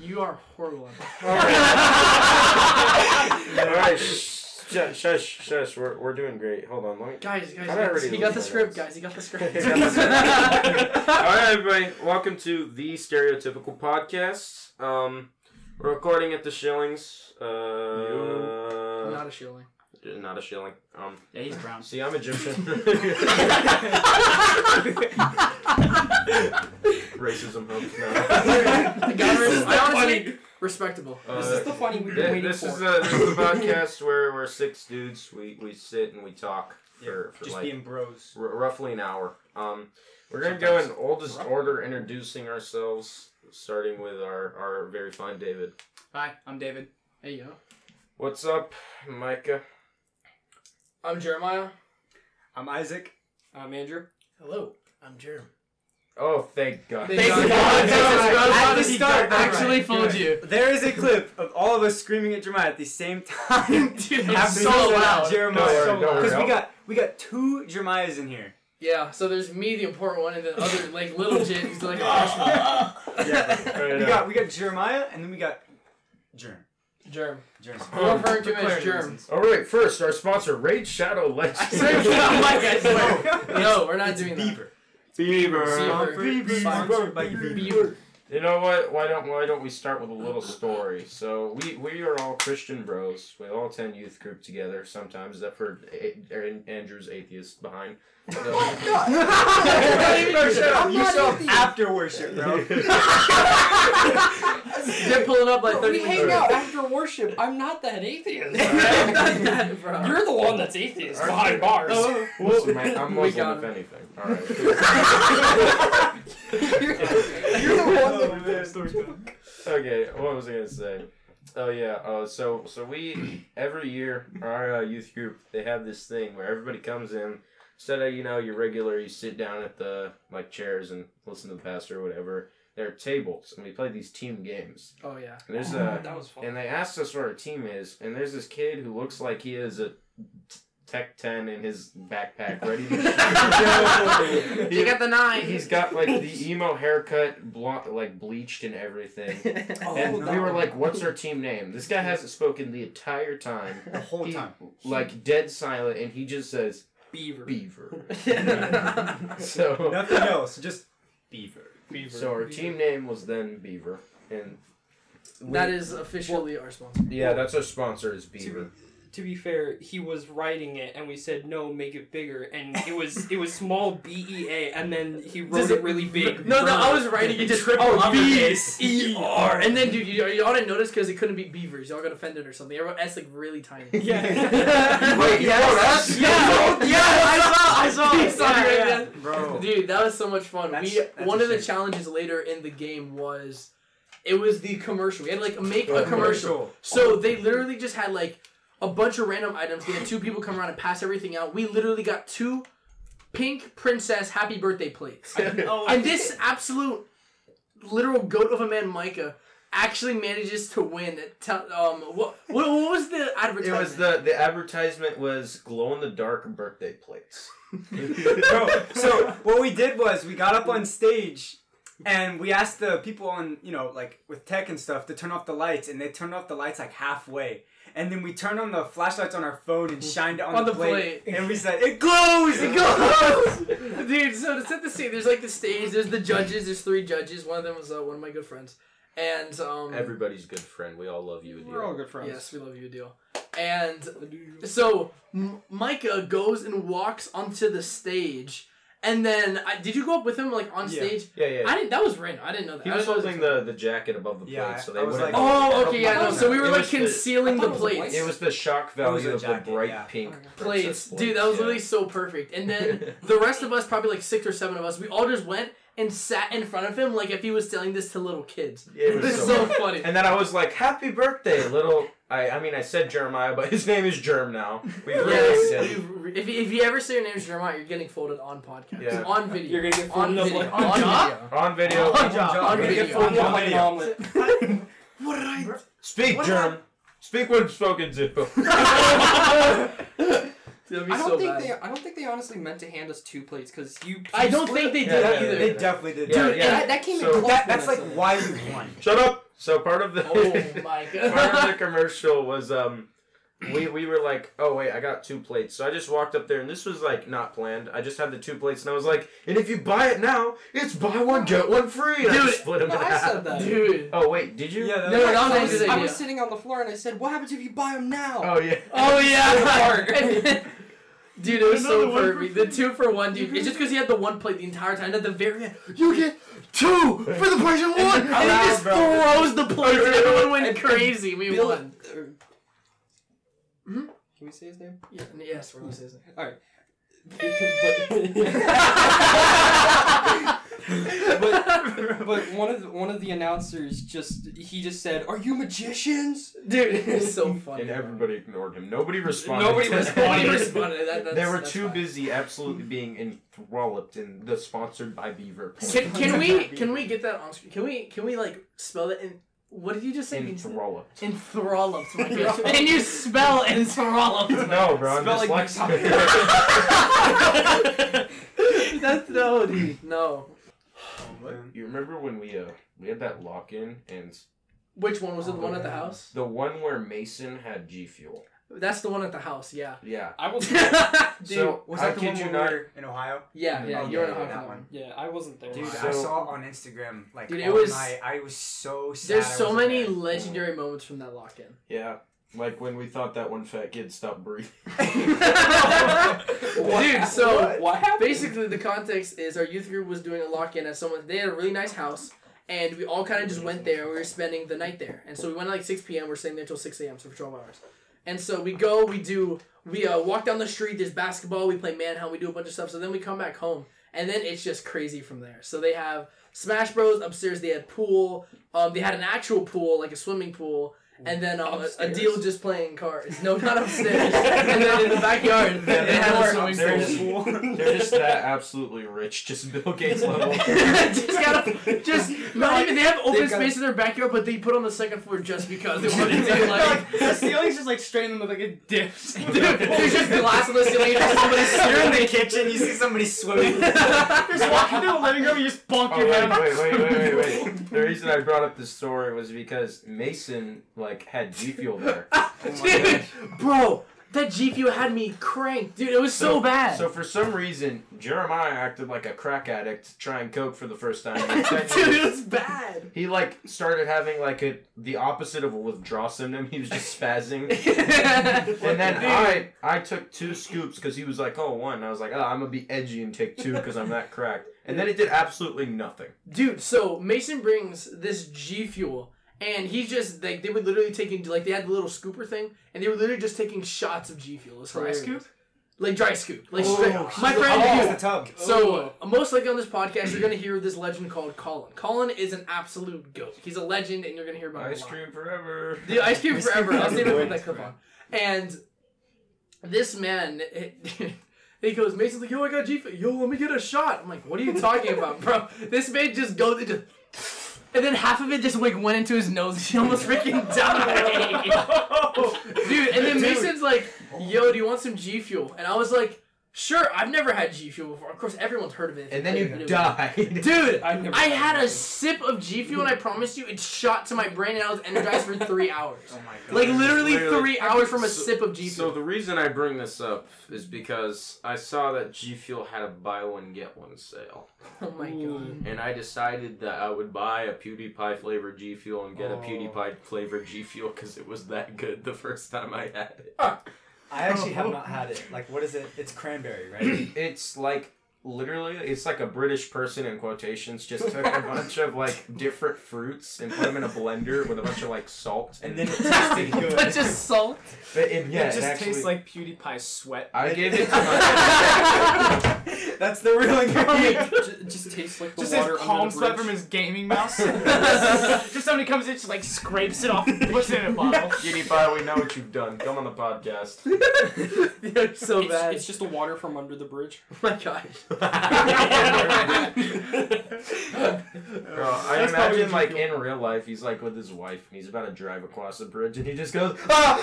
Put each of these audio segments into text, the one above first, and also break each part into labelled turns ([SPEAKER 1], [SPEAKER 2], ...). [SPEAKER 1] you are horrible.
[SPEAKER 2] All right, shh, shush, shush, shush. We're, we're doing great. Hold on, let me.
[SPEAKER 1] guys, guys,
[SPEAKER 2] How did I
[SPEAKER 1] guys
[SPEAKER 2] already
[SPEAKER 1] he got
[SPEAKER 2] lose
[SPEAKER 1] the
[SPEAKER 2] my
[SPEAKER 1] script,
[SPEAKER 2] notes?
[SPEAKER 1] guys. He got the script.
[SPEAKER 2] Got the script. All right, everybody. Welcome to the Stereotypical Podcast. Um, we're recording at the Shillings. Uh,
[SPEAKER 1] I'm
[SPEAKER 2] not
[SPEAKER 1] not a shilling.
[SPEAKER 2] a, not a shilling. Um,
[SPEAKER 3] Yeah, he's brown.
[SPEAKER 2] see, I'm Egyptian. Racism helps. No.
[SPEAKER 1] The guy
[SPEAKER 4] This is
[SPEAKER 1] I
[SPEAKER 4] the
[SPEAKER 1] honestly
[SPEAKER 4] funny.
[SPEAKER 1] respectable.
[SPEAKER 2] Uh,
[SPEAKER 4] This is the funny we've been
[SPEAKER 2] Th-
[SPEAKER 4] waiting
[SPEAKER 2] this
[SPEAKER 4] for.
[SPEAKER 2] is a this is a podcast where we're six dudes. We we sit and we talk for, for
[SPEAKER 3] Just
[SPEAKER 2] like
[SPEAKER 3] being bros.
[SPEAKER 2] r- roughly an hour. Um, we're gonna go in oldest
[SPEAKER 3] Sometimes.
[SPEAKER 2] order, introducing ourselves, starting with our our very fine David.
[SPEAKER 3] Hi, I'm David.
[SPEAKER 1] There you go.
[SPEAKER 2] What's up, Micah?
[SPEAKER 1] I'm Jeremiah.
[SPEAKER 3] I'm Isaac.
[SPEAKER 1] I'm Andrew.
[SPEAKER 4] Hello, I'm Jerem.
[SPEAKER 2] Oh, thank God!
[SPEAKER 1] Thank
[SPEAKER 3] God. God.
[SPEAKER 1] At
[SPEAKER 3] the start,
[SPEAKER 1] Actually
[SPEAKER 3] Alright,
[SPEAKER 1] fooled
[SPEAKER 3] good.
[SPEAKER 1] you.
[SPEAKER 3] There is a clip of all of us screaming at Jeremiah at the same time.
[SPEAKER 1] Dude, it's
[SPEAKER 3] After
[SPEAKER 1] so loud.
[SPEAKER 3] we said
[SPEAKER 2] Don't worry,
[SPEAKER 3] Jeremiah.
[SPEAKER 2] don't worry,
[SPEAKER 3] Because we
[SPEAKER 2] I'll-
[SPEAKER 3] got we got two Jeremiahs in here.
[SPEAKER 1] Yeah, so there's me, the important one, and then other like little Jit who's like a freshman.
[SPEAKER 2] Yeah, right
[SPEAKER 3] We
[SPEAKER 2] on.
[SPEAKER 3] got we got Jeremiah and then we got Jerm.
[SPEAKER 1] Germ.
[SPEAKER 3] Jerm.
[SPEAKER 1] We're referring to him as
[SPEAKER 3] clarity
[SPEAKER 1] Germ.
[SPEAKER 2] All right, first our sponsor, Raid Shadow Legends.
[SPEAKER 1] swear to God, Micah, I
[SPEAKER 3] swear.
[SPEAKER 1] No, we're not doing that.
[SPEAKER 3] Beaver.
[SPEAKER 1] Beaver.
[SPEAKER 3] Beaver. Sponsored by Beaver.
[SPEAKER 1] Beaver.
[SPEAKER 2] You know what? Why don't Why don't we start with a little story? So we we are all Christian bros. We all ten youth group together. Sometimes except for a- A- Andrew's atheist behind. So-
[SPEAKER 3] Shut up.
[SPEAKER 4] I'm
[SPEAKER 3] You
[SPEAKER 4] not
[SPEAKER 3] show
[SPEAKER 4] atheist.
[SPEAKER 3] up after worship, bro.
[SPEAKER 1] They're pulling up like 30
[SPEAKER 4] We hang
[SPEAKER 1] minutes.
[SPEAKER 4] out after worship. I'm not that atheist.
[SPEAKER 1] I'm not that, bro.
[SPEAKER 4] You're the one that's atheist
[SPEAKER 2] Alright.
[SPEAKER 4] behind bars.
[SPEAKER 1] Oh,
[SPEAKER 2] Listen, man, I'm
[SPEAKER 1] We got
[SPEAKER 2] Muslim
[SPEAKER 1] him.
[SPEAKER 2] if anything. All right.
[SPEAKER 4] You're, you're the one
[SPEAKER 3] Oh,
[SPEAKER 4] that.
[SPEAKER 2] okay. What was I gonna say? Oh yeah. Uh, so so we every year our uh, youth group they have this thing where everybody comes in. Instead of you know your regular, you sit down at the like chairs and listen to the pastor or whatever. There are tables and we play these team games.
[SPEAKER 1] Oh yeah.
[SPEAKER 2] And there's a
[SPEAKER 4] That was fun.
[SPEAKER 2] and they asked us what our team is, and there's this kid who looks like he is a t- Tech 10 in his backpack, ready to. he,
[SPEAKER 1] the nine.
[SPEAKER 2] he's got like the emo haircut, blonde, like bleached and everything.
[SPEAKER 3] Oh,
[SPEAKER 2] and
[SPEAKER 3] that
[SPEAKER 2] we were
[SPEAKER 3] one.
[SPEAKER 2] like, "What's our team name?" This guy hasn't spoken the entire time,
[SPEAKER 3] the whole
[SPEAKER 2] He-
[SPEAKER 3] time.
[SPEAKER 2] like dead silent, and he just says
[SPEAKER 1] Beaver.
[SPEAKER 2] Beaver.
[SPEAKER 1] Beaver.
[SPEAKER 2] So,
[SPEAKER 3] Nothing else, just Beaver.
[SPEAKER 2] so our team name was then Beaver, and we-
[SPEAKER 1] That is officially our sponsor.
[SPEAKER 2] yeah, that's our sponsor is Beaver.
[SPEAKER 5] to be fair, he was writing it, and we said no, make it bigger, and it was it was small B E A, and then he wrote
[SPEAKER 1] Does
[SPEAKER 5] it,
[SPEAKER 1] it-
[SPEAKER 5] really big.
[SPEAKER 1] No, no, I was writing it just
[SPEAKER 5] Triple
[SPEAKER 1] oh,
[SPEAKER 5] uppercase.
[SPEAKER 1] B E R. And then, dude, you, y'all didn't notice because it couldn't be beavers. Y'all got offended or something. Everyone S like really tiny.
[SPEAKER 3] Yeah.
[SPEAKER 2] Wait, you wrote us?
[SPEAKER 1] Yeah,
[SPEAKER 3] You wrote-
[SPEAKER 1] yeah, I saw, I saw.
[SPEAKER 5] You saw it,
[SPEAKER 1] yeah,
[SPEAKER 5] yeah.
[SPEAKER 1] yeah.
[SPEAKER 3] Bro.
[SPEAKER 1] Dude, that was so much fun.
[SPEAKER 3] That's-
[SPEAKER 1] we
[SPEAKER 3] that's
[SPEAKER 1] one
[SPEAKER 3] a
[SPEAKER 1] of the
[SPEAKER 3] shame.
[SPEAKER 1] challenges later in the game was it was the commercial. We had to like make
[SPEAKER 2] Oh,
[SPEAKER 1] a commercial.
[SPEAKER 3] Commercial.
[SPEAKER 1] So they literally just had like a bunch of random items. They had two people come around and pass everything out. We literally got two pink princess happy birthday plates.
[SPEAKER 3] Oh.
[SPEAKER 1] And this absolute literal goat of a man, Micah, actually manages to win. at Te- um, what, what what was the
[SPEAKER 2] It
[SPEAKER 1] advertisement?
[SPEAKER 2] was the the advertisement was glow in the dark birthday plates.
[SPEAKER 3] Bro, so what we did was we got up on stage and we asked the people on, you know, like with tech and stuff to turn off the lights and they turned off the lights like halfway. And then we turned on the flashlights on our phone and shined it on,
[SPEAKER 1] On
[SPEAKER 3] the,
[SPEAKER 1] the
[SPEAKER 3] plate, And we said, It
[SPEAKER 1] Oh,
[SPEAKER 3] glows! It glows!
[SPEAKER 1] Dude, so to set the scene, there's like the stage, there's the judges, there's three judges. One of them was uh, one of my good friends. And, um.
[SPEAKER 2] Everybody's good friend. We all love you.
[SPEAKER 4] We're all good friends.
[SPEAKER 1] Yes, we love you, deal. And so M- Micah goes and walks onto the stage. And then, I, did you go up with him, like, on
[SPEAKER 3] Yeah.
[SPEAKER 1] stage?
[SPEAKER 2] Yeah, yeah.
[SPEAKER 1] I didn't, that was random. I didn't know that.
[SPEAKER 2] he
[SPEAKER 1] I
[SPEAKER 2] was
[SPEAKER 1] didn't know
[SPEAKER 2] holding
[SPEAKER 1] that was-
[SPEAKER 2] the, the jacket above the plate,
[SPEAKER 3] Yeah,
[SPEAKER 2] so they
[SPEAKER 3] I was
[SPEAKER 2] wouldn't.
[SPEAKER 3] like-
[SPEAKER 1] Oh, okay, yeah, no. So we were,
[SPEAKER 2] It
[SPEAKER 1] like,
[SPEAKER 2] was the-
[SPEAKER 1] concealing
[SPEAKER 4] I
[SPEAKER 1] the
[SPEAKER 4] thought it was a
[SPEAKER 1] plates. Oh
[SPEAKER 4] white
[SPEAKER 2] It was the shock
[SPEAKER 3] It was
[SPEAKER 2] value
[SPEAKER 3] a
[SPEAKER 2] of
[SPEAKER 3] jacket,
[SPEAKER 2] the bright
[SPEAKER 3] yeah.
[SPEAKER 2] pink
[SPEAKER 1] plates.
[SPEAKER 2] princess
[SPEAKER 1] Dude, that was
[SPEAKER 2] plates, yeah.
[SPEAKER 1] literally so perfect. And then the rest of us, probably like six or seven of us, we all just went and sat in front of him like if he was telling this to little kids.
[SPEAKER 2] It was
[SPEAKER 1] This is so
[SPEAKER 2] so funny.
[SPEAKER 1] funny.
[SPEAKER 2] And then I was like, "Happy birthday, little." I, I mean, I said Jeremiah, but his name is Germ now. We
[SPEAKER 1] Yes,
[SPEAKER 2] really him.
[SPEAKER 1] you- if, you- if you ever say your name is Jeremiah, you're getting folded on podcast,
[SPEAKER 2] Yeah.
[SPEAKER 1] on video,
[SPEAKER 5] You're gonna get
[SPEAKER 1] on
[SPEAKER 5] folded up
[SPEAKER 1] video,
[SPEAKER 5] like-
[SPEAKER 1] on
[SPEAKER 5] On
[SPEAKER 1] video.
[SPEAKER 2] on video.
[SPEAKER 1] Oh,
[SPEAKER 3] job,
[SPEAKER 1] Good
[SPEAKER 3] bro.
[SPEAKER 1] video.
[SPEAKER 3] Get phone
[SPEAKER 1] Good
[SPEAKER 3] on
[SPEAKER 5] Like an
[SPEAKER 3] video.
[SPEAKER 5] omelet.
[SPEAKER 1] What did I?
[SPEAKER 2] Speak,
[SPEAKER 1] What
[SPEAKER 2] Germ. Speak when spoken to.
[SPEAKER 1] That'd be
[SPEAKER 5] I don't
[SPEAKER 1] so
[SPEAKER 5] think
[SPEAKER 1] bad.
[SPEAKER 5] they. I don't think they honestly meant to hand us two plates because you.
[SPEAKER 1] I don't think they did
[SPEAKER 2] Yeah, yeah,
[SPEAKER 1] either.
[SPEAKER 2] yeah.
[SPEAKER 3] They definitely did.
[SPEAKER 2] Yeah,
[SPEAKER 1] Dude,
[SPEAKER 2] yeah.
[SPEAKER 5] that- that came in
[SPEAKER 2] So-
[SPEAKER 5] close.
[SPEAKER 3] That, that's like why we won.
[SPEAKER 2] Shut up. So part of the
[SPEAKER 1] Oh my
[SPEAKER 2] part of the
[SPEAKER 1] god.
[SPEAKER 2] commercial was um we we were like, oh wait, I got two plates. So I just walked up there and this was like not planned. I just had the two plates and I was like, and if you buy it now, it's buy one get one free. And I
[SPEAKER 1] Dude,
[SPEAKER 2] just split them in
[SPEAKER 4] I
[SPEAKER 2] half.
[SPEAKER 4] said that.
[SPEAKER 1] Dude.
[SPEAKER 2] Oh wait, did you?
[SPEAKER 3] Yeah, that
[SPEAKER 1] No,
[SPEAKER 3] was-
[SPEAKER 1] no, that was
[SPEAKER 4] I,
[SPEAKER 1] a
[SPEAKER 4] was,
[SPEAKER 1] good
[SPEAKER 4] I
[SPEAKER 1] idea.
[SPEAKER 4] was sitting on the floor and I said, "What happens if you buy them now?"
[SPEAKER 2] Oh yeah.
[SPEAKER 1] Oh
[SPEAKER 4] Apart.
[SPEAKER 1] yeah. Dude, it was
[SPEAKER 2] Another
[SPEAKER 1] so
[SPEAKER 2] one for
[SPEAKER 1] perfect. The two for Mm-hmm. one, dude. It's just because he had the one plate the entire time. At the very end, you get two for the price of one, and he
[SPEAKER 2] Allowed,
[SPEAKER 1] just
[SPEAKER 2] bro.
[SPEAKER 1] throws the plate, and everyone went
[SPEAKER 4] And-
[SPEAKER 1] crazy. We
[SPEAKER 4] Bill,
[SPEAKER 1] won.
[SPEAKER 4] er,
[SPEAKER 5] uh, Hmm? Can we say his name?
[SPEAKER 1] Yeah, yes, we're gonna say his name.
[SPEAKER 5] but, but one of the, one of the announcers just he just said, "Are you magicians?"
[SPEAKER 1] Dude, it's so funny.
[SPEAKER 2] And everybody ignored him. Nobody responded.
[SPEAKER 5] Nobody
[SPEAKER 2] to
[SPEAKER 5] responded.
[SPEAKER 1] Nobody
[SPEAKER 2] that.
[SPEAKER 1] responded. That, that's,
[SPEAKER 2] They were
[SPEAKER 1] that's
[SPEAKER 2] too
[SPEAKER 1] fine.
[SPEAKER 2] busy absolutely being enthralled in the sponsored by Beaver. point.
[SPEAKER 1] Can, can we can we get that on screen? Can we can we like spell that? In, what did you just say?
[SPEAKER 2] Enthralled.
[SPEAKER 1] Enthralloped. my goodness. Can you spell enthralloped?
[SPEAKER 2] No, bro, I'm
[SPEAKER 5] Spelling
[SPEAKER 2] dyslexic.
[SPEAKER 1] That's no, dude. No.
[SPEAKER 3] Hmm.
[SPEAKER 2] you remember when we uh we had that lock in and
[SPEAKER 1] Which one was it? The one at the house?
[SPEAKER 2] the one where Mason had G Fuel?
[SPEAKER 1] That's the one at the house. Yeah.
[SPEAKER 2] Yeah.
[SPEAKER 5] I
[SPEAKER 1] dude.
[SPEAKER 5] wasn't.
[SPEAKER 2] so
[SPEAKER 3] Was
[SPEAKER 2] I
[SPEAKER 3] that the
[SPEAKER 2] kid
[SPEAKER 3] one
[SPEAKER 2] you
[SPEAKER 3] when we
[SPEAKER 2] not.
[SPEAKER 3] were in Ohio?
[SPEAKER 1] Yeah, yeah.
[SPEAKER 3] Okay,
[SPEAKER 1] you're in a
[SPEAKER 3] yeah,
[SPEAKER 1] hot
[SPEAKER 3] that
[SPEAKER 1] one.
[SPEAKER 3] one.
[SPEAKER 5] yeah, I wasn't there.
[SPEAKER 3] Dude,
[SPEAKER 2] Wow.
[SPEAKER 3] I
[SPEAKER 2] So-
[SPEAKER 3] saw on Instagram like
[SPEAKER 1] Dude, it
[SPEAKER 3] all
[SPEAKER 1] was-
[SPEAKER 3] night. I was so sad.
[SPEAKER 1] There's
[SPEAKER 3] I
[SPEAKER 1] so
[SPEAKER 3] wasn't
[SPEAKER 1] many
[SPEAKER 3] there.
[SPEAKER 1] legendary moments from that lock in.
[SPEAKER 2] Yeah. Like when we thought that one fat kid stopped breathing.
[SPEAKER 1] Dude, so
[SPEAKER 5] what happened?
[SPEAKER 1] basically the context is our youth group was doing a lock-in at someone they had a really nice house and we all kind of just went there we were spending the night there and so we went at like 6 p.m we're staying there till 6 a.m so for 12 hours and so we go we do we uh, walk down the street there's basketball we play manhunt we do a bunch of stuff so then we come back home and then it's just crazy from there so they have smash bros upstairs they had pool um, they had an actual pool like a swimming pool and then um, a, a
[SPEAKER 5] Upstairs?
[SPEAKER 1] deal just playing cards. No, not upstairs. and then in the backyard,
[SPEAKER 2] Yeah,
[SPEAKER 1] they had a
[SPEAKER 2] they're
[SPEAKER 1] swimming
[SPEAKER 2] upstairs.
[SPEAKER 1] pool.
[SPEAKER 2] There's- They're just that absolutely rich, just Bill Gates level.
[SPEAKER 1] just gotta, just not even. They have open
[SPEAKER 4] They've got-
[SPEAKER 1] space in their backyard, but they put on the second floor just because they wanted to. Like,
[SPEAKER 6] the ceiling's just like straight in the like it dips.
[SPEAKER 1] dude, there's just glass on the ceiling. Just somebody
[SPEAKER 3] You're in
[SPEAKER 1] staring.
[SPEAKER 3] the kitchen. You see somebody swimming.
[SPEAKER 6] just walking
[SPEAKER 1] Oh
[SPEAKER 6] through the living room, you just bonk
[SPEAKER 2] Oh,
[SPEAKER 6] your head.
[SPEAKER 2] wait, wait, wait, wait, wait, wait. The reason I brought up this story was because Mason like had G Fuel there.
[SPEAKER 1] Dude, bro, that G Fuel had me cranked, dude. It was so, bad.
[SPEAKER 2] So for some reason, Jeremiah acted like a crack addict trying coke for the first time.
[SPEAKER 1] dude, it was bad.
[SPEAKER 2] He like started having like a the opposite of a withdrawal symptom. He was just spazzing. And then
[SPEAKER 1] Dude.
[SPEAKER 2] I I took two scoops because he was like, oh, one. And I was like, oh, I'm gonna be edgy and take two because I'm that cracked. And then it did absolutely nothing.
[SPEAKER 1] Dude, so Mason brings this G Fuel, and he's just like they were literally taking like they had the little scooper thing, and they were literally just taking shots of G Fuel. It was hilarious. like dry scoop, like straight. My friend,
[SPEAKER 3] Oh,
[SPEAKER 1] dude,
[SPEAKER 3] it's the tub.
[SPEAKER 1] So, uh, most likely on this podcast, you're going to hear of this legend called Colin. Colin is an absolute goat. He's a legend, and you're going to hear about him.
[SPEAKER 2] Ice
[SPEAKER 1] a lot.
[SPEAKER 2] cream forever.
[SPEAKER 1] Dude, ice cream
[SPEAKER 3] Ice cream
[SPEAKER 1] forever. I'll see if I
[SPEAKER 3] forever.
[SPEAKER 1] put that clip on. And this man, he goes, Mason's like, yo, I got G Fuel. Yo, let me get a shot. I'm like, what are you talking about, bro? This man just goes and just. And then half of it just like went into his nose. He almost freaking died, dude. And then Mason's like, "Yo, do you want some G Fuel?" And I was like, "Sure." I've never had G Fuel before. Of course, everyone's heard of it.
[SPEAKER 2] And then you
[SPEAKER 1] die.
[SPEAKER 2] died.
[SPEAKER 1] Dude,
[SPEAKER 5] I've never
[SPEAKER 1] I
[SPEAKER 5] had
[SPEAKER 1] had a
[SPEAKER 5] that.
[SPEAKER 1] sip of G Fuel, and I promise you, it shot to my brain, and I was energized for three hours.
[SPEAKER 3] Oh my god.
[SPEAKER 1] Like literally,
[SPEAKER 2] Literally.
[SPEAKER 1] three hours from a
[SPEAKER 2] So-
[SPEAKER 1] sip of G
[SPEAKER 2] So
[SPEAKER 1] Fuel.
[SPEAKER 2] the reason I bring this up is because I saw that G Fuel had a buy one get one sale,
[SPEAKER 1] oh my god.
[SPEAKER 2] and I decided that I would buy a PewDiePie flavored G Fuel and get a
[SPEAKER 3] Oh.
[SPEAKER 2] PewDiePie flavored G Fuel because it was that good the first time I had it.
[SPEAKER 3] I actually have not had it. Like, what is it? It's cranberry, right?
[SPEAKER 2] It's like literally, it's like a British person in quotations just took a bunch of like different fruits and put them in a blender with a bunch of like salt,
[SPEAKER 3] and then it tasted good.
[SPEAKER 1] Bunch of salt.
[SPEAKER 2] But it- yeah,
[SPEAKER 6] it just
[SPEAKER 2] actually,
[SPEAKER 6] tastes like PewDiePie sweat.
[SPEAKER 2] I gave it to my.
[SPEAKER 3] That's the real ingredient.
[SPEAKER 5] Ju- just tastes like the
[SPEAKER 6] Just
[SPEAKER 5] water
[SPEAKER 6] says palm
[SPEAKER 5] under the
[SPEAKER 6] sweat
[SPEAKER 5] bridge.
[SPEAKER 6] from his gaming mouse. just somebody comes in, just like scrapes it off, and puts it in a bottle.
[SPEAKER 1] Oh
[SPEAKER 2] PewDiePie, we know what you've done. Come on the podcast.
[SPEAKER 1] They're so
[SPEAKER 5] it's,
[SPEAKER 1] bad.
[SPEAKER 5] it's just the water from under the bridge.
[SPEAKER 1] oh my gosh.
[SPEAKER 6] Ah,
[SPEAKER 2] Bro, I
[SPEAKER 6] That's probably
[SPEAKER 2] imagine
[SPEAKER 6] what
[SPEAKER 2] like
[SPEAKER 6] you
[SPEAKER 2] in real life, he's like with his wife and he's about to drive across the bridge and he just goes,
[SPEAKER 6] ah,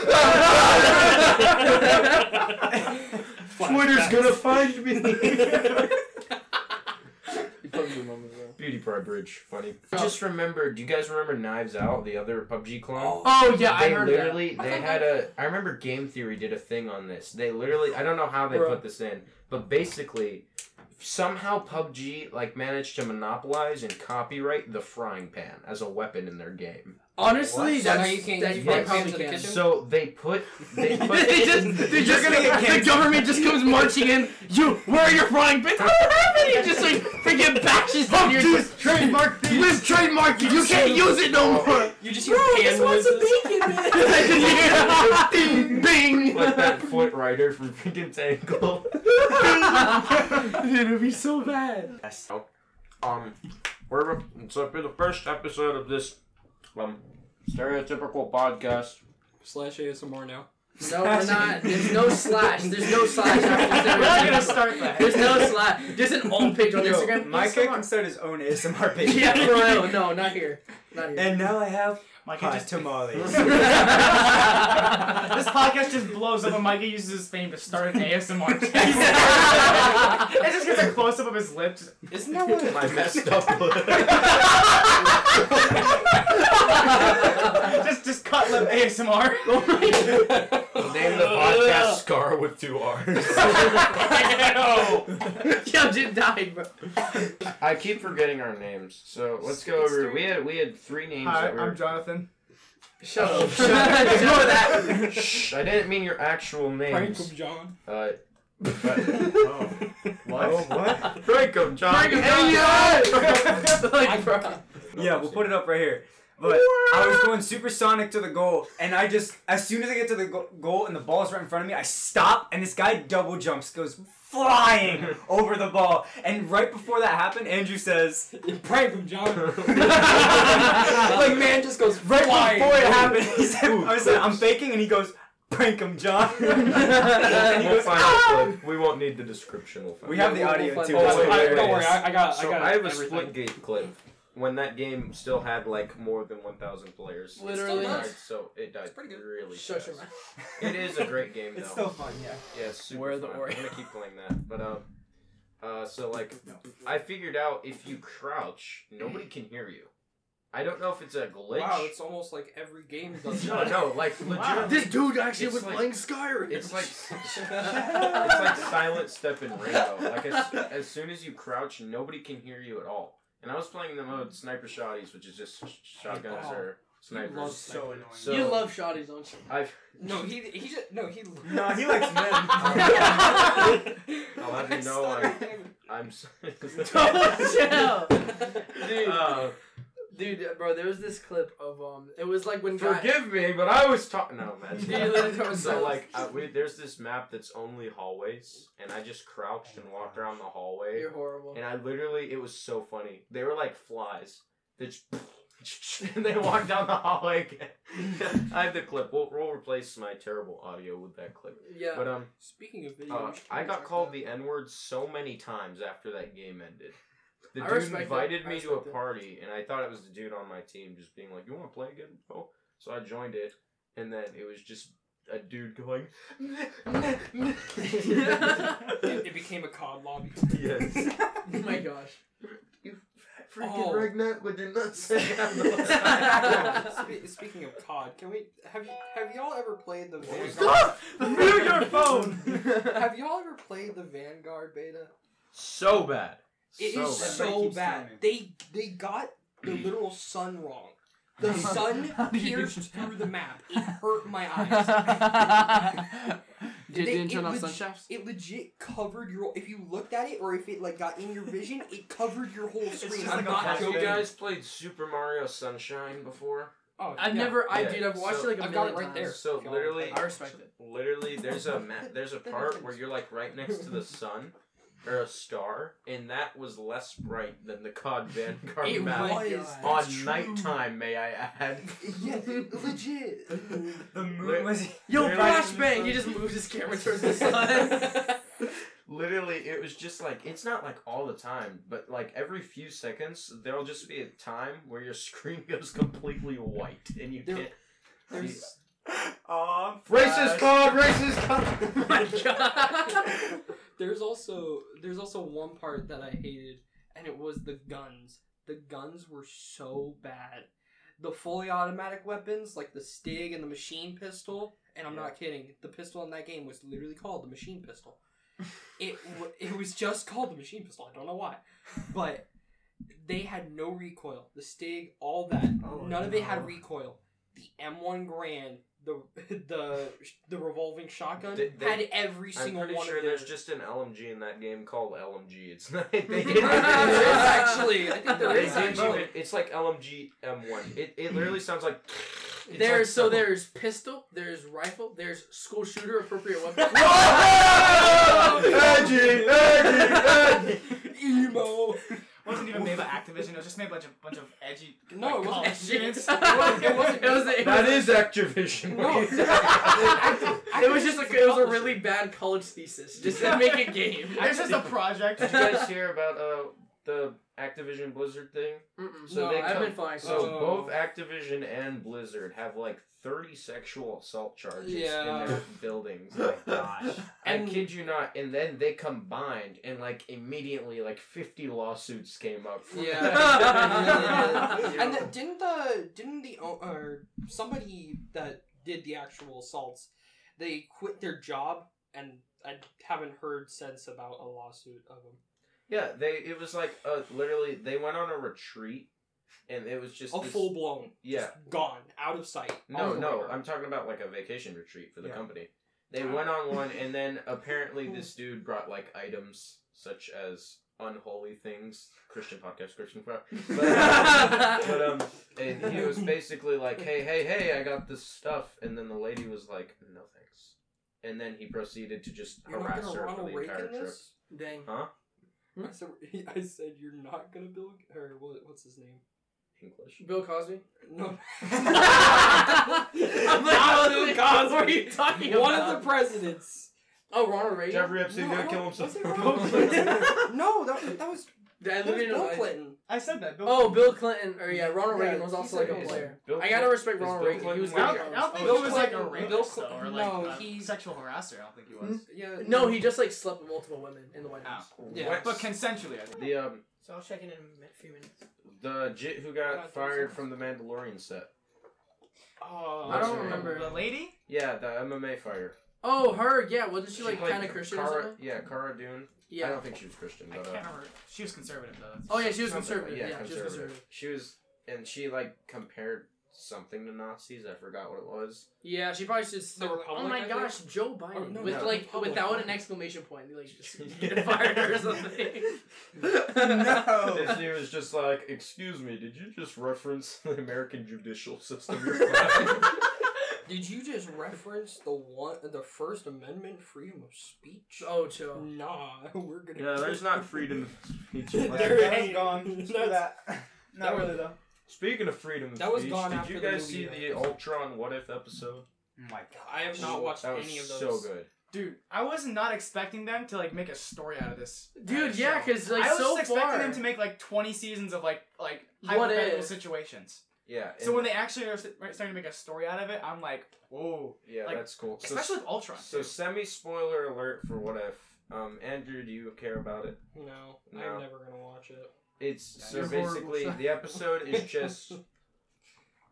[SPEAKER 2] Twitter's gonna find me.
[SPEAKER 1] You probably remember that.
[SPEAKER 2] Beauty for our bridge. Funny.
[SPEAKER 6] Oh.
[SPEAKER 2] Just remember, do you guys remember Knives Out, the other PUBG clone?
[SPEAKER 1] Oh yeah, I
[SPEAKER 2] they
[SPEAKER 1] heard that.
[SPEAKER 2] literally they had a i remember game theory did a thing on this they literally i don't know how they
[SPEAKER 1] Bro.
[SPEAKER 2] put this in but basically somehow pubg like managed to monopolize and copyright the frying pan as a weapon in their game
[SPEAKER 1] Honestly,
[SPEAKER 5] So
[SPEAKER 1] that's
[SPEAKER 5] now you can't
[SPEAKER 1] that
[SPEAKER 5] use
[SPEAKER 1] you
[SPEAKER 2] frying
[SPEAKER 1] probably
[SPEAKER 5] pans in the
[SPEAKER 1] can.
[SPEAKER 5] kitchen?
[SPEAKER 2] so they put they put
[SPEAKER 1] they just, they just
[SPEAKER 3] gonna get
[SPEAKER 1] the
[SPEAKER 3] canceled.
[SPEAKER 1] government just comes marching in. You, where are your frying pans? I don't have any. Just like freaking bashes on your trademark. This trademark, you can't use it no more.
[SPEAKER 5] You just hear pan noises.
[SPEAKER 1] bacon, man. Ding, bing.
[SPEAKER 2] like that foot rider from freaking tangle
[SPEAKER 1] Dude, it'd be so bad.
[SPEAKER 2] um we're so for the first episode of this um stereotypical podcast
[SPEAKER 5] Slash ASMR now.
[SPEAKER 1] No, we're not. There's no slash. There's no slash.
[SPEAKER 6] We're not gonna start that.
[SPEAKER 1] There's no slash. Just an old page on
[SPEAKER 3] Yo,
[SPEAKER 1] Instagram.
[SPEAKER 3] Micah
[SPEAKER 1] Instagram.
[SPEAKER 3] can start his own ASMR page.
[SPEAKER 1] Yeah, for real. No, not here. Not here.
[SPEAKER 3] And now I have
[SPEAKER 6] Micah
[SPEAKER 3] hot
[SPEAKER 6] just
[SPEAKER 3] tamales.
[SPEAKER 6] this podcast just blows up when Micah uses his fame to start an ASMR test. it just gets a close up of his lips.
[SPEAKER 5] Isn't that what?
[SPEAKER 2] my messed up lip.
[SPEAKER 6] just just cut lip ASMR.
[SPEAKER 2] Name the podcast Scar with two R's.
[SPEAKER 1] Yo, Jim died, bro.
[SPEAKER 2] I keep forgetting our names, so let's go over. We had we had three names
[SPEAKER 6] Hi,
[SPEAKER 2] that were.
[SPEAKER 6] I'm Jonathan.
[SPEAKER 1] Shut up. Shut up. Ignore that.
[SPEAKER 2] Shh, I didn't mean your actual names.
[SPEAKER 5] John.
[SPEAKER 2] Uh,
[SPEAKER 3] oh. Oh, what?
[SPEAKER 2] Frankum, John.
[SPEAKER 1] Frankum, John. like, bro.
[SPEAKER 3] Yeah, we'll put it up right here. But I was going supersonic to the goal, and I just, as soon as I get to the go- goal and the ball's right in front of me, I stop, and this guy double jumps, goes flying over the ball. And right before that happened, Andrew says,
[SPEAKER 5] Prank him, John.
[SPEAKER 3] like,
[SPEAKER 5] like
[SPEAKER 3] man,
[SPEAKER 5] man just goes
[SPEAKER 3] right
[SPEAKER 5] flying.
[SPEAKER 3] before it happened, he said, I said, I'm faking, and he goes, prank him, John. and he
[SPEAKER 2] We'll
[SPEAKER 3] goes,
[SPEAKER 2] find
[SPEAKER 3] "Ah!"
[SPEAKER 2] a clip. We won't need the description. We'll find
[SPEAKER 3] We
[SPEAKER 2] it.
[SPEAKER 3] have the
[SPEAKER 1] we'll
[SPEAKER 3] audio
[SPEAKER 1] find
[SPEAKER 3] too.
[SPEAKER 2] it.
[SPEAKER 3] it's
[SPEAKER 2] Oh, wait,
[SPEAKER 5] I,
[SPEAKER 3] hilarious.
[SPEAKER 5] don't worry, I, I got.
[SPEAKER 2] So
[SPEAKER 5] I got.
[SPEAKER 2] I have a
[SPEAKER 5] everything.
[SPEAKER 2] split gate clip when that game still had like more than 1,000 players.
[SPEAKER 1] Literally.
[SPEAKER 2] It died, so it died.
[SPEAKER 5] pretty good.
[SPEAKER 2] Really.
[SPEAKER 1] Shut your
[SPEAKER 2] fast.
[SPEAKER 1] mouth.
[SPEAKER 2] It is a great game though.
[SPEAKER 3] It's still fun, yeah.
[SPEAKER 2] Yeah, it's super
[SPEAKER 1] Where the
[SPEAKER 2] fun.
[SPEAKER 1] Ori-
[SPEAKER 2] I'm gonna keep playing that. But um, uh, so like, I figured out if you crouch, nobody can hear you. I don't know if it's a glitch.
[SPEAKER 5] Wow, it's almost like every game does
[SPEAKER 2] no,
[SPEAKER 5] that.
[SPEAKER 2] no, like legit.
[SPEAKER 1] This dude actually
[SPEAKER 2] It's
[SPEAKER 1] was
[SPEAKER 2] like-
[SPEAKER 1] playing Skyrim.
[SPEAKER 2] It's like it's like silent step in Rainbow. Like as, as soon as you crouch, nobody can hear you at all. And I was playing the mode Sniper Shotties, which is just sh- shotguns
[SPEAKER 5] Oh.
[SPEAKER 2] or snipers.
[SPEAKER 5] love
[SPEAKER 3] So annoying.
[SPEAKER 2] so
[SPEAKER 1] you love shotties, don't you?
[SPEAKER 2] I've
[SPEAKER 5] No, he he just no he.
[SPEAKER 3] No, he likes men.
[SPEAKER 2] I'll have you know I'm I'm. s-
[SPEAKER 1] Oh, Don't chill. Dude,
[SPEAKER 2] Uh,
[SPEAKER 1] dude, bro, there was this clip of um, it was like when guy-
[SPEAKER 2] Forgive me, but I was talking. No, man.
[SPEAKER 1] Yeah, you literally talking
[SPEAKER 2] so
[SPEAKER 1] about-
[SPEAKER 2] like, I, we, there's this map that's only hallways, and I just crouched and walked around the hallway,
[SPEAKER 1] You're horrible.
[SPEAKER 2] and I literally, it was so funny. They were like flies. They just, and they walked down the hallway again. I have the clip. We'll, we'll replace my terrible audio with that clip.
[SPEAKER 1] Yeah.
[SPEAKER 2] But um,
[SPEAKER 5] Speaking of video,
[SPEAKER 2] uh,
[SPEAKER 5] we should
[SPEAKER 2] I got
[SPEAKER 5] check
[SPEAKER 2] called
[SPEAKER 5] that.
[SPEAKER 2] the N word so many times after that game ended. The
[SPEAKER 1] I
[SPEAKER 2] dude
[SPEAKER 1] respect it.
[SPEAKER 2] invited
[SPEAKER 1] I
[SPEAKER 2] me to a
[SPEAKER 1] respect it.
[SPEAKER 2] party, and I thought it was the dude on my team just being like, "You want to play again?" Oh, so I joined it, and then it was just a dude going.
[SPEAKER 5] It, it became a COD lobby.
[SPEAKER 2] yes.
[SPEAKER 1] oh my gosh.
[SPEAKER 2] Freaking
[SPEAKER 5] Oh.
[SPEAKER 2] Ragnar with the nuts.
[SPEAKER 5] Spe- speaking of COD, can we have you have y'all ever played the Vanguard?
[SPEAKER 3] Mute your phone.
[SPEAKER 5] Have y'all ever played the Vanguard beta?
[SPEAKER 2] so bad.
[SPEAKER 5] It is
[SPEAKER 2] so bad. Mm.
[SPEAKER 3] bad. Keeps
[SPEAKER 5] so bad.
[SPEAKER 3] telling me.
[SPEAKER 5] They they got the literal sun wrong. The sun
[SPEAKER 6] How do you-
[SPEAKER 5] pierced through the map. It hurt my eyes.
[SPEAKER 1] Did
[SPEAKER 5] They-
[SPEAKER 1] didn't
[SPEAKER 5] it
[SPEAKER 1] turn on
[SPEAKER 5] was-
[SPEAKER 1] sun shafts?
[SPEAKER 5] It legit covered your. If you looked at it or if it like got in your vision, it covered your whole screen.
[SPEAKER 3] just
[SPEAKER 5] I'm
[SPEAKER 3] like a
[SPEAKER 5] not
[SPEAKER 3] flash
[SPEAKER 2] Have you
[SPEAKER 5] joking.
[SPEAKER 3] game.
[SPEAKER 2] guys played Super Mario Sunshine before?
[SPEAKER 5] Oh,
[SPEAKER 1] I've
[SPEAKER 5] yeah.
[SPEAKER 1] never. I
[SPEAKER 2] Yeah,
[SPEAKER 1] dude, I've watched
[SPEAKER 2] so-
[SPEAKER 1] it like a
[SPEAKER 5] I've got
[SPEAKER 1] million
[SPEAKER 5] it right there.
[SPEAKER 1] times.
[SPEAKER 2] So
[SPEAKER 5] If y'all
[SPEAKER 2] literally,
[SPEAKER 5] play.
[SPEAKER 1] I respect it.
[SPEAKER 2] Literally, there's a ma- there's a part where you're like right next to the sun or a star, and that was less bright than the COD Vanguard
[SPEAKER 5] It
[SPEAKER 2] map
[SPEAKER 5] was.
[SPEAKER 1] God.
[SPEAKER 2] on nighttime. May I add?
[SPEAKER 5] Yeah, legit.
[SPEAKER 3] The moon was.
[SPEAKER 1] Yo,
[SPEAKER 2] Literally-
[SPEAKER 1] flashbang! He just moves his camera towards the sun.
[SPEAKER 2] Literally, it was just like it's not like all the time, but like every few seconds, there'll just be a time where your screen goes completely white and you
[SPEAKER 5] There-
[SPEAKER 2] can't.
[SPEAKER 5] There's
[SPEAKER 3] Aw,
[SPEAKER 2] Racist
[SPEAKER 3] Flash.
[SPEAKER 2] COD, racist COD.
[SPEAKER 1] oh my god.
[SPEAKER 5] There's also there's also one part that I hated, and it was the guns. The guns were so bad. The fully automatic weapons, like the Stig and the machine pistol, and I'm not kidding, the pistol in that game was literally called the machine pistol. It w- it was just called the machine pistol. I don't know why, but they had no recoil. The Stig, all that,
[SPEAKER 3] Oh,
[SPEAKER 5] none of it
[SPEAKER 3] no.
[SPEAKER 5] had recoil. The M1 Grand, the the the revolving shotgun
[SPEAKER 2] They- they-
[SPEAKER 5] had every
[SPEAKER 2] I'm
[SPEAKER 5] single
[SPEAKER 2] pretty
[SPEAKER 5] one
[SPEAKER 2] sure
[SPEAKER 5] of theirs.
[SPEAKER 2] there's just an LMG in that game called LMG. It's not. They
[SPEAKER 5] there
[SPEAKER 2] didn't-
[SPEAKER 5] is actually. I think there
[SPEAKER 2] They
[SPEAKER 5] is
[SPEAKER 2] didn't move
[SPEAKER 5] actually.
[SPEAKER 2] it. It's like LMG M1. It, it literally sounds like. it's
[SPEAKER 1] there's
[SPEAKER 2] like
[SPEAKER 1] so
[SPEAKER 2] someone-
[SPEAKER 1] there's pistol, there's rifle, there's school shooter appropriate weapon.
[SPEAKER 2] Whoa! Edgy, edgy, edgy.
[SPEAKER 5] Emo.
[SPEAKER 6] wasn't even made by Activision. It was just made by a bunch of bunch of edgy.
[SPEAKER 5] No,
[SPEAKER 6] college
[SPEAKER 5] it wasn't.
[SPEAKER 6] students.
[SPEAKER 1] It wasn't- it wasn't- it wasn't-
[SPEAKER 2] That is Activision.
[SPEAKER 5] No.
[SPEAKER 1] It was just like it was a really bad college thesis. Just to make a game.
[SPEAKER 6] It's just a project.
[SPEAKER 2] Did you guys hear about uh, the Activision Blizzard thing?
[SPEAKER 1] Mm-mm.
[SPEAKER 2] So
[SPEAKER 1] no,
[SPEAKER 2] they
[SPEAKER 1] I've
[SPEAKER 2] come-
[SPEAKER 1] been flying.
[SPEAKER 2] So
[SPEAKER 5] Oh.
[SPEAKER 2] both Activision and Blizzard have like 30 sexual assault charges
[SPEAKER 5] Yeah.
[SPEAKER 2] in their buildings. Like,
[SPEAKER 3] Gosh.
[SPEAKER 2] I
[SPEAKER 5] And-
[SPEAKER 2] kid you not. And then they combined, and like immediately, like 50 lawsuits came up. from
[SPEAKER 5] Yeah.
[SPEAKER 2] that.
[SPEAKER 1] Yeah.
[SPEAKER 2] You
[SPEAKER 5] And
[SPEAKER 2] know?
[SPEAKER 5] the, didn't the didn't the o- or somebody that did the actual assaults, they quit their job, and I haven't heard since about a lawsuit of them.
[SPEAKER 2] yeah, they it was like uh, literally they went on a retreat, and it was just
[SPEAKER 5] A
[SPEAKER 2] this-
[SPEAKER 5] full blown,
[SPEAKER 2] yeah.
[SPEAKER 5] gone, out of sight.
[SPEAKER 2] No,
[SPEAKER 5] off the
[SPEAKER 2] no,
[SPEAKER 5] radar.
[SPEAKER 2] I'm talking about like a vacation retreat for the
[SPEAKER 3] Yeah.
[SPEAKER 2] company. They went on one, and then apparently this dude brought like items such as unholy things. Christian podcast, Christian crap. But um, and he was basically like, "Hey, hey, hey, I got this stuff," and then the lady was like, "No thanks," and then he proceeded to just
[SPEAKER 5] You're not
[SPEAKER 2] harass
[SPEAKER 5] gonna
[SPEAKER 2] her for
[SPEAKER 5] Ronald
[SPEAKER 2] the entire
[SPEAKER 5] Reagan
[SPEAKER 2] trip.
[SPEAKER 5] this.
[SPEAKER 1] Dang.
[SPEAKER 5] I said, I said you're not gonna Bill or what, what's his name?
[SPEAKER 2] English.
[SPEAKER 1] Bill Cosby.
[SPEAKER 5] No,
[SPEAKER 1] I'm like,
[SPEAKER 5] Not
[SPEAKER 1] Bill Cosby.
[SPEAKER 5] Bill
[SPEAKER 1] What are
[SPEAKER 5] Cosby.
[SPEAKER 1] you talking
[SPEAKER 5] one
[SPEAKER 1] about?
[SPEAKER 5] of the presidents.
[SPEAKER 1] oh, Ronald Reagan.
[SPEAKER 2] Jeffrey Epstein
[SPEAKER 5] No,
[SPEAKER 2] got
[SPEAKER 5] I
[SPEAKER 2] kill
[SPEAKER 5] don't-
[SPEAKER 2] himself.
[SPEAKER 5] was it Ronald no, that, that was
[SPEAKER 1] Did I
[SPEAKER 5] that was
[SPEAKER 1] literally know
[SPEAKER 5] Bill
[SPEAKER 1] that?
[SPEAKER 5] Clinton.
[SPEAKER 6] I said that. Bill
[SPEAKER 1] Oh, Bill Clinton. Or yeah, Ronald
[SPEAKER 5] Yeah,
[SPEAKER 1] Reagan was
[SPEAKER 5] he
[SPEAKER 1] also
[SPEAKER 5] said
[SPEAKER 1] like a
[SPEAKER 5] he's-
[SPEAKER 1] player.
[SPEAKER 2] Bill
[SPEAKER 1] I gotta
[SPEAKER 2] Clinton-
[SPEAKER 1] respect
[SPEAKER 2] is
[SPEAKER 1] Ronald
[SPEAKER 2] Bill
[SPEAKER 1] Reagan. he
[SPEAKER 2] Clinton
[SPEAKER 1] was
[SPEAKER 6] I don't,
[SPEAKER 1] good.
[SPEAKER 6] I don't think
[SPEAKER 5] Bill
[SPEAKER 6] he was like a
[SPEAKER 5] Clinton-
[SPEAKER 6] rapist
[SPEAKER 5] Bill
[SPEAKER 6] though, or
[SPEAKER 5] Clinton-
[SPEAKER 6] like
[SPEAKER 5] no,
[SPEAKER 6] a
[SPEAKER 5] he-
[SPEAKER 6] sexual harasser. I don't think he was.
[SPEAKER 5] Yeah.
[SPEAKER 1] No, he just like slept with multiple women in the White
[SPEAKER 6] Oh.
[SPEAKER 1] House.
[SPEAKER 5] Yeah.
[SPEAKER 2] What-
[SPEAKER 6] But consensually, I think.
[SPEAKER 2] the um
[SPEAKER 7] So I'll check in in a mi- few minutes.
[SPEAKER 2] the jit who got fired from the Mandalorian set.
[SPEAKER 5] Oh,
[SPEAKER 1] I don't remember.
[SPEAKER 6] The lady?
[SPEAKER 2] Yeah, the MMA fighter.
[SPEAKER 1] Oh, her. Yeah, wasn't she, like
[SPEAKER 2] played
[SPEAKER 1] kind of Christian
[SPEAKER 2] Cara,
[SPEAKER 1] or something?
[SPEAKER 2] Yeah, Cara Dune.
[SPEAKER 1] Yeah.
[SPEAKER 2] I don't think she was Christian,
[SPEAKER 6] I
[SPEAKER 2] but
[SPEAKER 6] can't
[SPEAKER 2] uh,
[SPEAKER 6] remember. She was conservative though. that's-
[SPEAKER 1] Oh yeah, she was
[SPEAKER 2] something like-
[SPEAKER 1] conservative. Yeah, she was conservative.
[SPEAKER 2] She was, and she like compared something to Nazis. I forgot what it was.
[SPEAKER 1] Yeah, she probably should. Say,
[SPEAKER 5] The
[SPEAKER 1] like, oh
[SPEAKER 5] Republic,
[SPEAKER 1] my
[SPEAKER 5] I
[SPEAKER 1] gosh, Joe Biden
[SPEAKER 5] Oh, no,
[SPEAKER 1] with
[SPEAKER 2] no,
[SPEAKER 1] like
[SPEAKER 5] Republic.
[SPEAKER 1] without an exclamation point, like just get fired or something.
[SPEAKER 2] This
[SPEAKER 5] Oh.
[SPEAKER 3] no.
[SPEAKER 2] dude was just like, "Excuse me, did you just reference the American judicial system?"
[SPEAKER 5] Did you just reference the one, the First Amendment freedom of speech?
[SPEAKER 1] Oh, chill.
[SPEAKER 5] Nah, we're gonna.
[SPEAKER 2] yeah, there's not freedom of speech.
[SPEAKER 5] There it
[SPEAKER 6] That was
[SPEAKER 5] is.
[SPEAKER 6] gone. Screw
[SPEAKER 5] That's-
[SPEAKER 6] that.
[SPEAKER 5] that
[SPEAKER 6] Not
[SPEAKER 5] was-
[SPEAKER 6] really though.
[SPEAKER 2] Speaking of freedom of
[SPEAKER 5] That was
[SPEAKER 2] speech,
[SPEAKER 5] gone
[SPEAKER 2] did
[SPEAKER 5] after
[SPEAKER 2] you
[SPEAKER 5] the
[SPEAKER 2] guys
[SPEAKER 5] movie,
[SPEAKER 2] see
[SPEAKER 5] though.
[SPEAKER 2] the Ultron What If episode?
[SPEAKER 3] Oh my
[SPEAKER 5] I have not watched
[SPEAKER 2] that was
[SPEAKER 5] any of those.
[SPEAKER 2] so good.
[SPEAKER 6] Dude, I was not expecting them to like make a story out of this. out of
[SPEAKER 1] Dude,
[SPEAKER 6] the
[SPEAKER 1] yeah,
[SPEAKER 6] show.
[SPEAKER 1] because like
[SPEAKER 6] I was
[SPEAKER 1] so
[SPEAKER 6] just expecting
[SPEAKER 1] far.
[SPEAKER 6] them to make like 20 seasons of like like
[SPEAKER 1] What
[SPEAKER 6] hypothetical
[SPEAKER 1] if?
[SPEAKER 6] situations.
[SPEAKER 2] Yeah.
[SPEAKER 6] So when they actually are s- are starting to make a story out of it, I'm like, whoa.
[SPEAKER 2] yeah,
[SPEAKER 6] like,
[SPEAKER 2] that's cool. So-
[SPEAKER 6] Especially with Ultron.
[SPEAKER 2] So
[SPEAKER 6] too.
[SPEAKER 2] semi spoiler alert for what if. Um, Andrew, do you care about it?
[SPEAKER 5] No,
[SPEAKER 2] No.
[SPEAKER 5] I'm never gonna watch it.
[SPEAKER 2] It's
[SPEAKER 6] Yeah,
[SPEAKER 2] so
[SPEAKER 6] you're horrible,
[SPEAKER 2] basically
[SPEAKER 6] son.
[SPEAKER 2] the episode is just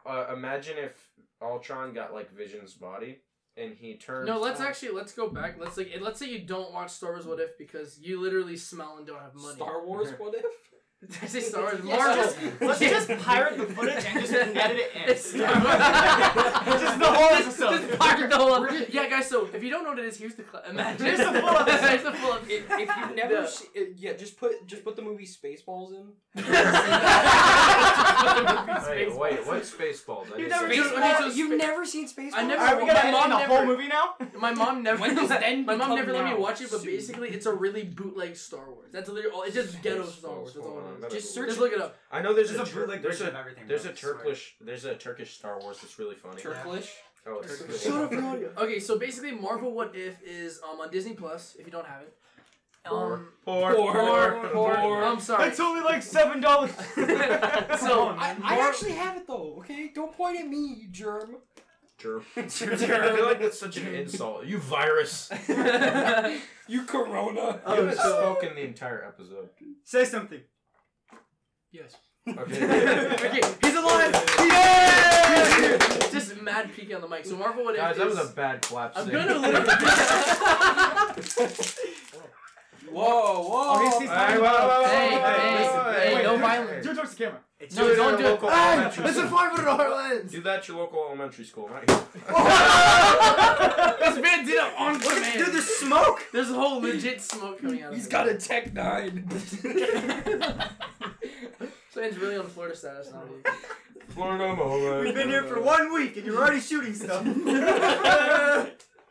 [SPEAKER 2] uh, imagine if Ultron got like Vision's body and he turns.
[SPEAKER 1] No, let's
[SPEAKER 2] on-
[SPEAKER 1] actually let's go back. Let's like let's say you don't watch Star Wars What If because you literally smell and don't have money.
[SPEAKER 5] Star Wars, what if?
[SPEAKER 1] Did I say Star Wars?
[SPEAKER 5] Yes,
[SPEAKER 1] Marvel.
[SPEAKER 6] just- let's just pirate the footage and just edit it in.
[SPEAKER 1] It's Star Wars.
[SPEAKER 6] Just the whole
[SPEAKER 1] Just-
[SPEAKER 6] episode.
[SPEAKER 1] just pirate the whole- Yeah, guys. So if you don't know what it is, here's the cl- imagine.
[SPEAKER 6] Here's the full episode.
[SPEAKER 1] Here's the full episode.
[SPEAKER 5] If, if you've never,
[SPEAKER 1] No.
[SPEAKER 5] se- uh, yeah, just put just put the movie Spaceballs in.
[SPEAKER 2] Wait, wait, what's Spaceballs? I
[SPEAKER 6] You
[SPEAKER 2] didn't
[SPEAKER 6] never-
[SPEAKER 2] know.
[SPEAKER 1] Dude, okay, so
[SPEAKER 5] you've
[SPEAKER 1] sp-
[SPEAKER 5] never seen Spaceballs?
[SPEAKER 1] I never-
[SPEAKER 6] Are we gonna
[SPEAKER 1] My
[SPEAKER 6] edit
[SPEAKER 1] mom
[SPEAKER 6] in the
[SPEAKER 1] never-
[SPEAKER 6] whole movie now?
[SPEAKER 1] My mom never.
[SPEAKER 5] When does then
[SPEAKER 1] my mom
[SPEAKER 5] become
[SPEAKER 1] never let me
[SPEAKER 5] now?
[SPEAKER 1] watch it, but
[SPEAKER 5] Soon.
[SPEAKER 1] basically, it's a really bootleg Star Wars. That's literally all. It's just ghetto Star Wars. That's all
[SPEAKER 2] Hold on, I
[SPEAKER 1] it
[SPEAKER 2] better
[SPEAKER 1] is.
[SPEAKER 5] Just
[SPEAKER 2] Google
[SPEAKER 5] search-
[SPEAKER 1] Just look it up.
[SPEAKER 2] it. I know there's,
[SPEAKER 3] There's
[SPEAKER 2] a,
[SPEAKER 3] a
[SPEAKER 2] Tur-
[SPEAKER 3] bootleg
[SPEAKER 2] there's
[SPEAKER 3] version
[SPEAKER 2] a
[SPEAKER 3] of everything.
[SPEAKER 2] there's
[SPEAKER 3] bro,
[SPEAKER 2] a
[SPEAKER 3] I swear.
[SPEAKER 2] Turkish there's a Turkish Star Wars that's really funny.
[SPEAKER 5] Turklish.
[SPEAKER 2] Oh, it's
[SPEAKER 1] Turkish.
[SPEAKER 2] cool.
[SPEAKER 1] Shut up, Okay, so basically, Marvel What If is um, on Disney Plus. If you don't have it, um,
[SPEAKER 2] Poor,
[SPEAKER 5] Poor,
[SPEAKER 2] poor,
[SPEAKER 5] poor.
[SPEAKER 1] I'm sorry.
[SPEAKER 6] That's only like seven dollars.
[SPEAKER 1] So,
[SPEAKER 5] I, I actually have it though. Okay, don't point at me, you germ.
[SPEAKER 2] Sure. I feel like that's such an insult. You virus.
[SPEAKER 5] You Corona.
[SPEAKER 2] you haven't spoken the entire episode.
[SPEAKER 3] Say something.
[SPEAKER 1] yes.
[SPEAKER 2] Okay.
[SPEAKER 1] Okay, he's alive! Yay! Just mad peeking on the mic. So Marvel, what
[SPEAKER 2] Guys,
[SPEAKER 1] if
[SPEAKER 2] that was
[SPEAKER 1] is-
[SPEAKER 2] a bad clap.
[SPEAKER 1] I'm
[SPEAKER 2] sync.
[SPEAKER 1] gonna literally.
[SPEAKER 4] Whoa, whoa.
[SPEAKER 3] Obviously,
[SPEAKER 2] All right, whoa, whoa, whoa,
[SPEAKER 1] Hey,
[SPEAKER 2] whoa,
[SPEAKER 1] hey,
[SPEAKER 2] whoa,
[SPEAKER 1] hey,
[SPEAKER 2] wait,
[SPEAKER 1] no
[SPEAKER 2] wait.
[SPEAKER 1] violence.
[SPEAKER 6] Do it towards the camera.
[SPEAKER 3] It's
[SPEAKER 1] No,
[SPEAKER 2] Do it
[SPEAKER 1] don't
[SPEAKER 2] at a
[SPEAKER 1] do it.
[SPEAKER 2] local
[SPEAKER 1] Ah,
[SPEAKER 2] elementary
[SPEAKER 1] It's a
[SPEAKER 2] school.
[SPEAKER 1] five hundred Orleans.
[SPEAKER 2] Do that at your local elementary school, not here.
[SPEAKER 1] This man did it on command.
[SPEAKER 3] Dude, there's smoke.
[SPEAKER 1] There's a whole legit smoke coming out. of
[SPEAKER 4] He's
[SPEAKER 1] him.
[SPEAKER 4] got a Tech 9.
[SPEAKER 1] So it's really on Florida status now. dude.
[SPEAKER 2] Florida moment.
[SPEAKER 3] We've been here for one week and you're already shooting stuff.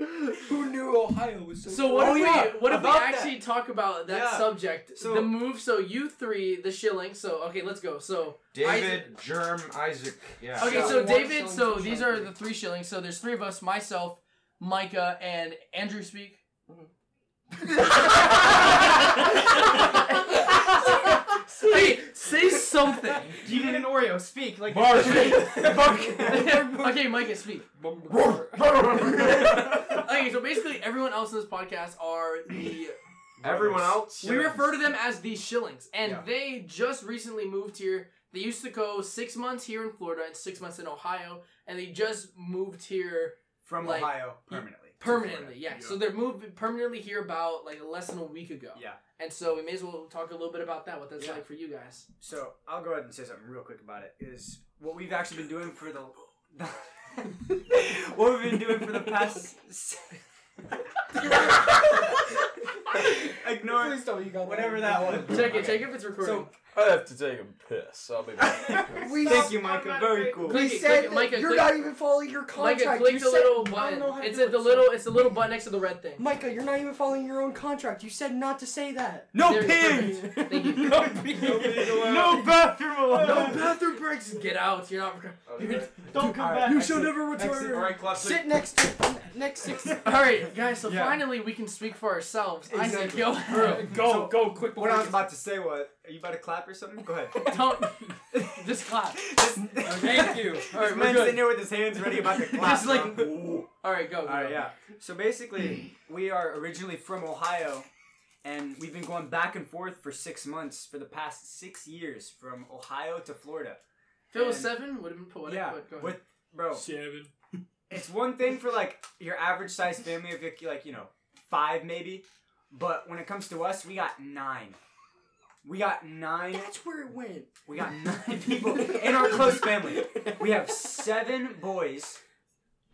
[SPEAKER 4] Who knew Ohio was so
[SPEAKER 1] So what
[SPEAKER 3] Oh,
[SPEAKER 1] if
[SPEAKER 3] yeah,
[SPEAKER 1] we what if we
[SPEAKER 3] about that.
[SPEAKER 1] actually talk about that
[SPEAKER 3] Yeah.
[SPEAKER 1] subject?
[SPEAKER 3] So-
[SPEAKER 1] the move. So you three, the shilling. So okay, let's go. So
[SPEAKER 2] David, Germ, Isaac. Yeah.
[SPEAKER 1] okay,
[SPEAKER 5] Yeah.
[SPEAKER 1] so
[SPEAKER 5] One
[SPEAKER 1] David.
[SPEAKER 5] shilling,
[SPEAKER 1] So
[SPEAKER 5] two
[SPEAKER 1] these
[SPEAKER 5] shilling,
[SPEAKER 1] are the three shillings. So there's three of us: myself, Micah, and Andrew. Speak.
[SPEAKER 3] Mm-hmm.
[SPEAKER 1] Hey, say something.
[SPEAKER 6] You need an Oreo. Speak like.
[SPEAKER 2] Bars.
[SPEAKER 1] okay, Micah, speak. Okay, so basically, everyone else in this podcast are the
[SPEAKER 2] Everyone else.
[SPEAKER 1] We refer to them as the shillings, and
[SPEAKER 3] Yeah.
[SPEAKER 1] they just recently moved here. They used to go six months here in Florida and six months in Ohio, and they just moved here
[SPEAKER 3] From
[SPEAKER 1] Like,
[SPEAKER 3] Ohio, permanently. to
[SPEAKER 1] permanently.
[SPEAKER 3] Florida.
[SPEAKER 1] Yeah. so they're moved permanently here about like less than a week ago.
[SPEAKER 3] Yeah.
[SPEAKER 1] and so we may as well talk a little bit about that. What that's
[SPEAKER 3] Yeah.
[SPEAKER 1] like for you guys.
[SPEAKER 3] So I'll go ahead and say something real quick about it. Is what we've actually been doing for the, the what we've been doing for the past. s- Ignore
[SPEAKER 4] Please tell me you got
[SPEAKER 3] whatever that was.
[SPEAKER 1] Check it. Check if it's recording.
[SPEAKER 3] So
[SPEAKER 2] I have to take a piss. I'll be
[SPEAKER 4] We,
[SPEAKER 3] thank you, Micah. Very cool.
[SPEAKER 1] Click
[SPEAKER 4] we
[SPEAKER 1] it, click
[SPEAKER 4] said
[SPEAKER 1] it,
[SPEAKER 4] that
[SPEAKER 1] Micah,
[SPEAKER 4] you're
[SPEAKER 1] click-
[SPEAKER 4] not even following your
[SPEAKER 1] Micah,
[SPEAKER 4] contract.
[SPEAKER 1] click
[SPEAKER 4] you
[SPEAKER 1] the
[SPEAKER 4] said,
[SPEAKER 1] little
[SPEAKER 4] I don't
[SPEAKER 1] button.
[SPEAKER 4] know how to
[SPEAKER 1] It's
[SPEAKER 4] do
[SPEAKER 1] at
[SPEAKER 4] it,
[SPEAKER 1] the
[SPEAKER 4] so-
[SPEAKER 1] little. It's the little button next to the red thing.
[SPEAKER 4] Micah, you're not even following your own contract. You said not to say that.
[SPEAKER 3] No
[SPEAKER 1] There,
[SPEAKER 3] pins.
[SPEAKER 1] perfect. Thank you.
[SPEAKER 3] No pins.
[SPEAKER 6] No bathroom allowed.
[SPEAKER 1] No bathroom breaks. Get out. You're not.
[SPEAKER 6] Don't come back.
[SPEAKER 4] You shall never
[SPEAKER 2] All
[SPEAKER 4] return.
[SPEAKER 2] right, class.
[SPEAKER 4] Sit next to next six.
[SPEAKER 1] All right, guys. So
[SPEAKER 6] Yeah.
[SPEAKER 1] finally, we can speak for ourselves. Isaac,
[SPEAKER 3] Exactly.
[SPEAKER 1] yo,
[SPEAKER 6] Bro, go,
[SPEAKER 3] So,
[SPEAKER 6] go, quick.
[SPEAKER 3] What I was
[SPEAKER 6] before
[SPEAKER 3] about to say was, are you about to clap or something? Go ahead.
[SPEAKER 1] don't just clap.
[SPEAKER 5] Thank you.
[SPEAKER 1] All right, we're
[SPEAKER 3] Man's
[SPEAKER 1] good.
[SPEAKER 3] sitting there with his hands ready about to clap.
[SPEAKER 1] Just like-
[SPEAKER 3] bro.
[SPEAKER 1] All right, go. go.
[SPEAKER 3] All right, yeah. So basically, we are originally from Ohio, and we've been going back and forth for six months for the past six years from Ohio to Florida.
[SPEAKER 1] If it was
[SPEAKER 3] And-
[SPEAKER 1] seven, would have been poetic.
[SPEAKER 3] yeah,
[SPEAKER 1] but go ahead.
[SPEAKER 3] with bro,
[SPEAKER 1] seven.
[SPEAKER 3] it's one thing for like your average sized family of like, like you know five maybe, but when it comes to us, we got nine. We got nine.
[SPEAKER 4] That's where it went.
[SPEAKER 3] We got nine people in our close family. We have seven boys,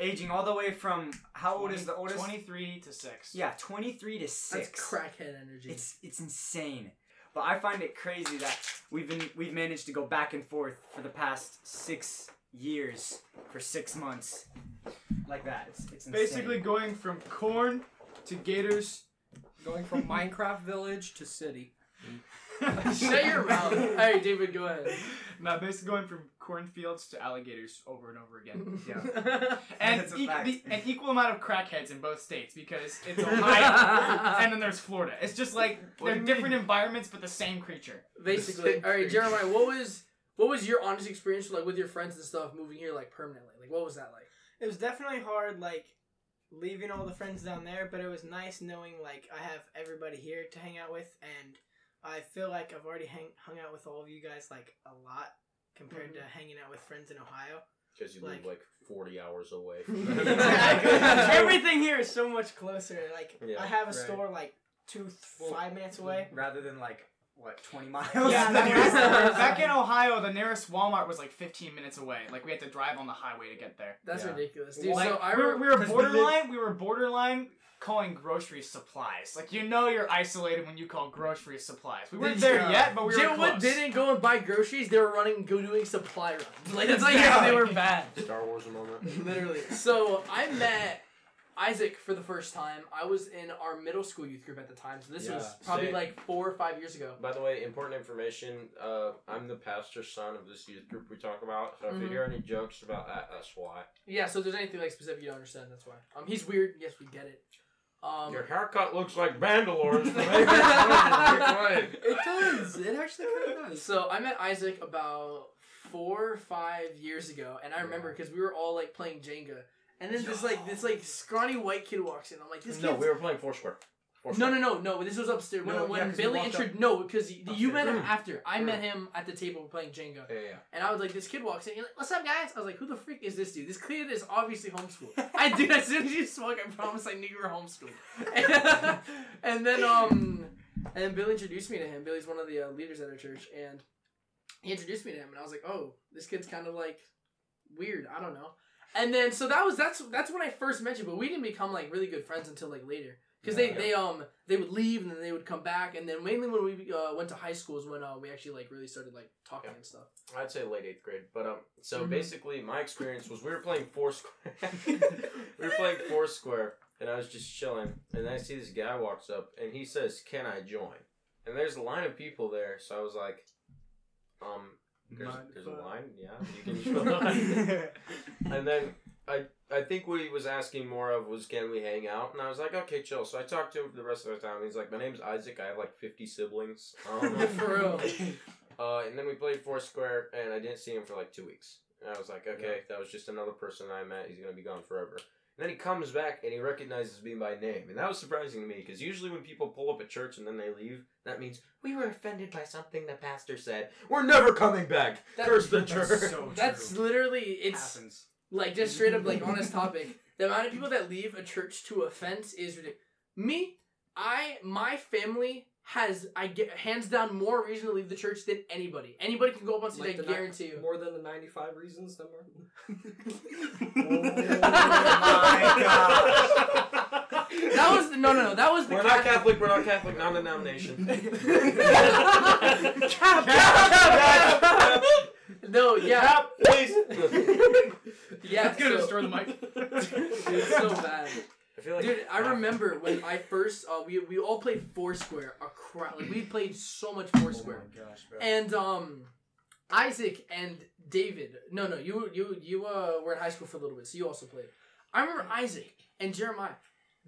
[SPEAKER 3] aging all the way from how old is the oldest?
[SPEAKER 6] Twenty-three to six.
[SPEAKER 3] Yeah, twenty three to six.
[SPEAKER 1] That's crackhead energy.
[SPEAKER 3] It's it's insane. But I find it crazy that we've been we've managed to go back and forth for the past six years for six months, like that. It's, it's insane.
[SPEAKER 6] Basically, going from corn to gators.
[SPEAKER 5] Going from Minecraft village to city.
[SPEAKER 1] Shut your mouth. All right, David, go ahead.
[SPEAKER 6] Nah, basically going from cornfields to alligators over and over again.
[SPEAKER 3] yeah.
[SPEAKER 6] And
[SPEAKER 3] That's a
[SPEAKER 6] e-
[SPEAKER 3] fact.
[SPEAKER 6] the, an equal amount of crackheads in both states because it's
[SPEAKER 7] Uh,
[SPEAKER 6] Ohio and then there's Florida. It's just like
[SPEAKER 3] What do
[SPEAKER 6] they're
[SPEAKER 3] you
[SPEAKER 6] different environments but the same creature.
[SPEAKER 1] Basically, all right, Jeremiah. What was what was your honest experience like with your friends and stuff moving here like permanently? Like, what was that like?
[SPEAKER 7] It was definitely hard, like leaving all the friends down there, but it was nice knowing like I have everybody here to hang out with, and I feel like I've already hang- hung out with all of you guys like a lot compared to
[SPEAKER 6] Mm-hmm.
[SPEAKER 7] hanging out with friends in Ohio.
[SPEAKER 2] Because you
[SPEAKER 7] live,
[SPEAKER 2] live like 40 hours away.
[SPEAKER 7] Exactly. Everything here is so much closer. Like
[SPEAKER 2] Yeah,
[SPEAKER 7] I have a
[SPEAKER 3] right.
[SPEAKER 7] store like two, th-
[SPEAKER 3] Well-
[SPEAKER 7] five minutes away.
[SPEAKER 3] rather than like what twenty miles.
[SPEAKER 6] Yeah,
[SPEAKER 7] that was-
[SPEAKER 6] back in Ohio, the nearest Walmart was like 15 minutes away. Like we had to drive on the highway to get there.
[SPEAKER 1] That's
[SPEAKER 3] Yeah.
[SPEAKER 1] ridiculous, dude.
[SPEAKER 6] like,
[SPEAKER 1] so I
[SPEAKER 6] we were,
[SPEAKER 1] remember.
[SPEAKER 6] we were
[SPEAKER 3] 'cause we
[SPEAKER 6] borderline. We were borderline calling grocery supplies. Like you know, you're isolated when you call grocery supplies. We weren't there
[SPEAKER 1] Yeah.
[SPEAKER 6] yet, but we were
[SPEAKER 1] Jim Wood
[SPEAKER 6] close.
[SPEAKER 1] didn't go and buy groceries. They were running, go doing supply runs. Like that's like how
[SPEAKER 6] Exactly.
[SPEAKER 1] they were bad.
[SPEAKER 2] Star Wars moment.
[SPEAKER 1] Literally. So I met Isaac for the first time. I was in our middle school youth group at the time, so this
[SPEAKER 2] Yeah,
[SPEAKER 1] was probably
[SPEAKER 2] same.
[SPEAKER 1] like four or five years ago.
[SPEAKER 2] By the way, important information. Uh, I'm the pastor's son of this youth group we talk about. So if you
[SPEAKER 1] Mhm.
[SPEAKER 2] hear any jokes about that, that's why.
[SPEAKER 1] Yeah, so if there's anything like specific you don't understand, that's why. Um, he's weird. Yes, we get it. Um,
[SPEAKER 2] Your haircut looks like Mandalore's.
[SPEAKER 4] It does. It actually kind of does.
[SPEAKER 1] so I met Isaac about four or five years ago, and I remember because we were all like playing Jenga, and then this like this like scrawny white kid walks in. I'm like, this
[SPEAKER 2] no,
[SPEAKER 1] kid's
[SPEAKER 2] we were playing Foursquare. Or
[SPEAKER 1] No,
[SPEAKER 2] Frank.
[SPEAKER 1] no, no, no. This was upstairs. When,
[SPEAKER 3] No,
[SPEAKER 1] when
[SPEAKER 3] yeah, 'cause we
[SPEAKER 1] Billy
[SPEAKER 3] walked up-
[SPEAKER 1] introduced. No, because y- you met him
[SPEAKER 2] Upstairs.
[SPEAKER 1] after. I
[SPEAKER 2] Mm.
[SPEAKER 1] met him at the table playing Jenga.
[SPEAKER 2] Yeah, yeah.
[SPEAKER 1] And I was like, this kid walks in. He's like, what's up, guys? I was like, who the freak is this dude? This kid is obviously homeschooled. I did. As soon as you spoke, I promise I knew you were homeschooled. And, then, um, and then Billy introduced me to him. Billy's one of the uh, leaders at our church, and he introduced me to him. And I was like, oh, this kid's kind of like weird. I don't know. And then, so that was that's that's when I first met you. But we didn't become like really good friends until like later. Because they,
[SPEAKER 2] Yeah.
[SPEAKER 1] they um they would leave and then they would come back and then mainly when we uh, went to high school is when uh, we actually like really started like talking
[SPEAKER 2] Yeah.
[SPEAKER 1] and stuff.
[SPEAKER 2] I'd say late eighth grade, but um. So
[SPEAKER 1] Mhm.
[SPEAKER 2] basically, my experience was we were playing Foursquare. we were playing Foursquare, and I was just chilling, and I see this guy walks up, and he says, "Can I join?" And there's a line of people there, so I was like, um, there's,
[SPEAKER 3] Mind
[SPEAKER 2] there's
[SPEAKER 3] if
[SPEAKER 2] a
[SPEAKER 3] I-
[SPEAKER 2] line, yeah, you can join. and then I I think what he was asking more of was can we hang out? And I was like, okay, chill. So I talked to him for the rest of the time. He's like, my name's Isaac. I have like fifty siblings. Um,
[SPEAKER 1] For real.
[SPEAKER 2] uh, and then we played Foursquare, and I didn't see him for like two weeks. And I was like, okay, that was just another person I met. He's gonna be gone forever. And then he comes back and he recognizes me by name, and that was surprising to me because usually when people pull up at church and then they leave, that means we were offended by something the pastor said. We're never coming back.
[SPEAKER 1] That-
[SPEAKER 2] Curse the church.
[SPEAKER 3] That's so true.
[SPEAKER 1] That's literally it's
[SPEAKER 3] happens.
[SPEAKER 1] like just straight up like on this topic. The amount of people that leave a church to offense is ridiculous. Me, I my family has I get hands down more reason to leave the church than anybody. Anybody can go up on stage,
[SPEAKER 5] Like
[SPEAKER 1] I
[SPEAKER 5] the ni-
[SPEAKER 1] guarantee you.
[SPEAKER 5] More than the 95 reasons that
[SPEAKER 1] That was the, no no no. That was the
[SPEAKER 2] We're not Catholic. We're not Catholic. Non-denomination.
[SPEAKER 1] Cap- no yeah
[SPEAKER 2] Please.
[SPEAKER 1] yeah.
[SPEAKER 6] That's gonna
[SPEAKER 1] so-
[SPEAKER 6] destroy the mic.
[SPEAKER 1] Dude, it's so bad.
[SPEAKER 2] I feel like
[SPEAKER 1] Dude, I remember when I first uh, we we all played Foursquare a crowd. Like, we played so much
[SPEAKER 2] Oh
[SPEAKER 1] Foursquare.
[SPEAKER 3] gosh, bro.
[SPEAKER 1] And um Isaac and David. No, no, you you you uh were in high school for a little bit, so you also played. I remember Isaac and Jeremiah.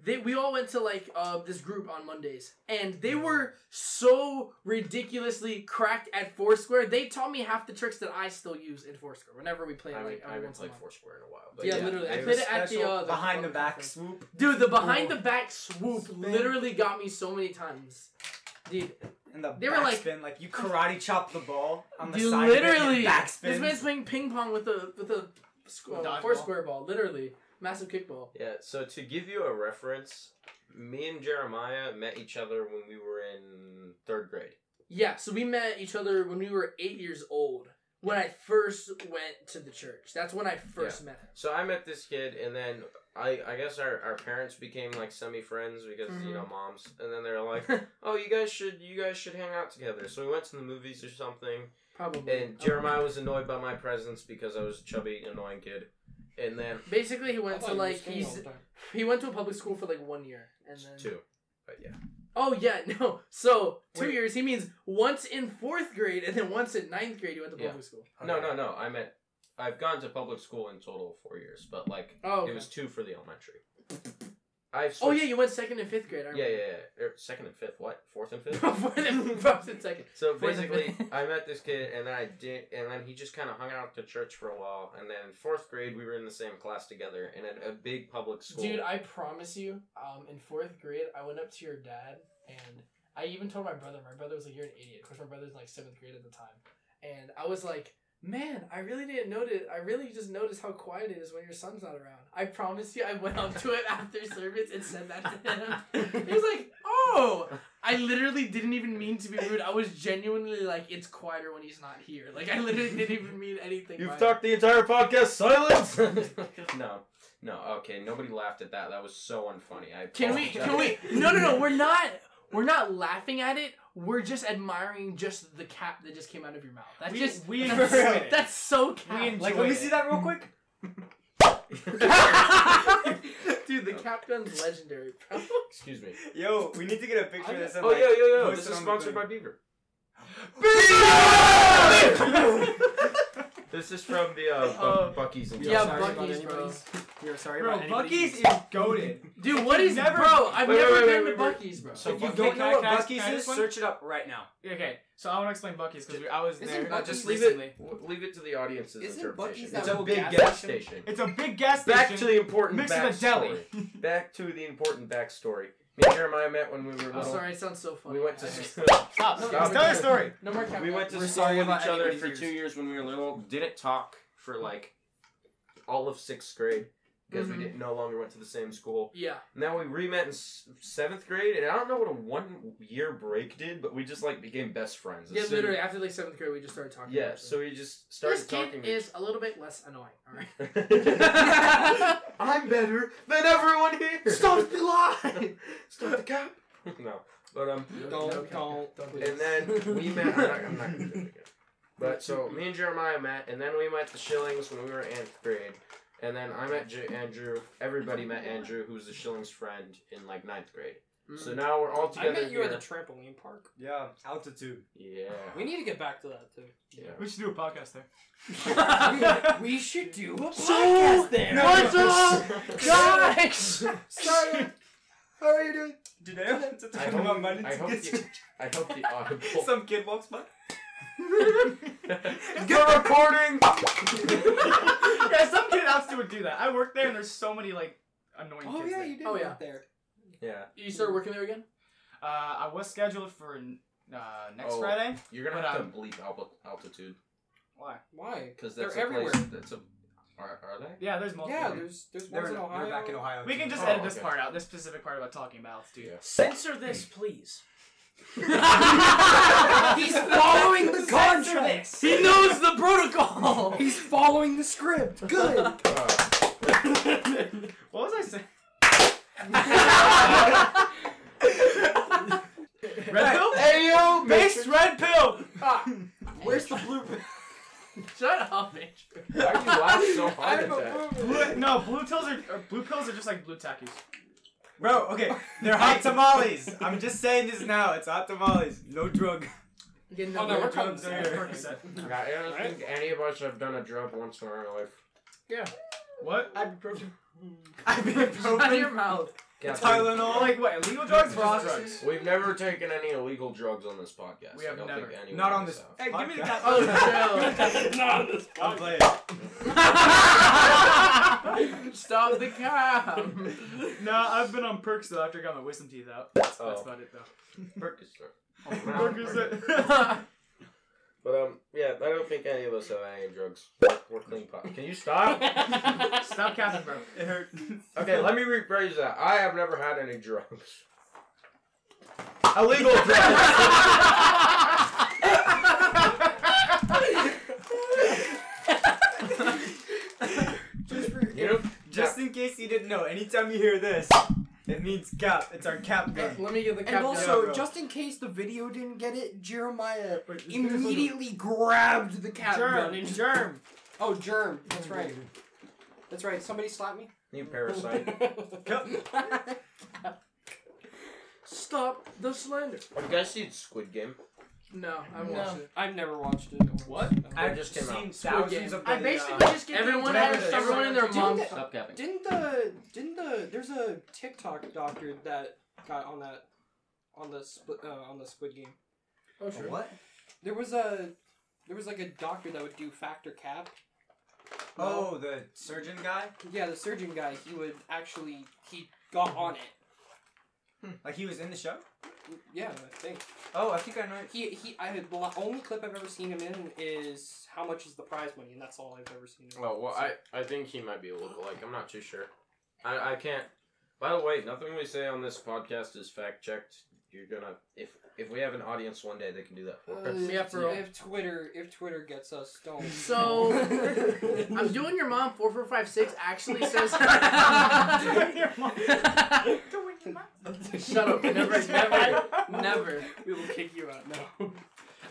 [SPEAKER 1] They we all went to like uh this group on Mondays, and they were so ridiculously cracked at Foursquare. They taught me half the tricks that I still use in Foursquare whenever we play.
[SPEAKER 2] I haven't,
[SPEAKER 1] like
[SPEAKER 2] I
[SPEAKER 1] every
[SPEAKER 2] haven't
[SPEAKER 1] once in a
[SPEAKER 2] played
[SPEAKER 1] while.
[SPEAKER 2] Foursquare in a while. But
[SPEAKER 1] Yeah,
[SPEAKER 2] yeah,
[SPEAKER 1] literally, I
[SPEAKER 2] it
[SPEAKER 1] played
[SPEAKER 2] was-
[SPEAKER 1] it at the, uh, the
[SPEAKER 3] behind the
[SPEAKER 1] fucking
[SPEAKER 3] back
[SPEAKER 1] thing.
[SPEAKER 3] swoop.
[SPEAKER 1] Dude, the behind the back swoop literally got me so many times. Dude,
[SPEAKER 3] And the
[SPEAKER 1] They were like-
[SPEAKER 3] backspin, like, you karate chop the ball on the
[SPEAKER 1] dude
[SPEAKER 3] side.
[SPEAKER 1] literally.
[SPEAKER 3] of it, and backspin.
[SPEAKER 1] This man's playing ping pong with a with a squ- uh,
[SPEAKER 6] Dodgeball.
[SPEAKER 1] four square ball, literally massive kickball.
[SPEAKER 2] Yeah, so to give you a reference, me and Jeremiah met each other when we were in third grade.
[SPEAKER 1] Yeah, so we met each other when we were eight years old. When I first went to the church, that's when I first met him.
[SPEAKER 2] So I met this kid, and then I, I guess our, our parents became like semi friends because you
[SPEAKER 1] Mm-hmm.
[SPEAKER 2] know moms, and then they're like, oh, you guys should you guys should hang out together. So we went to the movies or something,
[SPEAKER 1] Probably.
[SPEAKER 2] and Jeremiah was annoyed by my presence because I was a chubby, annoying kid, and then
[SPEAKER 1] Basically, he went
[SPEAKER 5] I
[SPEAKER 1] to like he's he went to a public school for like one year, and then
[SPEAKER 2] two, but yeah.
[SPEAKER 1] Oh yeah, no. So two
[SPEAKER 3] Wait.
[SPEAKER 1] years. He means once in fourth grade and then once in ninth grade. You went to
[SPEAKER 2] Yeah.
[SPEAKER 1] public school.
[SPEAKER 2] No, no, no. I meant I've gone to public school in total four years, but like
[SPEAKER 1] Oh. okay.
[SPEAKER 2] it was two for the elementary. I've
[SPEAKER 1] oh yeah,
[SPEAKER 2] switched-
[SPEAKER 1] you went second and fifth grade. I
[SPEAKER 2] yeah,
[SPEAKER 1] remember.
[SPEAKER 2] yeah, yeah. Er, Second and fifth, what? Fourth and fifth.
[SPEAKER 1] Fourth and- fourth and second.
[SPEAKER 2] so
[SPEAKER 1] fourth and
[SPEAKER 2] basically,
[SPEAKER 1] fifth.
[SPEAKER 2] I met this kid, and then I did, and then he just kind of hung out to church for a while, and then in fourth grade we were in the same class together, and at a big public school.
[SPEAKER 1] Dude, I promise you. Um, in fourth grade, I went up to your dad, and I even told my brother. My brother was like, "You're an idiot." Of course, my brother's in like seventh grade at the time, and I was like, "Man, I really didn't notice. I really just noticed how quiet it is when your son's not around." I promise you, I went up to him after service and said that to him. He was like, "Oh." I literally didn't even mean to be rude. I was genuinely like, it's quieter when he's not here. Like, I literally didn't even mean anything. by it.
[SPEAKER 2] the entire podcast silent. no, no. Okay, nobody laughed at that. That was so unfunny. I
[SPEAKER 1] Can we? Can we? No, no, no. We're not. We're not laughing at it. We're just admiring just the cap that just came out of your mouth. That's
[SPEAKER 6] We-
[SPEAKER 1] just
[SPEAKER 6] we
[SPEAKER 1] that's,
[SPEAKER 6] enjoyed it.
[SPEAKER 1] that's so cap.
[SPEAKER 6] We enjoyed
[SPEAKER 3] Like, let me
[SPEAKER 6] it.
[SPEAKER 3] see that real quick.
[SPEAKER 1] Dude, the cap gun's legendary, bro.
[SPEAKER 2] Excuse me.
[SPEAKER 3] Yo, we need to get a picture of this. and,
[SPEAKER 2] Oh
[SPEAKER 3] like,
[SPEAKER 2] yo yo yo!
[SPEAKER 3] post
[SPEAKER 2] This
[SPEAKER 3] it
[SPEAKER 2] is
[SPEAKER 3] on the
[SPEAKER 2] sponsored
[SPEAKER 3] thing.
[SPEAKER 2] by Beaver. This is from the uh, Bu-
[SPEAKER 6] Uh,
[SPEAKER 2] Bucky's and
[SPEAKER 1] yeah,
[SPEAKER 2] Telsey's.
[SPEAKER 1] Buck- Bucky's, bro.
[SPEAKER 3] We are sorry
[SPEAKER 6] Bro,
[SPEAKER 3] about
[SPEAKER 6] Bucky's
[SPEAKER 3] anybody's-
[SPEAKER 6] is goaded.
[SPEAKER 1] Dude, what is
[SPEAKER 6] never-
[SPEAKER 1] bro? I've
[SPEAKER 2] Wait, wait,
[SPEAKER 1] never
[SPEAKER 2] wait,
[SPEAKER 1] been
[SPEAKER 2] wait,
[SPEAKER 1] to
[SPEAKER 2] wait.
[SPEAKER 1] Bucky's, bro.
[SPEAKER 2] So
[SPEAKER 3] If you
[SPEAKER 2] Buc-
[SPEAKER 3] don't
[SPEAKER 6] Can
[SPEAKER 3] know
[SPEAKER 6] I-
[SPEAKER 3] what
[SPEAKER 6] can I-
[SPEAKER 3] Bucky's
[SPEAKER 6] can I
[SPEAKER 3] is,
[SPEAKER 6] just one?
[SPEAKER 3] search it up right now.
[SPEAKER 6] Okay, so I want to explain Bucky's because I was
[SPEAKER 5] Isn't
[SPEAKER 6] there uh,
[SPEAKER 5] Buc-ee's-
[SPEAKER 6] just
[SPEAKER 2] Just leave
[SPEAKER 6] recently.
[SPEAKER 2] it. w- Leave it to the audience's
[SPEAKER 5] Isn't
[SPEAKER 2] interpretation.
[SPEAKER 5] Buc-ee's
[SPEAKER 2] it's
[SPEAKER 5] that
[SPEAKER 2] a
[SPEAKER 5] whole
[SPEAKER 2] big
[SPEAKER 5] gas
[SPEAKER 2] gas
[SPEAKER 5] station?
[SPEAKER 2] station.
[SPEAKER 6] It's a big gas
[SPEAKER 2] Back to
[SPEAKER 6] station.
[SPEAKER 2] the important
[SPEAKER 6] mixed with a
[SPEAKER 2] backstory.
[SPEAKER 6] deli.
[SPEAKER 2] Back to the important backstory. Me and Jeremiah met when we were little.
[SPEAKER 1] I'm sorry, it sounds so funny.
[SPEAKER 2] We went to
[SPEAKER 1] I-
[SPEAKER 2] school.
[SPEAKER 6] Stop.
[SPEAKER 1] No,
[SPEAKER 6] Tell
[SPEAKER 1] no,
[SPEAKER 6] your
[SPEAKER 1] no.
[SPEAKER 6] story.
[SPEAKER 1] No more
[SPEAKER 2] We
[SPEAKER 1] caveat.
[SPEAKER 2] went to
[SPEAKER 5] We're
[SPEAKER 2] school
[SPEAKER 5] sorry
[SPEAKER 2] with
[SPEAKER 5] about
[SPEAKER 2] each other
[SPEAKER 5] anybody's
[SPEAKER 2] for
[SPEAKER 5] ears.
[SPEAKER 2] two years when we were little. Didn't talk for like all of sixth grade because
[SPEAKER 1] Mhm.
[SPEAKER 2] we didn't, no longer went to the same school.
[SPEAKER 1] Yeah.
[SPEAKER 2] Now we re met in s- seventh grade, and I don't know what a one year break did, but we just like became best friends. As
[SPEAKER 1] Yeah,
[SPEAKER 2] soon-
[SPEAKER 1] literally, after like seventh grade, we just started talking.
[SPEAKER 2] Yeah,
[SPEAKER 1] about
[SPEAKER 2] so we just started
[SPEAKER 1] this
[SPEAKER 2] talking.
[SPEAKER 1] kid
[SPEAKER 2] to
[SPEAKER 1] is a little bit less annoying. All right.
[SPEAKER 2] I'm better than everyone here.
[SPEAKER 4] Stop the lie!
[SPEAKER 2] Stop the cap. no, but um,
[SPEAKER 5] Don't,
[SPEAKER 1] Okay.
[SPEAKER 5] don't,
[SPEAKER 2] and then we met. I'm not, I'm not gonna do it again. But so me and Jeremiah met, and then we met the Shillings when we were in eighth grade, and then I met J- Andrew. Everybody met Andrew, who was the Shillings' friend in like ninth grade. So now we're all
[SPEAKER 5] Mm. I
[SPEAKER 2] together.
[SPEAKER 5] met you at
[SPEAKER 2] here.
[SPEAKER 5] the trampoline park.
[SPEAKER 3] Yeah, altitude.
[SPEAKER 2] yeah.
[SPEAKER 5] We need to get back to that
[SPEAKER 2] Yeah.
[SPEAKER 6] We should do a podcast there.
[SPEAKER 5] too. we should do a podcast there.
[SPEAKER 3] No,
[SPEAKER 1] What's
[SPEAKER 3] no.
[SPEAKER 1] up, guys?
[SPEAKER 4] Sorry. How are you doing?
[SPEAKER 3] Did I have to
[SPEAKER 2] I
[SPEAKER 3] talk
[SPEAKER 2] hope,
[SPEAKER 3] about money
[SPEAKER 2] I
[SPEAKER 3] to
[SPEAKER 2] hope
[SPEAKER 3] get
[SPEAKER 2] the, I hope the audible.
[SPEAKER 3] Some kid walks by.
[SPEAKER 2] We're recording.
[SPEAKER 6] yeah, some kid else would do that. I work there, and there's so many like annoying
[SPEAKER 5] Oh
[SPEAKER 6] kids.
[SPEAKER 5] yeah,
[SPEAKER 6] there.
[SPEAKER 5] you did.
[SPEAKER 1] Oh,
[SPEAKER 5] work
[SPEAKER 1] yeah.
[SPEAKER 5] there.
[SPEAKER 2] yeah,
[SPEAKER 1] You started working there again?
[SPEAKER 6] Uh, I was scheduled for uh, next
[SPEAKER 2] Oh.
[SPEAKER 6] Friday.
[SPEAKER 2] you're gonna
[SPEAKER 6] But,
[SPEAKER 2] have
[SPEAKER 6] um,
[SPEAKER 2] to bleep al- altitude
[SPEAKER 6] Why?
[SPEAKER 5] Why?
[SPEAKER 2] because
[SPEAKER 5] They're
[SPEAKER 2] that's a place.
[SPEAKER 5] everywhere.
[SPEAKER 2] That's a. Are, are they?
[SPEAKER 6] Yeah, there's multiple.
[SPEAKER 5] Yeah, there's there's
[SPEAKER 3] They're,
[SPEAKER 5] ones in Ohio.
[SPEAKER 3] they're back in Ohio.
[SPEAKER 6] We can just
[SPEAKER 2] Oh,
[SPEAKER 6] edit this
[SPEAKER 2] okay.
[SPEAKER 6] part out, this specific part about talking about altitude.
[SPEAKER 2] Yeah.
[SPEAKER 5] Censor this, please.
[SPEAKER 4] He's following the contract.
[SPEAKER 1] He knows the protocol.
[SPEAKER 4] He's following the script. Good.
[SPEAKER 2] Uh,
[SPEAKER 6] What was I saying? Red pill?
[SPEAKER 2] hey yo,
[SPEAKER 6] Based red pill!
[SPEAKER 4] Where's the blue?
[SPEAKER 1] Shut up, Andrew.
[SPEAKER 2] Why do you laugh so hard
[SPEAKER 4] I'm
[SPEAKER 2] at that?
[SPEAKER 4] a blue.
[SPEAKER 6] Blue, no, blue pills are or blue pills are just like blue tackies.
[SPEAKER 3] Bro, okay, they're hot tamales. I'm just saying this now. It's hot tamales. No drug.
[SPEAKER 1] Getting
[SPEAKER 5] Oh,
[SPEAKER 1] that
[SPEAKER 5] no, we're
[SPEAKER 1] weird
[SPEAKER 5] cutting
[SPEAKER 1] drugs
[SPEAKER 5] that.
[SPEAKER 1] there.
[SPEAKER 6] Percocet.
[SPEAKER 2] Yeah, I don't think any of us have done a drug once in our life.
[SPEAKER 6] What?
[SPEAKER 3] I've been
[SPEAKER 1] Out of your
[SPEAKER 3] probing
[SPEAKER 1] mouth.
[SPEAKER 2] Catherine,
[SPEAKER 6] Oh,
[SPEAKER 3] Tylenol.
[SPEAKER 6] like what? Illegal drugs or just drugs?
[SPEAKER 2] We've never taken any illegal drugs on this podcast.
[SPEAKER 6] We have
[SPEAKER 2] I don't
[SPEAKER 6] never.
[SPEAKER 2] Think anyone
[SPEAKER 3] Not on
[SPEAKER 2] has
[SPEAKER 3] this.
[SPEAKER 6] Hey, give me the
[SPEAKER 3] podcast.
[SPEAKER 6] cap.
[SPEAKER 1] Oh, chill.
[SPEAKER 5] Not this
[SPEAKER 3] I'm playing.
[SPEAKER 1] Stop the cow.
[SPEAKER 6] Nah, I've been on perks though after I got my wisdom teeth out. That's, that's
[SPEAKER 2] Oh.
[SPEAKER 6] about it though.
[SPEAKER 2] Percocet.
[SPEAKER 1] Wow.
[SPEAKER 6] Percocet.
[SPEAKER 2] But um, yeah, I don't think any of us have any drugs. We're- We're clean pot. Can you stop?
[SPEAKER 6] Stop capping, bro.
[SPEAKER 3] It hurt.
[SPEAKER 2] Okay, let me rephrase that. I have never had any drugs.
[SPEAKER 3] Illegal drugs.
[SPEAKER 4] Just for
[SPEAKER 2] You know,
[SPEAKER 3] Just in case you didn't know, anytime you hear this, it means cap. It's our cap gun.
[SPEAKER 1] Let me get the cap.
[SPEAKER 4] And
[SPEAKER 1] down.
[SPEAKER 4] also,
[SPEAKER 3] bro.
[SPEAKER 4] just in case the video didn't get it, Jeremiah
[SPEAKER 3] Wait,
[SPEAKER 4] immediately grabbed the cap gun
[SPEAKER 6] Germ,
[SPEAKER 4] and
[SPEAKER 6] germ.
[SPEAKER 5] Oh, germ. That's right. That's right. Somebody slapped me.
[SPEAKER 2] you parasite.
[SPEAKER 3] Cap.
[SPEAKER 1] stop the slander.
[SPEAKER 2] Have you guys seen Squid Game?
[SPEAKER 1] No, I won't.
[SPEAKER 5] No.
[SPEAKER 1] watch it.
[SPEAKER 5] I've never watched it.
[SPEAKER 6] What?
[SPEAKER 2] I-
[SPEAKER 5] I,
[SPEAKER 3] I've
[SPEAKER 2] just
[SPEAKER 3] just
[SPEAKER 2] came
[SPEAKER 3] seen
[SPEAKER 1] Squid
[SPEAKER 3] thousands
[SPEAKER 1] Game.
[SPEAKER 3] of.
[SPEAKER 6] I
[SPEAKER 3] the,
[SPEAKER 6] basically
[SPEAKER 3] uh,
[SPEAKER 6] just get
[SPEAKER 1] Everyone
[SPEAKER 3] Whatever
[SPEAKER 1] has
[SPEAKER 3] it is.
[SPEAKER 1] everyone and their
[SPEAKER 5] Didn't
[SPEAKER 1] mom.
[SPEAKER 5] they-
[SPEAKER 1] Stop capping.
[SPEAKER 5] didn't the didn't the there's a TikTok doctor that got on that on the split uh, on the Squid Game.
[SPEAKER 1] Oh, sure.
[SPEAKER 4] What?
[SPEAKER 5] There was a there was like a doctor that would do factor cap.
[SPEAKER 3] Oh, the surgeon guy.
[SPEAKER 5] Yeah, the surgeon guy. He would actually he got on it.
[SPEAKER 3] Like he was in the show.
[SPEAKER 5] Yeah, I think.
[SPEAKER 3] Oh, I think I know.
[SPEAKER 5] He he. I had the lo- only clip I've ever seen him in is how much is the prize money, and that's all I've ever seen. Him. in.
[SPEAKER 2] Oh well, I I think he might be a little like I'm not too sure. I I can't. By the way, nothing we say on this podcast is fact checked. You're gonna if if we have an audience one day, they can do that for us.
[SPEAKER 5] Uh,
[SPEAKER 1] Yeah, for real.
[SPEAKER 5] if Twitter if Twitter gets us, don't.
[SPEAKER 1] So I'm doing your mom four four five six actually says Shut up. Never never never.
[SPEAKER 5] we will kick you out now.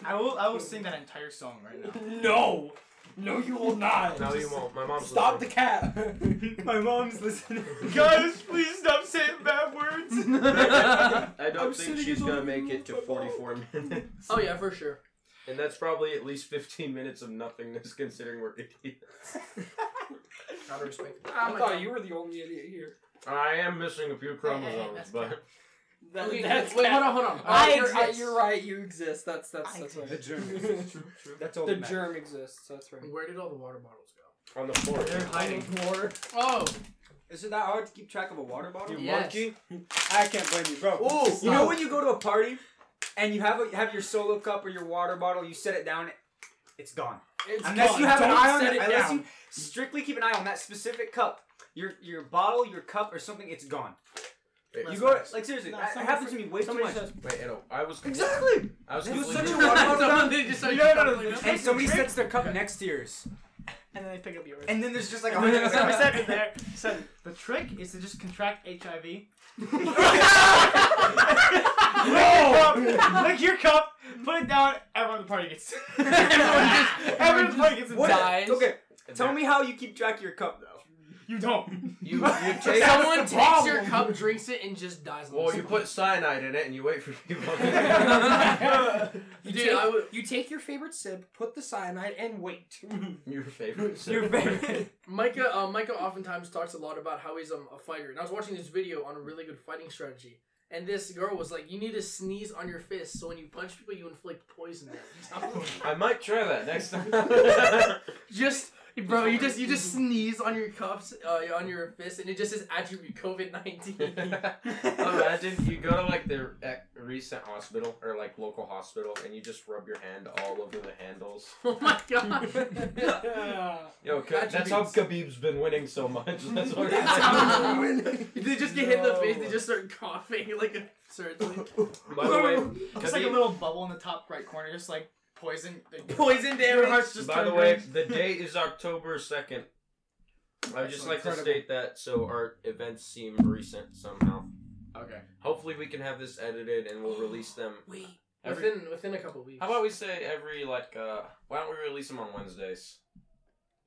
[SPEAKER 6] I will. I will sing that entire song right now.
[SPEAKER 5] No, no, you will not.
[SPEAKER 2] No, you won't. My mom's
[SPEAKER 5] Uh, Stop the
[SPEAKER 2] listening.
[SPEAKER 5] cat.
[SPEAKER 3] My mom's listening.
[SPEAKER 6] Guys, please stop saying bad words.
[SPEAKER 2] I don't
[SPEAKER 5] I'm
[SPEAKER 2] think
[SPEAKER 5] sitting
[SPEAKER 2] she's
[SPEAKER 5] in the
[SPEAKER 2] gonna make it to
[SPEAKER 5] room with my
[SPEAKER 2] 44 minutes,
[SPEAKER 1] Oh yeah, for sure.
[SPEAKER 2] and that's probably at least 15 minutes of nothingness, considering we're idiots.
[SPEAKER 1] Gotta respect.
[SPEAKER 5] I
[SPEAKER 1] Oh, my
[SPEAKER 5] thought
[SPEAKER 1] God.
[SPEAKER 5] you were the only idiot here.
[SPEAKER 2] I am missing a few chromosomes,
[SPEAKER 6] that's
[SPEAKER 2] but
[SPEAKER 5] That,
[SPEAKER 1] Okay,
[SPEAKER 5] that's
[SPEAKER 1] wait,
[SPEAKER 5] cat.
[SPEAKER 1] hold on, hold on.
[SPEAKER 5] I
[SPEAKER 1] Uh, you're- uh,
[SPEAKER 5] exist. You're right. You exist. That's that's that's right.
[SPEAKER 3] The germ. exists. That's all.
[SPEAKER 5] The
[SPEAKER 3] that matters.
[SPEAKER 5] germ exists. That's right.
[SPEAKER 1] Where did all the water bottles go?
[SPEAKER 2] on the floor.
[SPEAKER 6] They're hiding.
[SPEAKER 1] Oh,
[SPEAKER 3] Is it that hard to keep track of a water bottle?
[SPEAKER 2] You
[SPEAKER 1] Yes.
[SPEAKER 2] monkey?
[SPEAKER 3] I can't blame you, bro.
[SPEAKER 4] Ooh,
[SPEAKER 3] you
[SPEAKER 5] Oh.
[SPEAKER 3] know when you go to a party and you have a, have your solo cup or your water bottle, you set it down, it's gone.
[SPEAKER 5] It's
[SPEAKER 3] unless
[SPEAKER 5] gone.
[SPEAKER 3] you have an
[SPEAKER 5] Don't
[SPEAKER 3] eye on
[SPEAKER 5] set
[SPEAKER 3] it,
[SPEAKER 5] it
[SPEAKER 3] unless
[SPEAKER 5] down.
[SPEAKER 3] you strictly keep an eye on that specific cup, your your bottle, your cup, or something, it's gone. you go like seriously,
[SPEAKER 7] No,
[SPEAKER 3] that
[SPEAKER 7] somebody
[SPEAKER 3] happens
[SPEAKER 7] fr-
[SPEAKER 3] to me way too
[SPEAKER 7] somebody
[SPEAKER 3] much.
[SPEAKER 7] says-
[SPEAKER 2] Wait, Edo, I was
[SPEAKER 3] Exactly.
[SPEAKER 2] I was
[SPEAKER 3] It was
[SPEAKER 2] completely-
[SPEAKER 3] such a water bottle down,
[SPEAKER 1] They just like-
[SPEAKER 6] No, no, no, no.
[SPEAKER 3] and somebody
[SPEAKER 6] Trick.
[SPEAKER 3] sets their cup next to yours,
[SPEAKER 7] And then they pick up yours.
[SPEAKER 3] and then there's just like a
[SPEAKER 6] Somebody
[SPEAKER 3] hundred.
[SPEAKER 6] said it there. Said the trick is to just contract HIV. lick, your cup, lick your cup, put it down. Everyone in the party gets. everyone, just, everyone in the party gets it.
[SPEAKER 3] What-
[SPEAKER 5] dies.
[SPEAKER 3] Okay, tell me how you keep track of your cup though.
[SPEAKER 6] You don't.
[SPEAKER 2] You, you take
[SPEAKER 1] Someone
[SPEAKER 6] That's
[SPEAKER 1] takes
[SPEAKER 6] the
[SPEAKER 1] your
[SPEAKER 6] problem.
[SPEAKER 1] cup, drinks it, and just dies. on the
[SPEAKER 2] Well, you
[SPEAKER 1] spot.
[SPEAKER 2] put cyanide in it and you wait for people.
[SPEAKER 5] You,
[SPEAKER 1] Dude,
[SPEAKER 5] take,
[SPEAKER 1] I would-
[SPEAKER 5] you take your favorite sip, put the cyanide, and wait.
[SPEAKER 2] Your favorite. sip.
[SPEAKER 3] Your favorite.
[SPEAKER 1] Micah, uh, Micah oftentimes talks a lot about how he's um, a fighter. And I was watching this video on a really good fighting strategy. And this girl was like, you need to sneeze on your fist so when you punch people, you inflict poison.
[SPEAKER 6] Uh,
[SPEAKER 1] damage."
[SPEAKER 2] I might try that next time. Oh,
[SPEAKER 1] just, bro, you just you just sneeze on your cups, uh, on your fist, and it just says attribute COVID-19.
[SPEAKER 2] Imagine you go to like the ec- recent hospital or like local hospital and you just rub your hand all over the handles.
[SPEAKER 1] oh my god.
[SPEAKER 2] Yo, Ka- that's how Khabib's been winning so much. That's what it's
[SPEAKER 1] That's how-
[SPEAKER 2] like.
[SPEAKER 1] they just get hit in the face, they just start coughing like a surgeon.
[SPEAKER 2] By the way,
[SPEAKER 6] Just like a
[SPEAKER 2] Khabib-
[SPEAKER 6] little bubble in the top right corner, just like poison.
[SPEAKER 1] Poison
[SPEAKER 6] Your
[SPEAKER 1] damage.
[SPEAKER 6] heart's just.
[SPEAKER 2] by the
[SPEAKER 6] turned
[SPEAKER 2] way,
[SPEAKER 6] green.
[SPEAKER 2] the date is October second. I would just like to
[SPEAKER 3] Incredible.
[SPEAKER 2] state that so our events seem recent somehow.
[SPEAKER 6] Okay.
[SPEAKER 2] Hopefully, we can have this edited and we'll release them.
[SPEAKER 1] Wait,
[SPEAKER 2] Every-
[SPEAKER 1] within within a couple weeks.
[SPEAKER 2] How about we say every like? uh Why don't we release them on Wednesdays?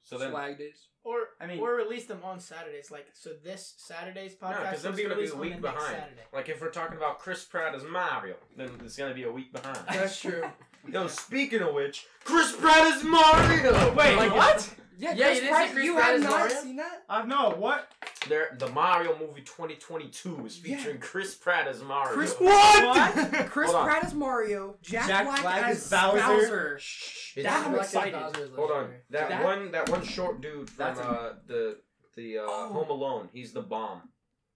[SPEAKER 2] So then,
[SPEAKER 5] Swag days.
[SPEAKER 7] Or
[SPEAKER 3] I mean-
[SPEAKER 7] or release them on Saturdays. Like so, this Saturday's
[SPEAKER 2] no,
[SPEAKER 7] podcast
[SPEAKER 2] because then
[SPEAKER 7] is
[SPEAKER 2] we gonna be
[SPEAKER 7] released
[SPEAKER 2] a
[SPEAKER 7] on
[SPEAKER 2] week
[SPEAKER 7] the next
[SPEAKER 2] behind.
[SPEAKER 7] Saturday.
[SPEAKER 2] Like if we're talking about Chris Pratt as Mario, then it's gonna be a week behind.
[SPEAKER 1] That's true.
[SPEAKER 2] Yo, speaking of which, Chris Pratt is Mario.
[SPEAKER 6] Wait,
[SPEAKER 1] Like-
[SPEAKER 6] what?
[SPEAKER 5] Yeah,
[SPEAKER 1] Yeah,
[SPEAKER 5] Chris
[SPEAKER 1] it is
[SPEAKER 5] Pratt,
[SPEAKER 1] a Chris
[SPEAKER 5] you
[SPEAKER 1] Pratt
[SPEAKER 5] have
[SPEAKER 1] is
[SPEAKER 5] not
[SPEAKER 1] Mario?
[SPEAKER 5] seen that?
[SPEAKER 6] I have no. What?
[SPEAKER 2] There, the Mario movie 2022 is featuring Chris Pratt as Mario.
[SPEAKER 4] Chris
[SPEAKER 6] What?
[SPEAKER 4] Chris
[SPEAKER 2] Hold on.
[SPEAKER 4] Pratt as Mario. Jack,
[SPEAKER 3] Jack
[SPEAKER 4] Black,
[SPEAKER 3] Black
[SPEAKER 4] as
[SPEAKER 3] is Bowser.
[SPEAKER 4] Bowser.
[SPEAKER 2] It's-
[SPEAKER 4] That I'm
[SPEAKER 1] Black
[SPEAKER 4] excited.
[SPEAKER 1] Bowser is
[SPEAKER 2] Hold on,
[SPEAKER 1] legendary.
[SPEAKER 2] that,
[SPEAKER 3] That-
[SPEAKER 2] one, that one short dude from
[SPEAKER 3] That's a-
[SPEAKER 2] uh, the the uh,
[SPEAKER 4] Oh.
[SPEAKER 2] Home Alone. He's the bomb.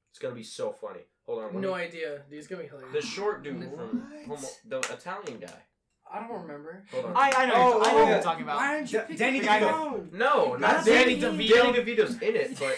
[SPEAKER 2] It's gonna be so funny. Hold on, let
[SPEAKER 1] No
[SPEAKER 2] me-
[SPEAKER 1] idea. Dude, it's gonna be hilarious.
[SPEAKER 2] the short dude from
[SPEAKER 4] What?
[SPEAKER 2] Home, the Italian guy.
[SPEAKER 1] I don't remember.
[SPEAKER 2] Hold on.
[SPEAKER 6] I I know.
[SPEAKER 3] Oh,
[SPEAKER 6] I know what
[SPEAKER 3] yeah.
[SPEAKER 6] you're talking about.
[SPEAKER 4] Why didn't you
[SPEAKER 3] Da-
[SPEAKER 4] pick
[SPEAKER 3] Danny
[SPEAKER 4] the
[SPEAKER 3] DeVito.
[SPEAKER 4] phone?
[SPEAKER 2] no, not
[SPEAKER 4] That's
[SPEAKER 2] Danny.
[SPEAKER 4] Danny
[SPEAKER 2] DeVito.
[SPEAKER 4] DeVito.
[SPEAKER 2] Danny DeVito's in it, but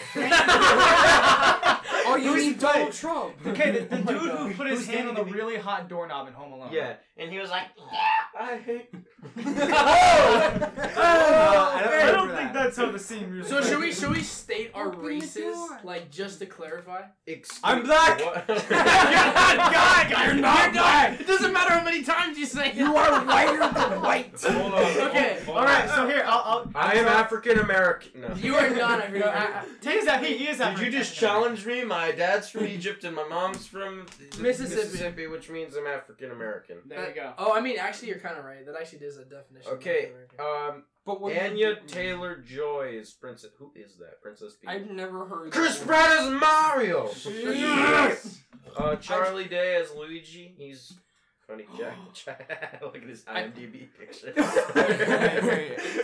[SPEAKER 4] Oh, you
[SPEAKER 3] Who's he
[SPEAKER 4] mean Donald
[SPEAKER 3] playing?
[SPEAKER 4] Trump?
[SPEAKER 6] Okay, the, the
[SPEAKER 3] Oh my
[SPEAKER 6] dude
[SPEAKER 3] God.
[SPEAKER 6] who put his
[SPEAKER 3] Who's
[SPEAKER 6] hand on the
[SPEAKER 3] Danny DeVito?
[SPEAKER 6] really hot doorknob in Home Alone.
[SPEAKER 2] yeah, and he was like, yeah, I hate.
[SPEAKER 3] I don't
[SPEAKER 6] Oh, I don't
[SPEAKER 3] remember that.
[SPEAKER 6] think that's how the scene really.
[SPEAKER 1] So should we should we state our
[SPEAKER 4] Open the
[SPEAKER 1] races
[SPEAKER 4] door.
[SPEAKER 1] like just to clarify?
[SPEAKER 2] Excuse-
[SPEAKER 3] I'm black.
[SPEAKER 2] What?
[SPEAKER 6] God, God, you're not black.
[SPEAKER 1] It doesn't matter how many times you say
[SPEAKER 4] You are whiter than white.
[SPEAKER 2] Hold on.
[SPEAKER 1] Okay,
[SPEAKER 2] hold- hold
[SPEAKER 6] All right,
[SPEAKER 2] on.
[SPEAKER 6] so here I'll. I'll
[SPEAKER 2] I am African American. No.
[SPEAKER 1] You are not
[SPEAKER 6] No,
[SPEAKER 1] a
[SPEAKER 6] I- I- he is that he, he is that.
[SPEAKER 2] Did you just challenge me? My dad's from Egypt and my mom's from
[SPEAKER 1] Mississippi.
[SPEAKER 2] Mississippi which means I'm African American.
[SPEAKER 6] There you go.
[SPEAKER 1] Oh, I mean, actually, you're kind of right. That actually is a definition. of
[SPEAKER 2] Okay,
[SPEAKER 1] African-American.
[SPEAKER 2] Um,
[SPEAKER 4] But
[SPEAKER 2] Anya Taylor Joy is Princess. Who is that? Princess B.
[SPEAKER 4] I've never heard.
[SPEAKER 2] Chris
[SPEAKER 4] that.
[SPEAKER 2] Pratt is Mario.
[SPEAKER 6] Yes!
[SPEAKER 2] Uh, Charlie Day as Luigi. He's funny Jack. the Child. Look at his
[SPEAKER 1] I-
[SPEAKER 2] IMDb picture.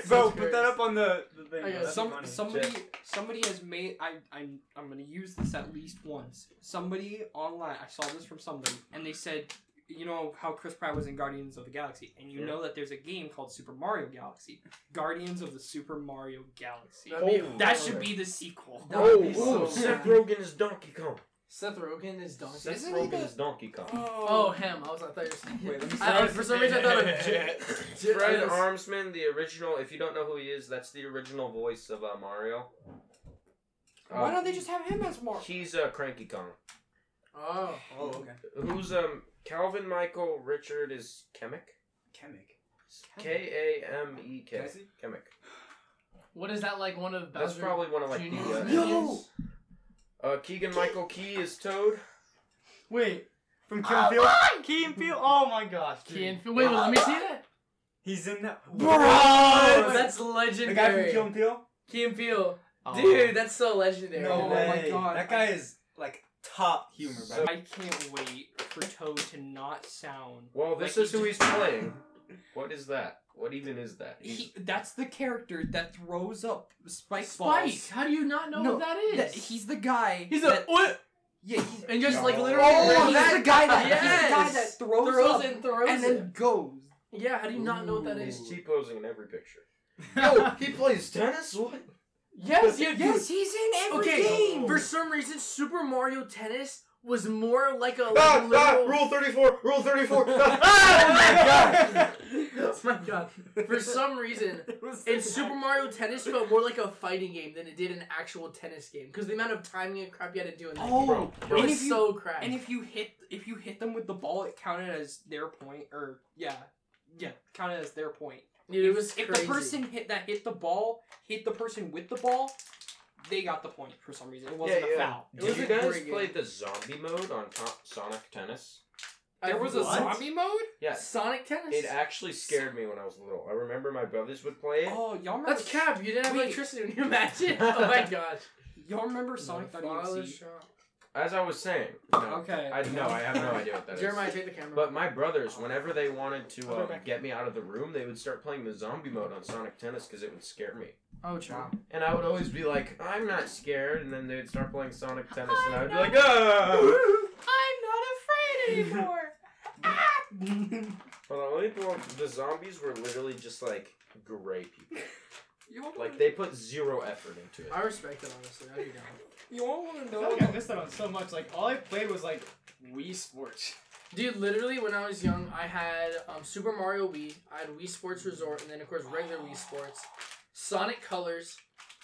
[SPEAKER 3] Bro, put that up on the, the thing.
[SPEAKER 1] I got
[SPEAKER 3] That'd be
[SPEAKER 5] Some
[SPEAKER 3] funny.
[SPEAKER 5] somebody somebody has made I I'm I'm gonna use this at least once. Somebody online I saw this from somebody and they said you know how Chris Pratt was in Guardians of the Galaxy and you
[SPEAKER 2] Yeah.
[SPEAKER 5] know that there's a game called Super Mario Galaxy. Guardians of the Super Mario Galaxy.
[SPEAKER 1] That'd be-
[SPEAKER 2] Oh.
[SPEAKER 5] That should be the sequel.
[SPEAKER 1] That would
[SPEAKER 2] Oh,
[SPEAKER 1] be so
[SPEAKER 2] ooh, Seth
[SPEAKER 1] bad.
[SPEAKER 2] Rogen is Donkey Kong.
[SPEAKER 1] Seth Rogen is Donkey.
[SPEAKER 2] Seth
[SPEAKER 5] Isn't he
[SPEAKER 2] Rogen
[SPEAKER 5] the-
[SPEAKER 2] is Donkey Kong.
[SPEAKER 1] Oh, him. I was. I thought you were saying.
[SPEAKER 3] Wait, let me
[SPEAKER 1] I, I- for some reason, I thought of. J- J-
[SPEAKER 2] Fred
[SPEAKER 1] I was-
[SPEAKER 2] Armsman, the original. If you don't know who he is, that's the original voice of uh, Mario.
[SPEAKER 5] Why
[SPEAKER 2] Uh,
[SPEAKER 5] don't they just have him as Mario?
[SPEAKER 2] he's a uh, Cranky Kong.
[SPEAKER 1] Oh.
[SPEAKER 3] Oh, okay.
[SPEAKER 2] Who's um Calvin Michael Richard is Kemic.
[SPEAKER 3] Chemic.
[SPEAKER 2] K A M E K.
[SPEAKER 3] Can I see?
[SPEAKER 2] Kemic.
[SPEAKER 1] What is that like? One of Bowser
[SPEAKER 2] That's probably one of like
[SPEAKER 1] Junior's
[SPEAKER 2] the. Uh,
[SPEAKER 1] minions?
[SPEAKER 2] uh, Keegan Michael Key is Toad.
[SPEAKER 6] Wait, from Key and Peele. Key and Peele. Oh my gosh, dude.
[SPEAKER 1] Key and Peele- Wait, wait, let me see that.
[SPEAKER 3] He's in that.
[SPEAKER 1] Oh,
[SPEAKER 3] Bro,
[SPEAKER 1] that's
[SPEAKER 3] the guy from
[SPEAKER 1] legendary.
[SPEAKER 3] Kill 'Em Peele.
[SPEAKER 1] Key and Peele.
[SPEAKER 6] Oh.
[SPEAKER 1] Dude, that's so legendary.
[SPEAKER 3] No
[SPEAKER 5] Oh my
[SPEAKER 3] way.
[SPEAKER 5] God.
[SPEAKER 3] That guy is like top humor, bro.
[SPEAKER 5] I can't wait for Toad to not sound
[SPEAKER 2] Well, this
[SPEAKER 5] Like,
[SPEAKER 2] is who he's playing. What is that? What even is that? He's,
[SPEAKER 5] He, that's the character that throws up spike,
[SPEAKER 1] Spike,
[SPEAKER 5] balls.
[SPEAKER 1] how do you not know
[SPEAKER 5] No,
[SPEAKER 1] what that is?
[SPEAKER 5] That- he's the guy.
[SPEAKER 1] he's
[SPEAKER 5] that,
[SPEAKER 1] a what?
[SPEAKER 5] yeah. He's,
[SPEAKER 1] and just like
[SPEAKER 2] Oh.
[SPEAKER 1] literally
[SPEAKER 5] oh,
[SPEAKER 1] he's
[SPEAKER 5] he's the guy that
[SPEAKER 1] yes.
[SPEAKER 5] he's the guy that throws,
[SPEAKER 1] throws
[SPEAKER 5] up
[SPEAKER 1] it and throws
[SPEAKER 5] and
[SPEAKER 1] it.
[SPEAKER 5] then goes.
[SPEAKER 1] yeah, how do you not know what that
[SPEAKER 2] he's
[SPEAKER 1] is?
[SPEAKER 2] T posing in every picture.
[SPEAKER 6] No.
[SPEAKER 2] he plays tennis. What?
[SPEAKER 1] Yes, yeah, dude.
[SPEAKER 5] Yes, he's in every
[SPEAKER 1] Okay,
[SPEAKER 5] game.
[SPEAKER 1] for some reason, Super Mario Tennis was more like a like
[SPEAKER 2] Ah,
[SPEAKER 1] little.
[SPEAKER 2] ah, rule thirty four. Rule thirty four.
[SPEAKER 1] Oh my god! For some reason, and Super Mario Tennis felt more like a fighting game than it did an actual tennis game because the amount of timing and crap you had to do in that
[SPEAKER 5] Oh,
[SPEAKER 1] game.
[SPEAKER 2] Bro,
[SPEAKER 1] It
[SPEAKER 2] bro.
[SPEAKER 5] and
[SPEAKER 1] was
[SPEAKER 5] if you-
[SPEAKER 1] so crap.
[SPEAKER 5] And if you hit if you hit them with the ball, it counted as their point or yeah. Yeah, counted as their point.
[SPEAKER 1] Dude, it was
[SPEAKER 5] if
[SPEAKER 1] crazy.
[SPEAKER 5] the person hit that hit the ball hit the person with the ball, they got the point for some reason. It wasn't
[SPEAKER 2] Yeah,
[SPEAKER 5] a
[SPEAKER 2] yeah.
[SPEAKER 5] foul.
[SPEAKER 1] It
[SPEAKER 2] Did
[SPEAKER 1] was
[SPEAKER 2] you
[SPEAKER 1] a
[SPEAKER 2] guys
[SPEAKER 1] great game.
[SPEAKER 2] play the zombie mode on Con- Sonic Tennis?
[SPEAKER 5] There was a
[SPEAKER 1] What?
[SPEAKER 5] zombie mode?
[SPEAKER 2] Yes.
[SPEAKER 1] Sonic Tennis.
[SPEAKER 2] It actually scared me when I was little. I remember my brothers would play it.
[SPEAKER 5] Oh, y'all remember
[SPEAKER 1] That's cap. You didn't have
[SPEAKER 5] Wait.
[SPEAKER 1] electricity when you imagine. Oh my gosh.
[SPEAKER 5] Y'all remember Sonic
[SPEAKER 1] My
[SPEAKER 5] Thought
[SPEAKER 1] father's
[SPEAKER 5] UFC?
[SPEAKER 1] shop.
[SPEAKER 2] As I was saying, no,
[SPEAKER 5] Okay.
[SPEAKER 2] I no, I have no idea what that is.
[SPEAKER 1] Jeremiah, take the camera.
[SPEAKER 2] But my brothers, whenever they wanted to
[SPEAKER 7] I'll go
[SPEAKER 2] um,
[SPEAKER 7] back.
[SPEAKER 2] get me out of the room, they would start playing the zombie mode on Sonic Tennis because it would scare me.
[SPEAKER 5] Oh, child.
[SPEAKER 2] And I would always be like, I'm not scared. And then they'd start playing Sonic Tennis, and I would be like, ah!
[SPEAKER 7] I'm not afraid anymore.
[SPEAKER 2] But I only thought the zombies were literally just like gray people.
[SPEAKER 5] You all
[SPEAKER 2] Like they put zero effort into it.
[SPEAKER 1] I respect it honestly. I do not.
[SPEAKER 5] you all want to
[SPEAKER 6] I
[SPEAKER 5] know?
[SPEAKER 6] feel like I missed out on so much. Like all I played was like Wii Sports.
[SPEAKER 1] Dude, literally when I was young, I had um, Super Mario Wii, I had Wii Sports Resort, and then of course regular Wii Sports, Sonic Colors.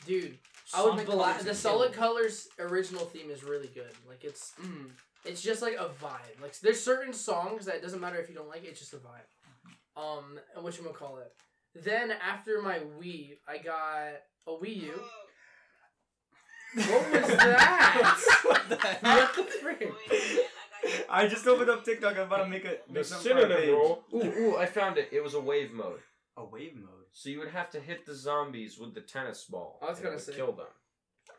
[SPEAKER 1] Dude, I would
[SPEAKER 5] Sonic
[SPEAKER 1] bla-
[SPEAKER 5] Colors
[SPEAKER 1] the
[SPEAKER 5] is
[SPEAKER 1] Solid
[SPEAKER 5] killer.
[SPEAKER 1] Colors original theme is really good. Like it's
[SPEAKER 5] Mm.
[SPEAKER 1] it's just like a vibe. Like there's certain songs that it doesn't matter if you don't like it, it's just a vibe. Um, and what you gonna call it? Then after my Wii, I got a Wii U. What was that?
[SPEAKER 3] what the
[SPEAKER 1] what the frick?
[SPEAKER 3] I just opened up TikTok. I'm about to make a
[SPEAKER 2] The
[SPEAKER 3] make something for our
[SPEAKER 2] synonym
[SPEAKER 3] page.
[SPEAKER 2] rule. Ooh, ooh, I found it. It was a wave mode.
[SPEAKER 3] A wave mode.
[SPEAKER 2] So you would have to hit the zombies with the tennis ball.
[SPEAKER 1] I was
[SPEAKER 2] and it
[SPEAKER 1] gonna
[SPEAKER 2] would
[SPEAKER 1] say.
[SPEAKER 2] kill them.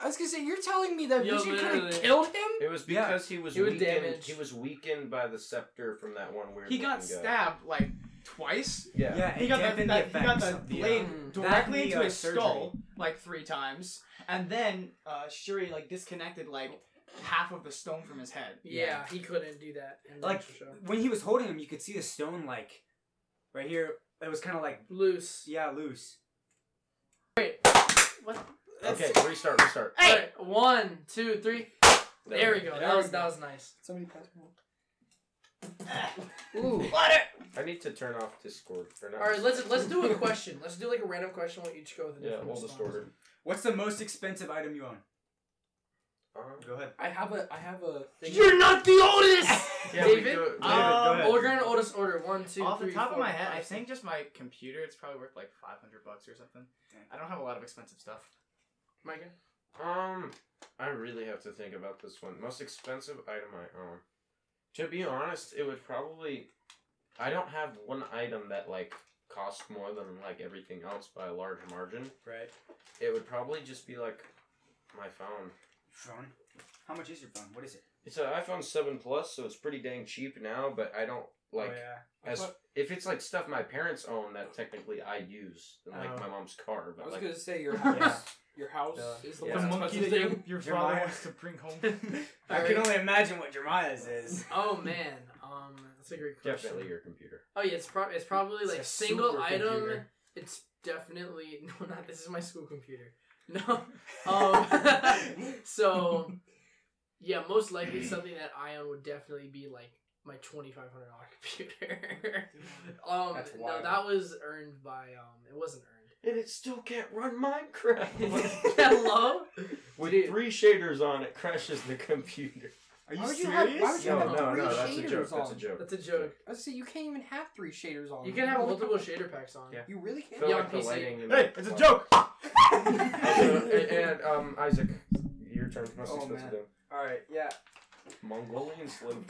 [SPEAKER 5] I was gonna say you're telling me that
[SPEAKER 1] Yo,
[SPEAKER 5] Vision could have
[SPEAKER 1] literally.
[SPEAKER 5] killed him.
[SPEAKER 2] It was
[SPEAKER 3] Yeah.
[SPEAKER 2] because he was
[SPEAKER 1] He was
[SPEAKER 2] weakened.
[SPEAKER 1] damaged.
[SPEAKER 2] He was weakened by the scepter from that one weird.
[SPEAKER 6] He got
[SPEAKER 2] looking guy.
[SPEAKER 6] stabbed like twice.
[SPEAKER 2] Yeah.
[SPEAKER 3] Yeah,
[SPEAKER 6] He
[SPEAKER 3] it
[SPEAKER 6] got the,
[SPEAKER 3] dampened
[SPEAKER 6] that, he got
[SPEAKER 3] effects
[SPEAKER 6] the
[SPEAKER 3] of
[SPEAKER 6] blade
[SPEAKER 1] uh, Mm.
[SPEAKER 6] directly
[SPEAKER 3] that and the,
[SPEAKER 6] into
[SPEAKER 3] uh,
[SPEAKER 6] his
[SPEAKER 3] surgery.
[SPEAKER 6] skull like three times, and then uh, Shuri like disconnected like half of the stone from his head.
[SPEAKER 1] Yeah, he couldn't do that. In the
[SPEAKER 3] Like-
[SPEAKER 1] actual show.
[SPEAKER 3] When he was holding him, you could see the stone like right here. It was kind of like
[SPEAKER 1] loose.
[SPEAKER 3] yeah, loose.
[SPEAKER 2] Okay, restart, restart.
[SPEAKER 1] All right, one, two, three. There we go.
[SPEAKER 5] There
[SPEAKER 1] that
[SPEAKER 5] we
[SPEAKER 1] was
[SPEAKER 5] go.
[SPEAKER 1] that was nice.
[SPEAKER 5] Somebody pass me.
[SPEAKER 1] Ooh.
[SPEAKER 2] I need to turn off Discord or not.
[SPEAKER 1] All right, let's let's do a question. Let's do like a random question. We'll each go with a
[SPEAKER 2] Yeah,
[SPEAKER 1] different
[SPEAKER 2] we'll
[SPEAKER 1] response.
[SPEAKER 2] Discord.
[SPEAKER 3] What's the most expensive item you own?
[SPEAKER 2] Uh,
[SPEAKER 3] Go ahead.
[SPEAKER 5] I have a I have a thing.
[SPEAKER 1] You're not the oldest.
[SPEAKER 2] yeah, we
[SPEAKER 1] David?
[SPEAKER 2] go-
[SPEAKER 6] Uh, Um,
[SPEAKER 1] Well, we're going to oldest order. One, two,
[SPEAKER 6] Off the
[SPEAKER 1] three,
[SPEAKER 6] top of
[SPEAKER 1] four,
[SPEAKER 6] my head, I
[SPEAKER 1] five,
[SPEAKER 6] think just my computer. It's probably worth like five hundred bucks or something.
[SPEAKER 3] Damn.
[SPEAKER 6] I don't have a lot of expensive stuff.
[SPEAKER 1] six. Micah.
[SPEAKER 2] um, I really have to think about this one. Most expensive item I own. To be honest, it would probably. I don't have one item that like costs more than like everything else by a large margin.
[SPEAKER 3] Right.
[SPEAKER 2] It would probably just be like my phone.
[SPEAKER 3] Phone. How much is your phone? What is it?
[SPEAKER 2] It's an iPhone Seven Plus, so it's pretty dang cheap now. But I don't like.
[SPEAKER 3] oh, yeah.
[SPEAKER 2] As if it's like stuff my parents own that technically I use, and like
[SPEAKER 3] Oh.
[SPEAKER 2] my mom's car,
[SPEAKER 5] I
[SPEAKER 2] but
[SPEAKER 5] was
[SPEAKER 2] like
[SPEAKER 5] gonna say your house.
[SPEAKER 6] house-
[SPEAKER 5] Your house
[SPEAKER 3] Yeah.
[SPEAKER 5] is the
[SPEAKER 2] Yeah.
[SPEAKER 5] most
[SPEAKER 2] The
[SPEAKER 5] expensive thing.
[SPEAKER 6] your
[SPEAKER 3] father wants
[SPEAKER 6] to bring home.
[SPEAKER 3] I
[SPEAKER 1] All
[SPEAKER 3] can
[SPEAKER 1] right.
[SPEAKER 3] only imagine what Jeremiah's is.
[SPEAKER 1] Oh man, um, that's a great question.
[SPEAKER 2] definitely your computer.
[SPEAKER 1] Oh yeah, it's probably it's probably
[SPEAKER 3] It's
[SPEAKER 1] like
[SPEAKER 3] a
[SPEAKER 1] single item.
[SPEAKER 3] supercomputer.
[SPEAKER 1] It's definitely no, not this is my school computer. No, um, so yeah, most likely something that I own would definitely be like my twenty five hundred dollar computer. um,
[SPEAKER 3] That's
[SPEAKER 1] no,
[SPEAKER 3] wild.
[SPEAKER 1] that was earned by um, it wasn't earned.
[SPEAKER 2] And it still can't run Minecraft.
[SPEAKER 1] Hello.
[SPEAKER 2] With
[SPEAKER 1] Dude.
[SPEAKER 2] three shaders on, it crashes the computer.
[SPEAKER 3] Are you
[SPEAKER 5] Why would you have-
[SPEAKER 3] serious?
[SPEAKER 5] why would you
[SPEAKER 2] No,
[SPEAKER 5] have
[SPEAKER 2] no,
[SPEAKER 5] three
[SPEAKER 2] no, that's a
[SPEAKER 5] shaders
[SPEAKER 2] joke. That's a
[SPEAKER 5] on.
[SPEAKER 2] joke.
[SPEAKER 1] That's a joke.
[SPEAKER 5] I was gonna say Oh, you can't even have three shaders on.
[SPEAKER 1] You can have
[SPEAKER 5] only
[SPEAKER 1] multiple
[SPEAKER 5] have-
[SPEAKER 1] shader packs on.
[SPEAKER 2] Yeah.
[SPEAKER 5] You really can't.
[SPEAKER 2] Felt
[SPEAKER 1] Yeah,
[SPEAKER 2] like
[SPEAKER 1] on
[SPEAKER 2] the
[SPEAKER 1] PC.
[SPEAKER 2] lighting in
[SPEAKER 6] hey,
[SPEAKER 2] the-
[SPEAKER 6] it's a joke.
[SPEAKER 2] Also, and, and, um, Isaac, your turn. Most
[SPEAKER 3] Oh,
[SPEAKER 2] expensive
[SPEAKER 3] man. All right. Yeah.
[SPEAKER 2] item. Mongolian slim.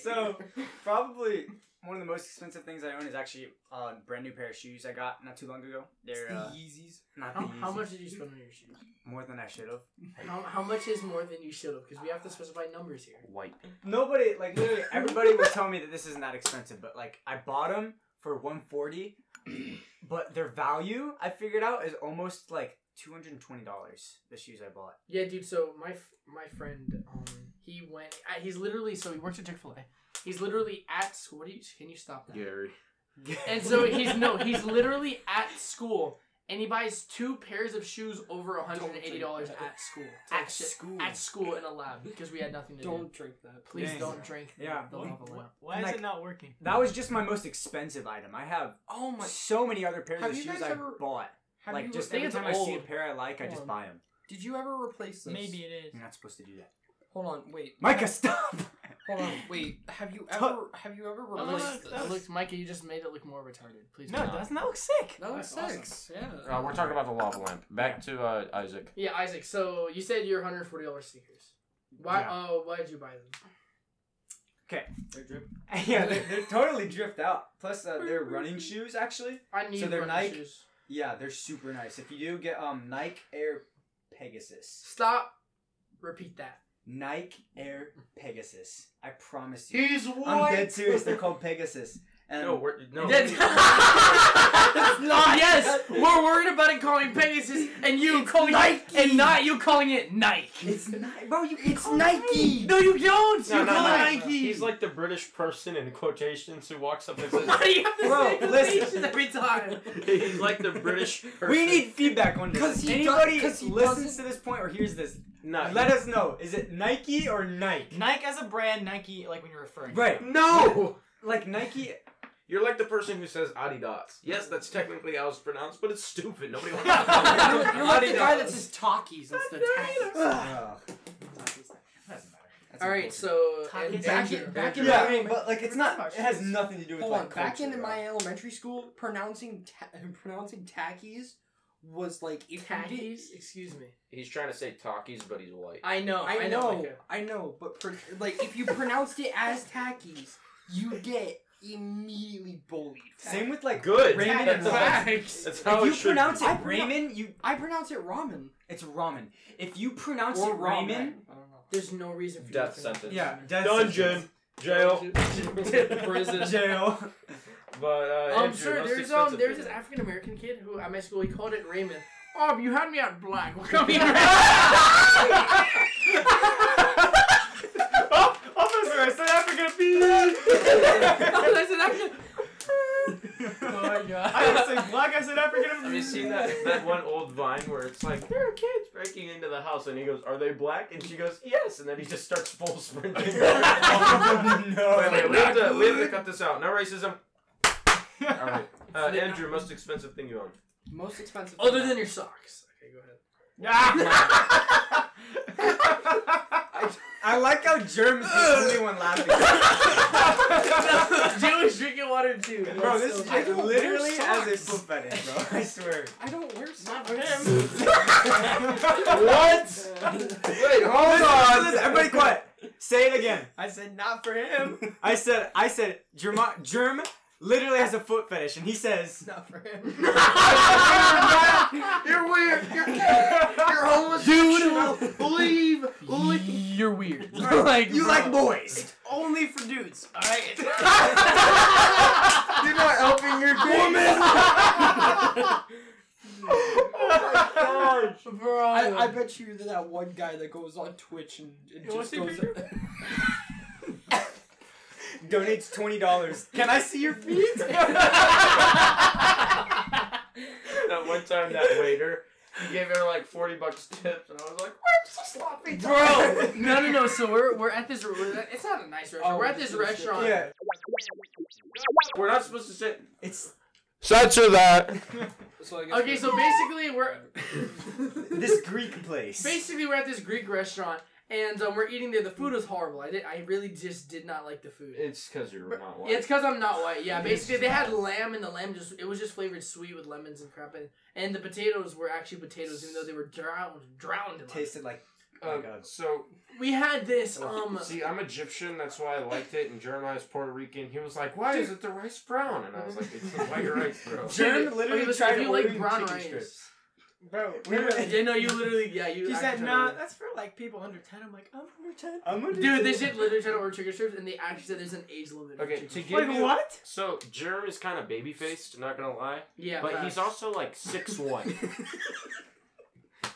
[SPEAKER 3] so probably one of the most expensive things I own is actually a brand new pair of shoes I got not too long ago. They're uh,
[SPEAKER 5] Yeezys.
[SPEAKER 3] not
[SPEAKER 1] How,
[SPEAKER 3] the
[SPEAKER 1] how
[SPEAKER 3] Yeezys.
[SPEAKER 1] much did you spend on your shoes?
[SPEAKER 3] more than I should have.
[SPEAKER 1] How, how much is more than you should have? Because we have to specify numbers here.
[SPEAKER 2] White.
[SPEAKER 3] Nobody like literally everybody will tell me that this isn't that expensive, but like I bought them for 140, but their value I figured out is almost like 220 dollars. The shoes I bought.
[SPEAKER 1] Yeah, dude. So my f- my friend, um, he went. I, he's literally so he works at Chick Fil A. He's literally at school. What do you? Can you stop that?
[SPEAKER 2] Gary.
[SPEAKER 1] And so he's no, he's literally at school, and he buys two pairs of shoes over one hundred and eighty dollars at school.
[SPEAKER 3] At
[SPEAKER 1] shi-
[SPEAKER 3] school.
[SPEAKER 1] At school in a lab because we had nothing to do.
[SPEAKER 5] Don't drink that.
[SPEAKER 1] Please
[SPEAKER 3] Dang.
[SPEAKER 1] don't drink.
[SPEAKER 3] Yeah.
[SPEAKER 1] The lava lamp.
[SPEAKER 7] Why
[SPEAKER 3] Like-
[SPEAKER 7] is it not working?
[SPEAKER 3] That was just my most expensive item. I have
[SPEAKER 5] Oh my!
[SPEAKER 3] so many other pairs
[SPEAKER 5] Have
[SPEAKER 3] of
[SPEAKER 5] you
[SPEAKER 3] shoes
[SPEAKER 5] guys
[SPEAKER 3] I
[SPEAKER 5] ever-
[SPEAKER 3] bought.
[SPEAKER 1] Have
[SPEAKER 3] like
[SPEAKER 1] you-
[SPEAKER 3] just
[SPEAKER 1] I think
[SPEAKER 3] every
[SPEAKER 1] it's
[SPEAKER 3] time I see a
[SPEAKER 1] old.
[SPEAKER 3] pair I like, I
[SPEAKER 5] Hold
[SPEAKER 3] just
[SPEAKER 5] on.
[SPEAKER 3] buy them.
[SPEAKER 5] Did you ever replace this?
[SPEAKER 7] Maybe it
[SPEAKER 3] You're
[SPEAKER 7] is.
[SPEAKER 3] not supposed to do that.
[SPEAKER 5] Hold on. Wait.
[SPEAKER 3] Micah, stop.
[SPEAKER 5] Hold on. Wait. Have you ever? Have you ever
[SPEAKER 1] I
[SPEAKER 7] look,
[SPEAKER 5] replaced
[SPEAKER 1] looked,
[SPEAKER 5] this?
[SPEAKER 1] I looked, Micah. You just made it look more retarded. Please.
[SPEAKER 7] No,
[SPEAKER 1] do
[SPEAKER 7] it
[SPEAKER 1] not.
[SPEAKER 7] doesn't that look sick?
[SPEAKER 5] That was
[SPEAKER 1] That's
[SPEAKER 5] six. Yeah.
[SPEAKER 2] Uh, we're talking about the lava lamp. Back to uh, Isaac.
[SPEAKER 1] Yeah, Isaac. So you said your hundred forty dollars sneakers. Why?
[SPEAKER 3] Yeah.
[SPEAKER 1] Oh, why did you buy them?
[SPEAKER 3] yeah, they're, they're totally drift out. Plus, uh, they're running shoes actually.
[SPEAKER 1] I need
[SPEAKER 3] they're
[SPEAKER 1] running
[SPEAKER 3] Nike?
[SPEAKER 1] shoes.
[SPEAKER 3] Yeah, they're super nice. If you do get um Nike Air Pegasus,
[SPEAKER 1] Stop. Repeat that.
[SPEAKER 3] Nike Air Pegasus, I promise you,
[SPEAKER 2] He's what?
[SPEAKER 3] I'm dead serious. They're called Pegasus. And
[SPEAKER 2] No, we're, no.
[SPEAKER 1] That's That's not. Yes, we're worried about it calling Pegasus, and you calling it, and not you calling it Nike.
[SPEAKER 3] it's Nike, bro. You
[SPEAKER 4] It's Nike.
[SPEAKER 1] No, you don't.
[SPEAKER 2] No,
[SPEAKER 1] you
[SPEAKER 2] no,
[SPEAKER 1] call
[SPEAKER 2] no.
[SPEAKER 1] it Nike.
[SPEAKER 2] He's like the British person in quotations who walks up and says,
[SPEAKER 1] Why do you have to
[SPEAKER 3] Bro,
[SPEAKER 1] say
[SPEAKER 3] listen.
[SPEAKER 1] quotations every time?
[SPEAKER 2] He's like the British person.
[SPEAKER 3] We need feedback on this.
[SPEAKER 4] 'Cause he
[SPEAKER 3] Anybody
[SPEAKER 4] does- 'cause he
[SPEAKER 3] listens
[SPEAKER 4] doesn't-
[SPEAKER 3] to this point or hears this,
[SPEAKER 2] Nah,
[SPEAKER 3] let us know. Is it Nike or Nike?
[SPEAKER 6] Nike as a brand, Nike like when you're referring. to
[SPEAKER 3] Right.
[SPEAKER 2] No!
[SPEAKER 3] Like Nike.
[SPEAKER 2] You're like the person who says Adidas. Yes, that's technically how it's pronounced, but it's stupid. Nobody wants
[SPEAKER 5] You're-
[SPEAKER 2] to
[SPEAKER 5] you're like the guy that says talkies instead of
[SPEAKER 2] Adidas.
[SPEAKER 5] talkies.
[SPEAKER 3] Ugh,
[SPEAKER 6] Doesn't matter.
[SPEAKER 3] that's
[SPEAKER 1] All right,
[SPEAKER 3] unfortunate.
[SPEAKER 1] so
[SPEAKER 6] Back in-
[SPEAKER 1] back
[SPEAKER 6] back
[SPEAKER 1] in,
[SPEAKER 6] in-
[SPEAKER 1] back in
[SPEAKER 3] yeah,
[SPEAKER 1] my-
[SPEAKER 3] but like it's not. It has nothing to do with
[SPEAKER 4] Hold
[SPEAKER 3] like
[SPEAKER 4] on, back
[SPEAKER 3] culture,
[SPEAKER 4] in
[SPEAKER 3] bro.
[SPEAKER 4] my elementary school, pronouncing ta-
[SPEAKER 5] Pronouncing tackies was like if you did-
[SPEAKER 1] Khakis? Excuse me.
[SPEAKER 2] He's trying to say talkies, but he's white.
[SPEAKER 1] I know.
[SPEAKER 4] I, know,
[SPEAKER 1] Micah.
[SPEAKER 4] I know, but pro- like if you pronounced it as tackies, you get immediately bullied.
[SPEAKER 3] Same with like
[SPEAKER 2] Uh, Good.
[SPEAKER 3] Raymond
[SPEAKER 2] That's
[SPEAKER 3] and Ramen.
[SPEAKER 1] Facts.
[SPEAKER 2] That's how
[SPEAKER 3] If
[SPEAKER 2] it
[SPEAKER 3] you
[SPEAKER 2] should
[SPEAKER 3] pronounce
[SPEAKER 2] be.
[SPEAKER 4] I
[SPEAKER 3] it
[SPEAKER 4] pronoun-
[SPEAKER 3] Raymond, you
[SPEAKER 4] I pronounce it ramen.
[SPEAKER 3] it's ramen. If you pronounce
[SPEAKER 4] Or
[SPEAKER 3] it Raymond,
[SPEAKER 4] ramen.
[SPEAKER 5] I don't know.
[SPEAKER 1] There's no reason for
[SPEAKER 2] Death
[SPEAKER 1] you to
[SPEAKER 2] sentence.
[SPEAKER 3] yeah, death
[SPEAKER 2] Dungeon. Jail.
[SPEAKER 1] sentence.
[SPEAKER 3] sentence.
[SPEAKER 1] Prison.
[SPEAKER 3] jail.
[SPEAKER 2] But, uh,
[SPEAKER 1] Um,
[SPEAKER 2] Andrew,
[SPEAKER 1] sir, there's
[SPEAKER 2] most
[SPEAKER 1] um,
[SPEAKER 2] expensive
[SPEAKER 1] there's
[SPEAKER 2] thing.
[SPEAKER 1] this African American kid who at my school he called it Raymond. Oh, but you had me at black. What come in red?
[SPEAKER 6] Oh, officer, I said African
[SPEAKER 1] Oh, that's an African.
[SPEAKER 5] Oh my god.
[SPEAKER 6] I didn't say black. I said African.
[SPEAKER 2] Have you seen that that one old vine where it's like there are kids breaking into the house and he goes, "Are they black?" and she goes, "Yes," and then he just starts full sprinting. wait,
[SPEAKER 3] Oh, no.
[SPEAKER 2] wait, we have to we have to cut this out. No racism. All right, uh, Andrew, most expensive thing you own.
[SPEAKER 5] Most expensive.
[SPEAKER 1] Other than your socks. Okay, go ahead.
[SPEAKER 3] I like how Germ is the only one laughing.
[SPEAKER 1] Joey's drinking water too.
[SPEAKER 3] bro, this is
[SPEAKER 4] I don't wear
[SPEAKER 3] literally as a
[SPEAKER 4] socks.
[SPEAKER 3] foot fetish, bro. I swear.
[SPEAKER 4] I don't wear socks.
[SPEAKER 2] What? Wait, hold
[SPEAKER 3] Listen, listen, everybody quiet. Say it again.
[SPEAKER 7] I said not for him.
[SPEAKER 3] I said, I said, Germ, Germ literally has a foot fetish, and he says,
[SPEAKER 7] not for him.
[SPEAKER 1] You're weird. You're gay. You're homosexual. Leave. You're weird. like
[SPEAKER 3] You
[SPEAKER 1] bro.
[SPEAKER 3] like boys.
[SPEAKER 7] Only for dudes. All right.
[SPEAKER 3] You're not helping your
[SPEAKER 1] Oh
[SPEAKER 2] on.
[SPEAKER 1] bro.
[SPEAKER 5] I, I bet you that that one guy that goes on Twitch and, and
[SPEAKER 1] what's
[SPEAKER 5] just
[SPEAKER 1] your
[SPEAKER 5] goes.
[SPEAKER 3] Donates twenty dollars. Can I see your feet?
[SPEAKER 2] that one time, that waiter, he gave her like forty bucks tips, and I was like,
[SPEAKER 1] Bro, no, no, no. So we're we're at this. We're at, it's not a nice restaurant.
[SPEAKER 5] Oh,
[SPEAKER 1] we're at this
[SPEAKER 5] it's-
[SPEAKER 1] restaurant.
[SPEAKER 3] yeah.
[SPEAKER 2] "We're not supposed to say."
[SPEAKER 3] It's
[SPEAKER 2] Censor that.
[SPEAKER 5] So I guess
[SPEAKER 1] Okay,
[SPEAKER 5] we-
[SPEAKER 1] so basically we're
[SPEAKER 3] this Greek place.
[SPEAKER 1] basically we're at this Greek restaurant and um, we're eating there. The food was horrible. I did. I really just did not like the food.
[SPEAKER 2] It's because you're not white.
[SPEAKER 1] Yeah, it's because I'm not white. Yeah, basically they had lamb and the lamb just it was just flavored sweet with lemons and crap and and the potatoes were actually potatoes even though they were drowned drowned in lemon.
[SPEAKER 3] Tasted like
[SPEAKER 7] Um,
[SPEAKER 2] Uh,
[SPEAKER 3] my God.
[SPEAKER 2] So
[SPEAKER 1] We had this. Um,
[SPEAKER 2] Oh, see, I'm Egyptian. That's why I liked it. And Jeremiah's Puerto Rican. He was like, "Why is it the rice brown?" And I was like, "It's the white rice, bro."
[SPEAKER 1] Dude,
[SPEAKER 3] Jern literally
[SPEAKER 1] okay, listen,
[SPEAKER 3] tried
[SPEAKER 1] if you
[SPEAKER 3] to
[SPEAKER 1] like
[SPEAKER 3] order
[SPEAKER 1] brown
[SPEAKER 3] chicken
[SPEAKER 1] rice.
[SPEAKER 3] strips.
[SPEAKER 7] Bro,
[SPEAKER 3] We
[SPEAKER 7] we
[SPEAKER 3] were-
[SPEAKER 1] Yeah, no, you literally, yeah, you.
[SPEAKER 7] She said,
[SPEAKER 1] actually tried to
[SPEAKER 7] nah,
[SPEAKER 1] order-
[SPEAKER 7] that's for like people under 10. I'm like, I'm under 10.
[SPEAKER 3] I'm gonna
[SPEAKER 1] Dude, they shit literally tried to order chicken strips, and they actually said there's an age limit.
[SPEAKER 2] Okay,
[SPEAKER 1] for
[SPEAKER 2] to
[SPEAKER 1] chicken.
[SPEAKER 2] give
[SPEAKER 7] Like,
[SPEAKER 2] you,
[SPEAKER 7] what?
[SPEAKER 2] so Jerm is kind of baby faced. Not gonna lie.
[SPEAKER 1] yeah,
[SPEAKER 2] but
[SPEAKER 1] facts.
[SPEAKER 2] he's also like six one.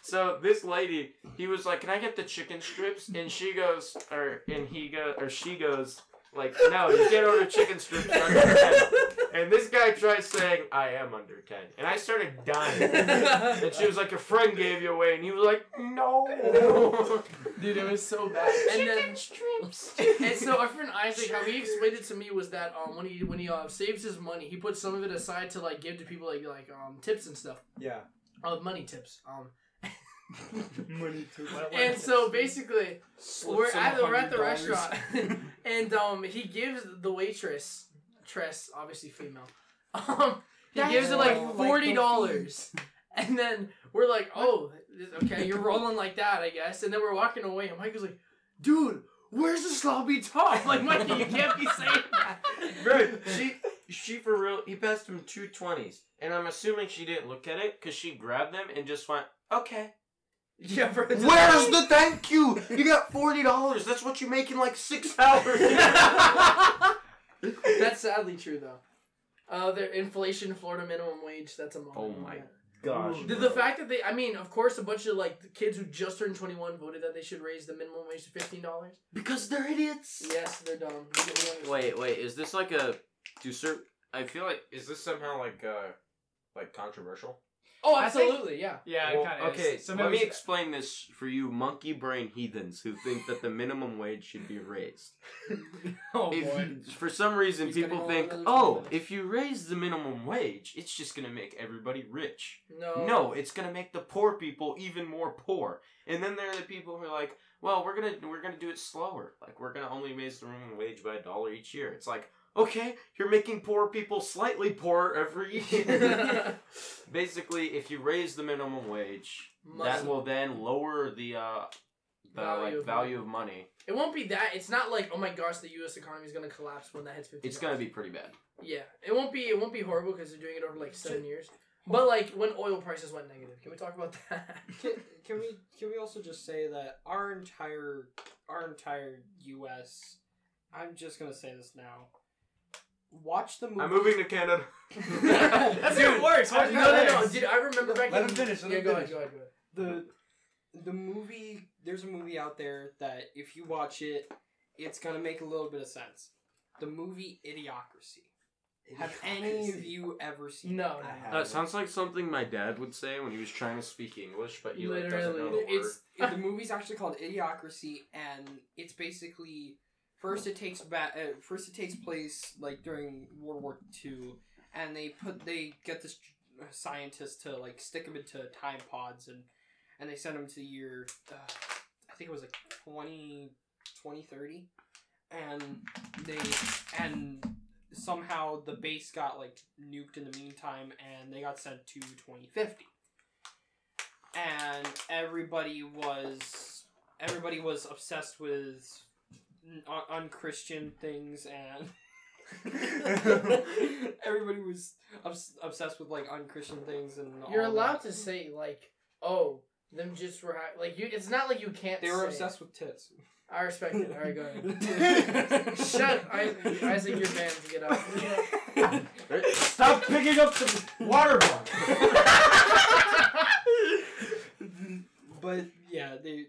[SPEAKER 2] so this lady, he was like, "Can I get the chicken strips?" And she goes, or and he go, or she goes, like, "No, you can't order chicken strips you're under 10. And this guy tries saying, "I am under 10. and I started dying. and she was like, "Your friend gave you away," and he was like, "No."
[SPEAKER 1] Dude, it was so bad. And then
[SPEAKER 2] strips.
[SPEAKER 1] and so our friend Isaac, how he explained it to me was that um when he when he uh, saves his money, he puts some of it aside to like give to people like like um tips and stuff.
[SPEAKER 3] Yeah.
[SPEAKER 1] Uh, money tips. Um
[SPEAKER 3] Money too.
[SPEAKER 1] and so basically we're at the we're at the
[SPEAKER 5] $100.
[SPEAKER 1] restaurant and um he gives the waitress Tress, obviously female. Um he
[SPEAKER 4] That's
[SPEAKER 1] gives it
[SPEAKER 4] why
[SPEAKER 1] like
[SPEAKER 4] you like the
[SPEAKER 1] forty dollars. and then we're like, oh, okay, you're rolling like that, I guess. And then we're walking away, and Mike was like, dude, where's the sloppy top? Like, Mikey, you can't be saying that.
[SPEAKER 2] Bro, she she for real. He passed him two twenties, and I'm assuming she didn't look at it because she grabbed them and just went, "Okay."
[SPEAKER 1] Yeah, bro. it's-
[SPEAKER 2] Where's the thank you? You got forty dollars. That's what you make in like six hours.
[SPEAKER 1] That's sadly true, though. Uh, their inflation, Florida minimum wage, that's a moment.
[SPEAKER 2] Oh my Gosh.
[SPEAKER 1] The, the fact that they, I mean, of course, a bunch of like the kids who just turned 21 voted that they should raise the minimum wage to $15.
[SPEAKER 2] because they're idiots.
[SPEAKER 1] Yes, they're dumb. We understand.
[SPEAKER 2] Wait, wait. Is this like a? Do cert? I feel like is this somehow like uh, like controversial?
[SPEAKER 1] Oh,
[SPEAKER 6] I think-
[SPEAKER 1] absolutely, yeah.
[SPEAKER 6] Yeah,
[SPEAKER 2] Well,
[SPEAKER 6] it kind of
[SPEAKER 2] okay,
[SPEAKER 6] is. So
[SPEAKER 2] let
[SPEAKER 6] maybe
[SPEAKER 2] me
[SPEAKER 6] we should-
[SPEAKER 2] explain this for you monkey brain heathens who think that the minimum wage should be raised.
[SPEAKER 6] Oh
[SPEAKER 2] If
[SPEAKER 6] boy.
[SPEAKER 2] you- for some reason,
[SPEAKER 5] He's
[SPEAKER 2] people
[SPEAKER 5] gonna go
[SPEAKER 2] think,
[SPEAKER 5] on another
[SPEAKER 2] oh,
[SPEAKER 5] topic."
[SPEAKER 2] if you raise the minimum wage, it's just going to make everybody rich.
[SPEAKER 1] No.
[SPEAKER 2] No, it's going to make the poor people even more poor. And then there are the people who are like, well, we're going to we're going to do it slower. Like we're going to only raise the minimum wage by a dollar each year. It's like, okay, you're making poor people slightly poorer every year. Basically, if you raise the minimum wage, that
[SPEAKER 1] Money.
[SPEAKER 2] will then lower the uh the
[SPEAKER 1] Value
[SPEAKER 2] like
[SPEAKER 1] of
[SPEAKER 2] value of money.
[SPEAKER 1] It won't be that. It's not like, oh my gosh, the U.S. economy is gonna collapse when that hits fifty.
[SPEAKER 2] It's going to be pretty bad.
[SPEAKER 1] Yeah, it won't be. It won't be horrible because they're doing it over like seven years. But like when oil prices went negative, can we talk about that?
[SPEAKER 5] can, can we can we also just say that our entire our entire U.S. I'm just gonna say this now. Watch the movie.
[SPEAKER 2] I'm moving to Canada.
[SPEAKER 7] That's even worse.
[SPEAKER 1] no,
[SPEAKER 7] How'd you
[SPEAKER 1] no,
[SPEAKER 7] know
[SPEAKER 1] no.
[SPEAKER 7] that?
[SPEAKER 1] Did I remember back?
[SPEAKER 3] Let
[SPEAKER 1] in-
[SPEAKER 3] him finish, let
[SPEAKER 1] yeah,
[SPEAKER 3] him
[SPEAKER 1] go
[SPEAKER 3] finish.
[SPEAKER 1] ahead. Go ahead. Go ahead.
[SPEAKER 5] the the movie. There's a movie out there that if you watch it, it's gonna make a little bit of sense. The movie Idiocracy. Have any of you ever seen?
[SPEAKER 1] No,
[SPEAKER 5] it?
[SPEAKER 1] no, no.
[SPEAKER 2] That sounds like something my dad would say when he was trying to speak English, but he like, doesn't know the
[SPEAKER 1] Literally.
[SPEAKER 2] word.
[SPEAKER 5] It's the movie's actually called Idiocracy, and it's basically first it takes ba- uh, first it takes place like during World War Two, and they put they get this scientist to like stick him into time pods and and they send him to the year uh, I think it was like 20, 2030 and they and somehow the base got like nuked in the meantime and they got sent to 2050 and everybody was everybody was obsessed with un- unchristian things and everybody was obs- obsessed with like unchristian things and
[SPEAKER 1] You're
[SPEAKER 5] all
[SPEAKER 1] allowed
[SPEAKER 5] that.
[SPEAKER 1] to say like, oh, them just were ha-. like you. It's not like you can't.
[SPEAKER 5] they were
[SPEAKER 1] say
[SPEAKER 5] obsessed with tits
[SPEAKER 1] It. I respect it. All right, go ahead. Shut,
[SPEAKER 5] Shut
[SPEAKER 1] Isaac. Isaac, your fans get out.
[SPEAKER 3] Stop picking up the water bottle.
[SPEAKER 5] but yeah, they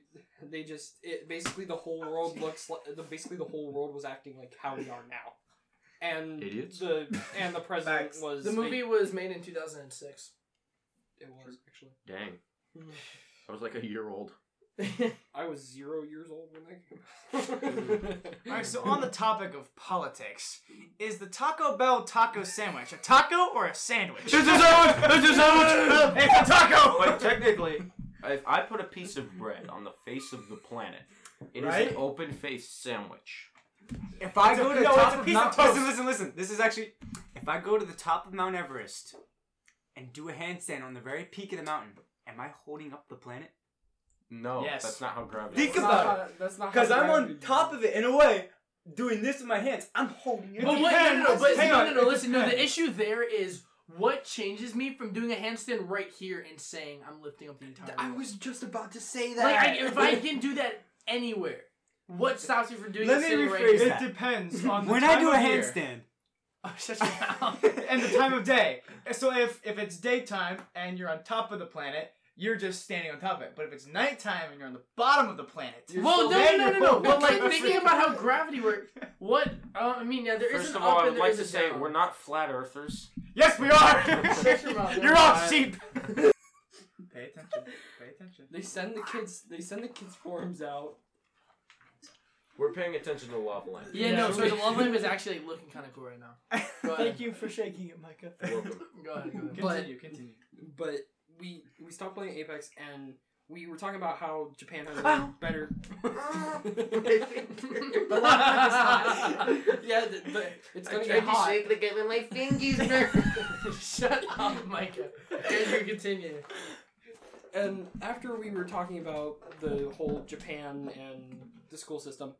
[SPEAKER 5] they just it, basically the whole world looks like the basically the whole world was acting like how we are now, and
[SPEAKER 2] Idiots.
[SPEAKER 5] the and the president
[SPEAKER 3] Facts.
[SPEAKER 5] was
[SPEAKER 1] The movie
[SPEAKER 5] It,
[SPEAKER 1] was made in 2006.
[SPEAKER 5] was actually.
[SPEAKER 2] Dang.
[SPEAKER 1] Hmm.
[SPEAKER 2] I was like a year old.
[SPEAKER 5] I was zero years old when that came out.
[SPEAKER 6] All right, so on the topic of politics, is the Taco Bell taco sandwich a taco or a sandwich?
[SPEAKER 2] This is sandwich! This is sandwich!
[SPEAKER 6] it's a taco.
[SPEAKER 2] But technically, if I put a piece of bread on the face of the planet, it is
[SPEAKER 3] Right?
[SPEAKER 2] an open faced sandwich.
[SPEAKER 3] If I
[SPEAKER 6] It's a-
[SPEAKER 3] go to the
[SPEAKER 6] no, it's
[SPEAKER 3] top
[SPEAKER 6] a
[SPEAKER 3] of
[SPEAKER 6] piece
[SPEAKER 3] Mount
[SPEAKER 6] of toast.
[SPEAKER 3] listen, listen, listen. This is actually if I go to the top of Mount Everest and do a handstand on the very peak of the mountain, am I holding up the planet?
[SPEAKER 2] No,
[SPEAKER 6] Yes.
[SPEAKER 2] that's not how gravity.
[SPEAKER 3] Think
[SPEAKER 2] works.
[SPEAKER 3] about
[SPEAKER 5] it. That's not
[SPEAKER 3] Because
[SPEAKER 5] how
[SPEAKER 3] I'm on
[SPEAKER 5] gravity
[SPEAKER 3] top of it in a way, doing this with my hands. I'm holding it.
[SPEAKER 1] But what, no, no, no, but
[SPEAKER 3] Hang
[SPEAKER 1] no,
[SPEAKER 3] on,
[SPEAKER 1] no, no,
[SPEAKER 3] it
[SPEAKER 1] listen. No, the
[SPEAKER 3] depends.
[SPEAKER 1] issue there is what changes me from doing a handstand right here and saying I'm lifting up the entire.
[SPEAKER 4] I
[SPEAKER 1] world?
[SPEAKER 4] was just about to say that.
[SPEAKER 1] like, I, if I can do that anywhere, what stops me from doing
[SPEAKER 3] Let
[SPEAKER 1] the
[SPEAKER 3] me
[SPEAKER 1] same right
[SPEAKER 3] rephrase
[SPEAKER 1] here?
[SPEAKER 6] It depends on the
[SPEAKER 3] When
[SPEAKER 6] time
[SPEAKER 3] I do a
[SPEAKER 6] of year.
[SPEAKER 3] handstand,
[SPEAKER 6] Oh, shut your mouth. and the time of day. So if if it's daytime and you're on top of the planet, you're just standing on top of it. But if it's nighttime and you're on the bottom of the planet,
[SPEAKER 1] Well, no, no,
[SPEAKER 6] then
[SPEAKER 1] no,
[SPEAKER 6] you're
[SPEAKER 1] no, no.
[SPEAKER 6] holding
[SPEAKER 1] But like
[SPEAKER 6] it.
[SPEAKER 1] thinking about how gravity works, what? Uh, I mean, yeah, there
[SPEAKER 2] First
[SPEAKER 1] isn't
[SPEAKER 2] of all,
[SPEAKER 1] up and
[SPEAKER 2] I would
[SPEAKER 1] there
[SPEAKER 2] like to
[SPEAKER 1] isn't
[SPEAKER 2] say
[SPEAKER 1] down.
[SPEAKER 2] we're not flat earthers.
[SPEAKER 6] yes, we
[SPEAKER 1] Shut your mouth,
[SPEAKER 6] are. you're all
[SPEAKER 1] man.
[SPEAKER 6] sheep. Pay attention. Pay attention.
[SPEAKER 5] They send the kids. They send the kids forums out.
[SPEAKER 2] We're paying attention to love language.
[SPEAKER 1] Yeah, no.
[SPEAKER 5] Yeah.
[SPEAKER 1] So the love lamp is actually looking kind of cool right now. Go ahead.
[SPEAKER 7] Thank you for shaking it, Micah.
[SPEAKER 2] Welcome.
[SPEAKER 1] Go ahead. Go ahead.
[SPEAKER 6] Continue. continue.
[SPEAKER 5] But we we stopped playing Apex and we were talking about how Japan has a better. The lava is hot. yeah, the, the, it's gonna get hot.
[SPEAKER 2] the game in my fingers.
[SPEAKER 1] Shut up, Micah. Andrew, continue.
[SPEAKER 5] and after we were talking about the whole Japan and the school system,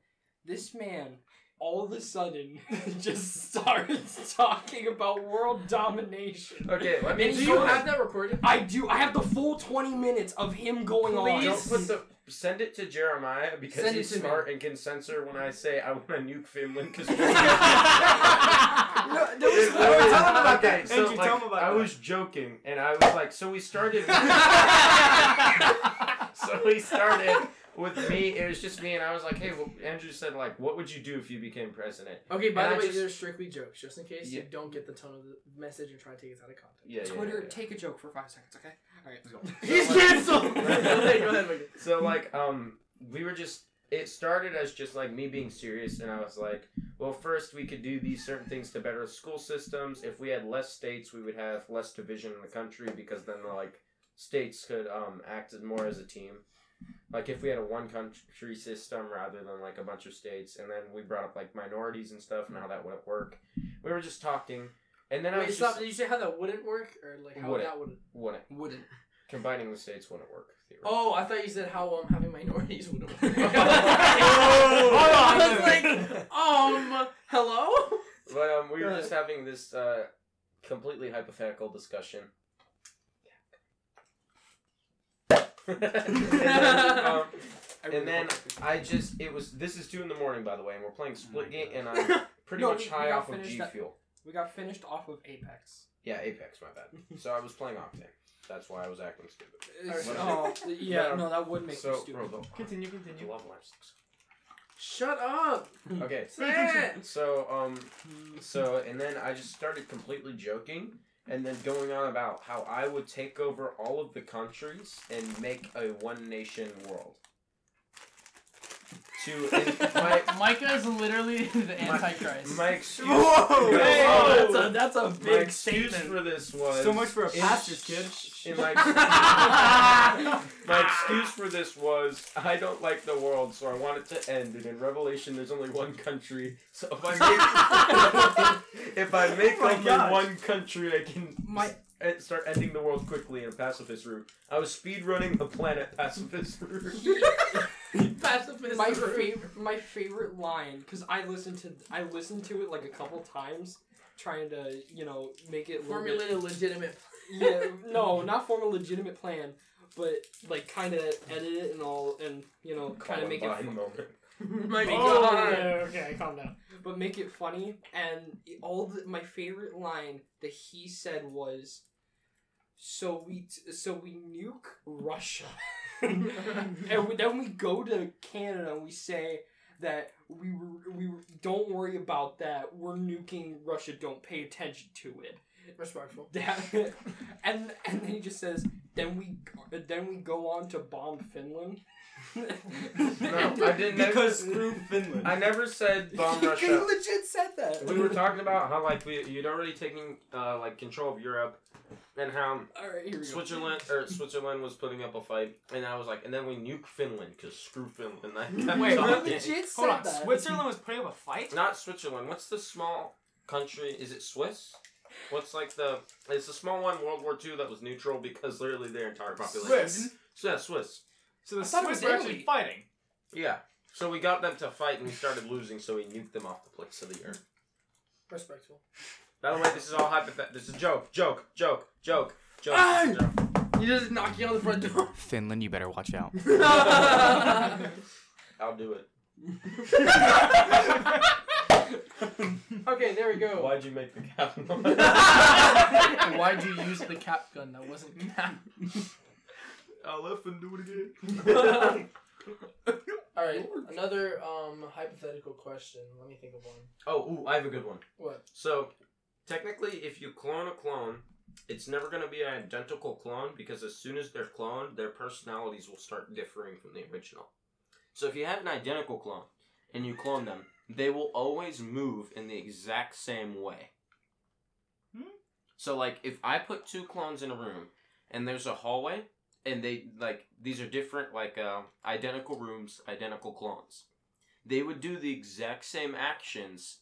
[SPEAKER 5] this man all of a sudden just starts talking about world domination.
[SPEAKER 2] okay, let me.
[SPEAKER 5] And
[SPEAKER 1] Do
[SPEAKER 5] He's
[SPEAKER 1] you
[SPEAKER 5] going-
[SPEAKER 1] have that recorded?
[SPEAKER 5] I do. I have the full twenty minutes of him going on.
[SPEAKER 2] Don't put the send it to Jeremiah because
[SPEAKER 1] Send it
[SPEAKER 2] he's
[SPEAKER 1] to me.
[SPEAKER 2] smart and can censor when I say I want to nuke Finland because.
[SPEAKER 3] No, there was, we were telling about that.
[SPEAKER 2] So,
[SPEAKER 3] Andrew,
[SPEAKER 2] like,
[SPEAKER 3] tell him about
[SPEAKER 2] I
[SPEAKER 3] that.
[SPEAKER 2] was joking, and I was like, so we started. so we started with me. It was just me, and I was like, hey, well, Andrew said, like, what would you do if you became president?
[SPEAKER 1] Okay, by
[SPEAKER 2] And
[SPEAKER 1] the
[SPEAKER 2] I
[SPEAKER 1] way,
[SPEAKER 2] just-
[SPEAKER 1] these are strictly jokes, just in case
[SPEAKER 2] Yeah.
[SPEAKER 1] you don't get the tone of the message and try to take us out of context.
[SPEAKER 2] Yeah, yeah, yeah,
[SPEAKER 5] Twitter,
[SPEAKER 2] yeah.
[SPEAKER 5] take a joke for five seconds, okay? All right, let's go.
[SPEAKER 1] He's canceled!
[SPEAKER 2] Okay,
[SPEAKER 1] go
[SPEAKER 2] go
[SPEAKER 1] ahead,
[SPEAKER 2] So like um we were just it started as just like me being serious and I was like, well first we could do these certain things to better school systems. If we had less states, we would have less division in the country because then the like states could um act as more as a team. Like if we had a one country system rather than like a bunch of states and then we brought up like minorities and stuff and how that wouldn't work. We were just talking and then I
[SPEAKER 1] Wait,
[SPEAKER 2] was
[SPEAKER 1] stop.
[SPEAKER 2] just
[SPEAKER 1] Did you say how that wouldn't work? Or like how
[SPEAKER 2] Wouldn't.
[SPEAKER 1] that wouldn't?
[SPEAKER 2] wouldn't
[SPEAKER 5] Wouldn't.
[SPEAKER 2] combining the states wouldn't work. theoretically.
[SPEAKER 1] Oh, I thought you said how um, having minorities wouldn't work.
[SPEAKER 3] Whoa.
[SPEAKER 1] Oh, I was like, um, hello?
[SPEAKER 2] But um, we
[SPEAKER 1] Go
[SPEAKER 2] were
[SPEAKER 1] ahead.
[SPEAKER 2] just having this uh, completely hypothetical discussion. and then, um, and then I just it was this is two in the morning by the way, and we're playing split game, and I'm pretty
[SPEAKER 5] Oh No,
[SPEAKER 2] much
[SPEAKER 5] we- we
[SPEAKER 2] high
[SPEAKER 5] gotta
[SPEAKER 2] off of
[SPEAKER 5] finish
[SPEAKER 2] G
[SPEAKER 5] that-
[SPEAKER 2] Fuel.
[SPEAKER 5] We got finished off of Apex.
[SPEAKER 2] Yeah, Apex, my bad. So I was playing Octane. That's why I was acting stupid.
[SPEAKER 5] It's-
[SPEAKER 2] Alright.
[SPEAKER 5] Oh, yeah,
[SPEAKER 2] No.
[SPEAKER 5] no, that would make
[SPEAKER 2] so
[SPEAKER 5] you stupid.
[SPEAKER 2] bro, the-
[SPEAKER 6] Continue.
[SPEAKER 2] I
[SPEAKER 6] Continue.
[SPEAKER 2] love life sucks.
[SPEAKER 1] Shut up!
[SPEAKER 2] Okay,
[SPEAKER 1] Say it!
[SPEAKER 2] So, um, so, and then I just started completely joking and then going on about how I would take over all of the countries and make a one nation world. To and my,
[SPEAKER 1] Micah is literally the
[SPEAKER 2] My-
[SPEAKER 1] Antichrist.
[SPEAKER 2] my excuse.
[SPEAKER 3] Whoa!
[SPEAKER 2] No,
[SPEAKER 3] Hey!
[SPEAKER 5] Oh,
[SPEAKER 2] uh,
[SPEAKER 1] that's a that's a
[SPEAKER 2] my excuse for this was
[SPEAKER 3] so much for a
[SPEAKER 2] in-
[SPEAKER 3] pastor's kid.
[SPEAKER 2] in my, my excuse for this was I don't like the world, so I want it to end. And in Revelation, there's only one country. So if I make, if I make
[SPEAKER 3] Oh my
[SPEAKER 2] only
[SPEAKER 3] gosh.
[SPEAKER 2] one country, I can
[SPEAKER 5] My-
[SPEAKER 2] s- e- start ending the world quickly in a pacifist route. I was speed running the planet pacifist route.
[SPEAKER 1] pacifist.
[SPEAKER 5] my favorite, my favorite line, because I listened to, I listened to it like a couple times, trying to, you know, make it a little bit-
[SPEAKER 1] formulate a legitimate.
[SPEAKER 5] yeah, no, not form a legitimate plan, but like kind of edit it and all, and you know, kind of make it.
[SPEAKER 2] Columbine
[SPEAKER 5] fu-
[SPEAKER 2] moment.
[SPEAKER 1] my
[SPEAKER 5] Oh,
[SPEAKER 1] God.
[SPEAKER 5] yeah, okay, calm down. But make it funny, and all the, my favorite line that he said was, "So we, t- so we nuke Russia, and we, then we go to Canada and we say." That we were, we were, don't worry about that. We're nuking Russia. Don't pay attention to it.
[SPEAKER 1] Respectful.
[SPEAKER 5] That, and and then he just says, then we then we go on to bomb Finland.
[SPEAKER 2] No, I didn't.
[SPEAKER 3] Because screw Finland.
[SPEAKER 2] I never said bomb
[SPEAKER 5] he
[SPEAKER 2] Russia.
[SPEAKER 5] legit said that.
[SPEAKER 2] We were talking about how like we, you'd already taken uh, like control of Europe, and how
[SPEAKER 5] All right, here we go.
[SPEAKER 2] Switzerland or Switzerland was putting up a fight, and I was like, and then we nuke Finland because screw Finland. I kept
[SPEAKER 6] Wait,
[SPEAKER 2] talking.
[SPEAKER 6] what?
[SPEAKER 5] Legit said
[SPEAKER 6] Hold on.
[SPEAKER 5] that.
[SPEAKER 6] Switzerland was putting up a fight.
[SPEAKER 2] Not Switzerland. What's the small country? Is it Swiss? What's like the? It's the small one. World War II that was neutral because literally their entire population.
[SPEAKER 6] Swiss.
[SPEAKER 2] So, yeah, Swiss.
[SPEAKER 6] So the
[SPEAKER 1] I thought it
[SPEAKER 6] Swiss
[SPEAKER 1] was
[SPEAKER 6] were actually
[SPEAKER 1] Italy.
[SPEAKER 6] fighting.
[SPEAKER 2] Yeah. So we got them to fight and we started losing, so we nuked them off the place of the earth.
[SPEAKER 1] Respectful.
[SPEAKER 2] By the way, this is all hypothetical. This is a joke, joke, joke, joke, joke.
[SPEAKER 1] Ah!
[SPEAKER 2] joke.
[SPEAKER 1] You just knocking on the front door.
[SPEAKER 8] Finland, you better watch out.
[SPEAKER 2] I'll do it.
[SPEAKER 1] okay, there we go.
[SPEAKER 2] Why'd you make the capital?
[SPEAKER 3] Oh
[SPEAKER 1] Why'd you use the cap gun that wasn't cap?
[SPEAKER 6] I left and do it again.
[SPEAKER 1] All right, another um hypothetical question. Let me think of one.
[SPEAKER 2] oh, ooh, I have a good one.
[SPEAKER 1] What?
[SPEAKER 2] So, technically, if you clone a clone, it's never going to be an identical clone because as soon as they're cloned, their personalities will start differing from the original. So, if you have an identical clone and you clone them, they will always move in the exact same way.
[SPEAKER 6] Hmm?
[SPEAKER 2] So, like, if I put two clones in a room and there's a hallway, and they like these are different, like uh, identical rooms, identical clones. They would do the exact same actions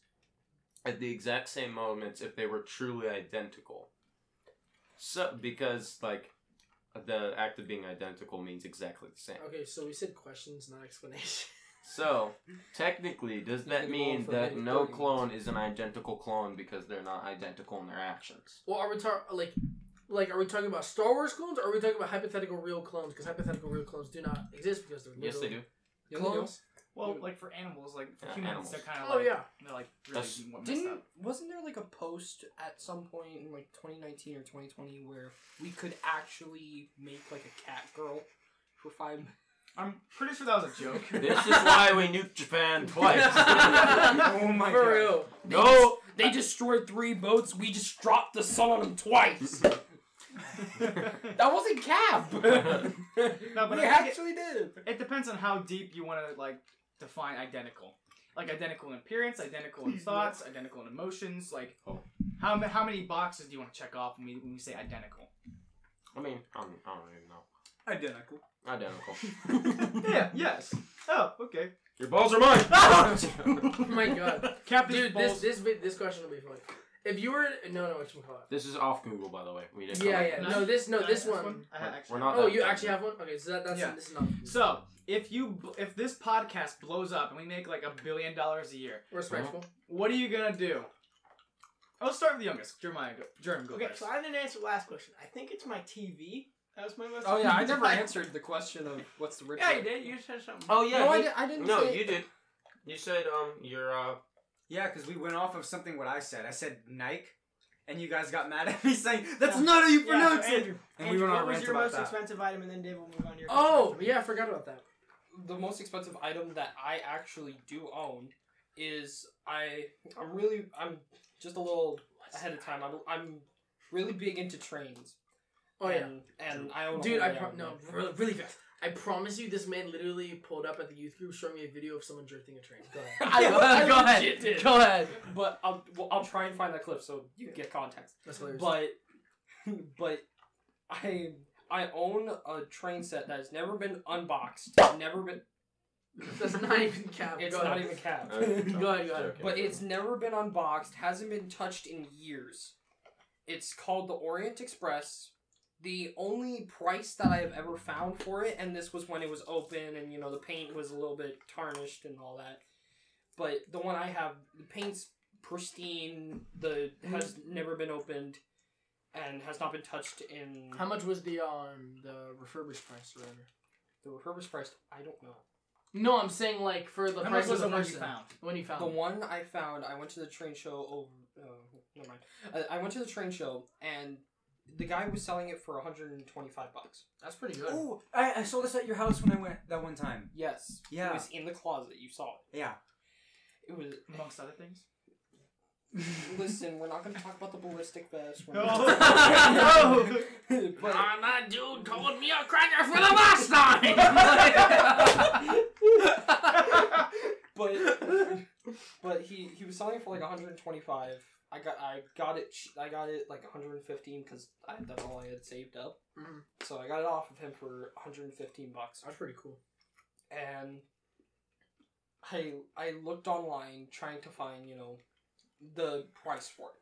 [SPEAKER 2] at the exact same moments if they were truly identical. So because like the act of being identical means exactly the same.
[SPEAKER 1] Okay, so we said questions, not explanations.
[SPEAKER 2] So technically, does
[SPEAKER 1] You
[SPEAKER 2] that
[SPEAKER 1] can roll
[SPEAKER 2] mean
[SPEAKER 1] for
[SPEAKER 2] that
[SPEAKER 1] minus
[SPEAKER 2] no
[SPEAKER 1] 30.
[SPEAKER 2] clone is an identical clone because they're not identical in their actions?
[SPEAKER 1] Well, are we talking like, like are we talking about Star Wars clones? or Are we talking about hypothetical real clones? Because hypothetical real clones do not exist because they're
[SPEAKER 2] Yes, they do.
[SPEAKER 1] Clones.
[SPEAKER 6] Well,
[SPEAKER 1] Dude.
[SPEAKER 6] like for animals, like for
[SPEAKER 2] Yeah,
[SPEAKER 6] humans,
[SPEAKER 2] animals.
[SPEAKER 6] they're kind of
[SPEAKER 1] Oh
[SPEAKER 6] like
[SPEAKER 1] yeah.
[SPEAKER 6] they're like really
[SPEAKER 2] That's-
[SPEAKER 6] what messed
[SPEAKER 5] Didn't
[SPEAKER 6] up.
[SPEAKER 5] wasn't there like a post at some point in like 2019 or 2020 where we could actually make like a cat girl for five?
[SPEAKER 6] I'm pretty sure that was a joke.
[SPEAKER 2] This is why we nuked Japan twice.
[SPEAKER 3] oh my
[SPEAKER 1] For
[SPEAKER 3] god.
[SPEAKER 1] real.
[SPEAKER 2] no.
[SPEAKER 5] They destroyed three boats. We just dropped the sun on them twice. that wasn't Cap.
[SPEAKER 6] No, but
[SPEAKER 5] we
[SPEAKER 6] I think it-
[SPEAKER 5] actually did.
[SPEAKER 6] It depends on how deep you want to like define identical. Like identical in appearance, identical in thoughts, identical in emotions. Like how ma- how many boxes do you want to check off when we, when we say identical?
[SPEAKER 2] I mean, I'm, I don't even know.
[SPEAKER 3] Identical.
[SPEAKER 2] Identical.
[SPEAKER 6] yeah. Yes. Oh. Okay.
[SPEAKER 2] Your balls are mine.
[SPEAKER 1] Oh my god.
[SPEAKER 6] Captain
[SPEAKER 1] Dude, this
[SPEAKER 6] balls.
[SPEAKER 1] this bit- this question will be funny. If you were no no what you call
[SPEAKER 2] this is off Google, by the way. We
[SPEAKER 1] it?
[SPEAKER 2] didn't.
[SPEAKER 1] Yeah
[SPEAKER 2] come up
[SPEAKER 1] yeah
[SPEAKER 2] with
[SPEAKER 1] no this no
[SPEAKER 6] Can I
[SPEAKER 1] this
[SPEAKER 6] ask
[SPEAKER 1] one.
[SPEAKER 6] I ha- actually-
[SPEAKER 2] We're not-
[SPEAKER 1] Oh, you actually have one? Okay, so that, that's
[SPEAKER 6] Yeah.
[SPEAKER 1] this is not.
[SPEAKER 6] So if you bl- if this podcast blows up and we make like a billion dollars a year,
[SPEAKER 1] respectful.
[SPEAKER 6] what are you gonna do? I'll start with the youngest, Jeremiah. Go, Jeremy, go
[SPEAKER 7] Okay,
[SPEAKER 6] first.
[SPEAKER 7] so I didn't answer the last question. I think it's my TV. That was my most.
[SPEAKER 5] Oh yeah, I never answered the question of what's the richest.
[SPEAKER 7] Yeah, you did. You said something.
[SPEAKER 2] Oh yeah.
[SPEAKER 5] No, I,
[SPEAKER 2] you-
[SPEAKER 5] did, I didn't.
[SPEAKER 2] no,
[SPEAKER 5] say-
[SPEAKER 2] you did. You said um, you're uh,
[SPEAKER 3] Yeah, because we went off of something what I said. I said Nike, and you guys got mad at me saying that's not how you
[SPEAKER 7] Yeah,
[SPEAKER 3] pronounce it.
[SPEAKER 7] Andrew,
[SPEAKER 3] And
[SPEAKER 7] Andrew,
[SPEAKER 3] we went on a
[SPEAKER 7] what was
[SPEAKER 3] rant
[SPEAKER 7] your
[SPEAKER 3] about
[SPEAKER 7] most
[SPEAKER 3] that.
[SPEAKER 7] expensive item, and then Dave will move on to your.
[SPEAKER 1] Oh
[SPEAKER 7] question.
[SPEAKER 1] yeah, I forgot about that.
[SPEAKER 5] the most expensive item that I actually do own is I I'm really I'm just a little ahead of time. I'm I'm really big into trains.
[SPEAKER 1] Oh yeah.
[SPEAKER 5] and, and I own a
[SPEAKER 1] Dude,
[SPEAKER 5] whole
[SPEAKER 1] I
[SPEAKER 5] lot
[SPEAKER 1] pro-
[SPEAKER 5] of
[SPEAKER 1] no
[SPEAKER 5] them.
[SPEAKER 1] really, really fast. I promise you, this man literally pulled up at the youth group, showing me a video of someone jerking a train. Go ahead.
[SPEAKER 5] I,
[SPEAKER 8] Go
[SPEAKER 5] I
[SPEAKER 8] ahead, go
[SPEAKER 5] legit
[SPEAKER 8] ahead.
[SPEAKER 5] did.
[SPEAKER 8] Go ahead.
[SPEAKER 5] But I'll well, I'll try and find that clip so you can get context.
[SPEAKER 1] That's hilarious.
[SPEAKER 5] But but I I own a train set that has never been unboxed. Never been.
[SPEAKER 1] that's not even cap.
[SPEAKER 5] It's
[SPEAKER 1] go
[SPEAKER 5] not
[SPEAKER 1] ahead.
[SPEAKER 5] even capped.
[SPEAKER 2] Okay,
[SPEAKER 1] Go ahead, go ahead.
[SPEAKER 2] okay.
[SPEAKER 5] But it's never been unboxed, hasn't been touched in years. It's called the Orient Express. The only price that I have ever found for it, and this was when it was open and you know the paint was a little bit tarnished and all that. But the one I have, the paint's pristine, the has never been opened and has not been touched in
[SPEAKER 1] How much was the um the refurbished price or whatever?
[SPEAKER 5] the refurbished price, I don't know.
[SPEAKER 1] No, I'm saying like for the
[SPEAKER 6] How much
[SPEAKER 1] price
[SPEAKER 6] was
[SPEAKER 1] of
[SPEAKER 6] the
[SPEAKER 1] the
[SPEAKER 6] one you
[SPEAKER 1] person.
[SPEAKER 6] found?
[SPEAKER 1] When you found
[SPEAKER 3] Um,
[SPEAKER 5] The
[SPEAKER 1] it.
[SPEAKER 5] one I found, I went to the train show over. Uh, never mind. I, I went to the train show and the guy was selling it for 125 bucks.
[SPEAKER 1] That's pretty good.
[SPEAKER 3] Oh, I, I saw this at your house when I went that one time.
[SPEAKER 5] Yes. It
[SPEAKER 3] Yeah.
[SPEAKER 5] was in the closet. You saw it.
[SPEAKER 3] Yeah.
[SPEAKER 5] It was.
[SPEAKER 6] Amongst other things.
[SPEAKER 5] Listen, we're not going to talk about the ballistic vest. We're
[SPEAKER 6] No.
[SPEAKER 5] not- but
[SPEAKER 1] that dude called me a cracker for the last time.
[SPEAKER 5] but but he he was selling it for like 125. I got I got it ch- I got it like 115 because I that's all I had saved up.
[SPEAKER 3] Mm-hmm.
[SPEAKER 1] Mhm.
[SPEAKER 5] So I got it off of him for 115 bucks.
[SPEAKER 1] That's pretty cool.
[SPEAKER 5] and I I looked online trying to find you know the price for it.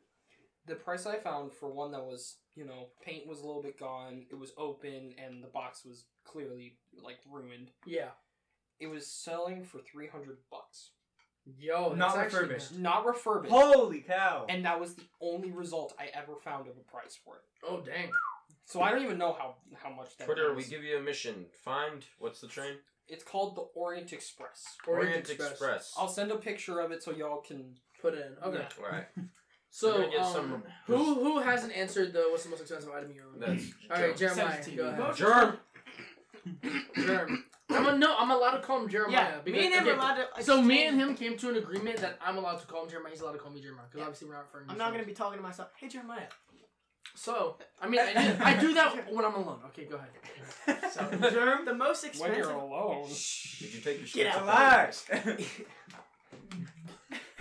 [SPEAKER 5] the price I found for one that was, you know, paint was a little bit gone, it was open, and the box was clearly like ruined.
[SPEAKER 1] Yeah.
[SPEAKER 5] It was selling for three hundred bucks,
[SPEAKER 1] Yo,
[SPEAKER 3] Not
[SPEAKER 1] that's actually-
[SPEAKER 3] refurbished.
[SPEAKER 5] not refurbished,
[SPEAKER 3] Holy cow!
[SPEAKER 5] and that was the only result I ever found of a price for it.
[SPEAKER 1] Oh dang.
[SPEAKER 5] So I don't even know how how much that
[SPEAKER 2] Twitter,
[SPEAKER 5] is.
[SPEAKER 2] we give you a mission. Find what's the train?
[SPEAKER 5] It's called the Orient Express.
[SPEAKER 1] Orient
[SPEAKER 2] Express.
[SPEAKER 1] Express.
[SPEAKER 5] I'll send a picture of it so y'all can.
[SPEAKER 1] Put it in. Okay.
[SPEAKER 5] Yeah.
[SPEAKER 2] All right. We're
[SPEAKER 1] So
[SPEAKER 2] gonna get
[SPEAKER 1] um,
[SPEAKER 2] some-
[SPEAKER 1] who who hasn't answered the what's the most expensive item you own?
[SPEAKER 2] That's
[SPEAKER 1] All right, Jeremiah,
[SPEAKER 6] Seventeen.
[SPEAKER 1] go ahead.
[SPEAKER 2] Germ.
[SPEAKER 1] Germ. I'm a, no, I'm allowed to call him Jeremiah.
[SPEAKER 7] Yeah, me and him
[SPEAKER 1] okay,
[SPEAKER 7] are allowed to.
[SPEAKER 1] So me and him came to an agreement that I'm allowed to call him Jeremiah. He's allowed to call me Jeremiah because
[SPEAKER 7] Yeah.
[SPEAKER 1] obviously we're not referring.
[SPEAKER 7] I'm
[SPEAKER 1] to
[SPEAKER 7] not gonna
[SPEAKER 1] ourselves.
[SPEAKER 7] be talking to myself. Hey Jeremiah.
[SPEAKER 1] So I mean, I do, I do that when I'm alone. Okay, go ahead.
[SPEAKER 7] So Germ, the most
[SPEAKER 5] When
[SPEAKER 7] expensive.
[SPEAKER 5] you're alone.
[SPEAKER 2] Did you take your
[SPEAKER 7] Get out.
[SPEAKER 3] Relax.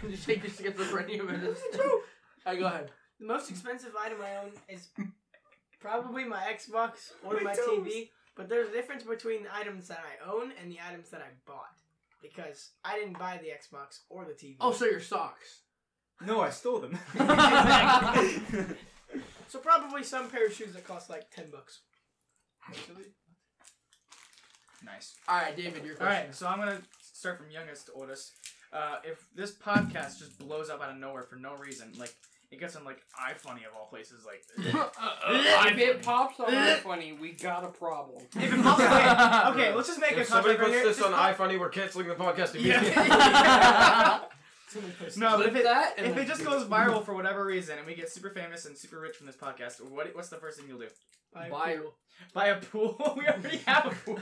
[SPEAKER 1] you take this to get the brain of it. I go ahead.
[SPEAKER 7] The most expensive item I own is probably my Xbox or
[SPEAKER 3] My
[SPEAKER 7] my,
[SPEAKER 3] toes.
[SPEAKER 7] TV. But there's a difference between the items that I own and the items that I bought. Because I didn't buy the Xbox or the TV.
[SPEAKER 1] Oh, so your socks.
[SPEAKER 3] no, I stole them.
[SPEAKER 1] Exactly.
[SPEAKER 7] So probably some pair of shoes that cost like ten bucks.
[SPEAKER 6] Nice.
[SPEAKER 1] All right, David, your
[SPEAKER 6] All
[SPEAKER 1] question.
[SPEAKER 6] right, so I'm gonna start from youngest to oldest. Uh, if this podcast just blows up out of nowhere for no reason, like it gets on like iFunny of all places, like
[SPEAKER 2] Uh,
[SPEAKER 5] if it pops on funny, we got a problem.
[SPEAKER 7] If it pops up- okay, let's just make a
[SPEAKER 2] If somebody
[SPEAKER 7] contract
[SPEAKER 2] puts
[SPEAKER 7] right here.
[SPEAKER 2] this
[SPEAKER 7] Just
[SPEAKER 2] on
[SPEAKER 7] pop-
[SPEAKER 2] iFunny, we're canceling the podcast
[SPEAKER 6] Yeah.
[SPEAKER 2] immediately.
[SPEAKER 6] no, but if
[SPEAKER 1] Flip
[SPEAKER 6] it
[SPEAKER 1] that and
[SPEAKER 6] if
[SPEAKER 1] then-
[SPEAKER 6] it just goes viral for whatever reason and we get super famous and super rich from this podcast, what what's the first thing you'll do?
[SPEAKER 1] Buy-
[SPEAKER 6] Buy a pool? we already have a pool.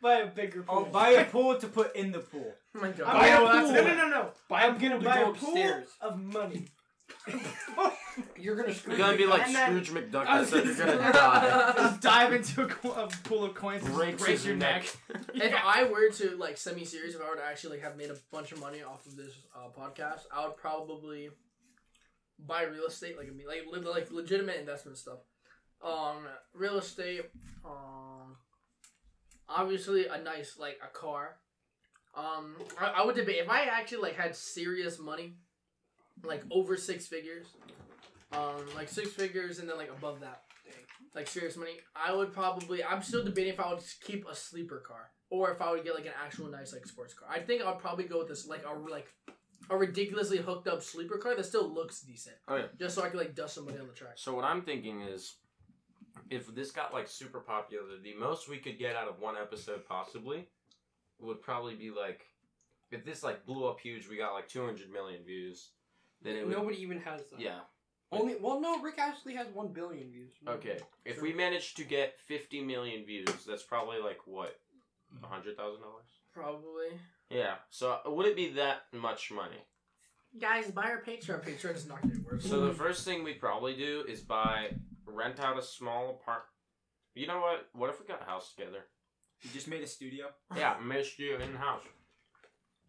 [SPEAKER 7] buy a bigger
[SPEAKER 3] I'll
[SPEAKER 7] pool.
[SPEAKER 3] buy a pool to put in the pool.
[SPEAKER 1] Oh my god.
[SPEAKER 7] I'm
[SPEAKER 6] buy
[SPEAKER 7] gonna-
[SPEAKER 6] a pool.
[SPEAKER 7] No, no, no, no.
[SPEAKER 5] Buy
[SPEAKER 7] I'm gonna
[SPEAKER 5] pool to
[SPEAKER 7] buy
[SPEAKER 5] go
[SPEAKER 7] a pool
[SPEAKER 5] upstairs.
[SPEAKER 7] of money.
[SPEAKER 5] You're gonna screw.
[SPEAKER 2] You're gonna be like
[SPEAKER 7] And then-
[SPEAKER 2] Scrooge McDuck and said you're gonna die.
[SPEAKER 6] Just dive into a, co- a pool of coins and
[SPEAKER 2] Breaks
[SPEAKER 6] just break
[SPEAKER 2] his
[SPEAKER 6] your neck.
[SPEAKER 1] If
[SPEAKER 6] Yeah.
[SPEAKER 1] I were to like semi-serious, if I were to actually like have made a bunch of money off of this uh, podcast, I would probably buy real estate, like imme- like li- like legitimate investment stuff. Um, real estate. Um, obviously a nice like a car. Um, I, I would debate if I actually like had serious money, like over six figures, um, like six figures and then like above that, like serious money. I would probably. I'm still debating if I would keep a sleeper car or if I would get like an actual nice like sports car. I think I'd probably go with this like a like a ridiculously hooked up sleeper car that still looks decent.
[SPEAKER 2] Oh, yeah.
[SPEAKER 1] Just so I could like dust somebody on the track.
[SPEAKER 2] So what I'm thinking is, if this got like super popular, the most we could get out of one episode possibly would probably be like, if this like blew up huge, we got like 200 million views, then it would.
[SPEAKER 5] Nobody even has that.
[SPEAKER 2] Yeah.
[SPEAKER 5] Only well, no. Rick actually has one billion views.
[SPEAKER 2] Okay. If we manage to get 50 million views, that's probably like what, a hundred thousand dollars?
[SPEAKER 1] Probably.
[SPEAKER 2] Yeah. So would it be that much money?
[SPEAKER 1] Guys, buy our Patreon. Patreon is not gonna work.
[SPEAKER 2] So the first thing we'd probably do is buy, rent out a small apartment. You know what? What if we got a house together?
[SPEAKER 3] You just made a studio.
[SPEAKER 2] Yeah, missed you in house.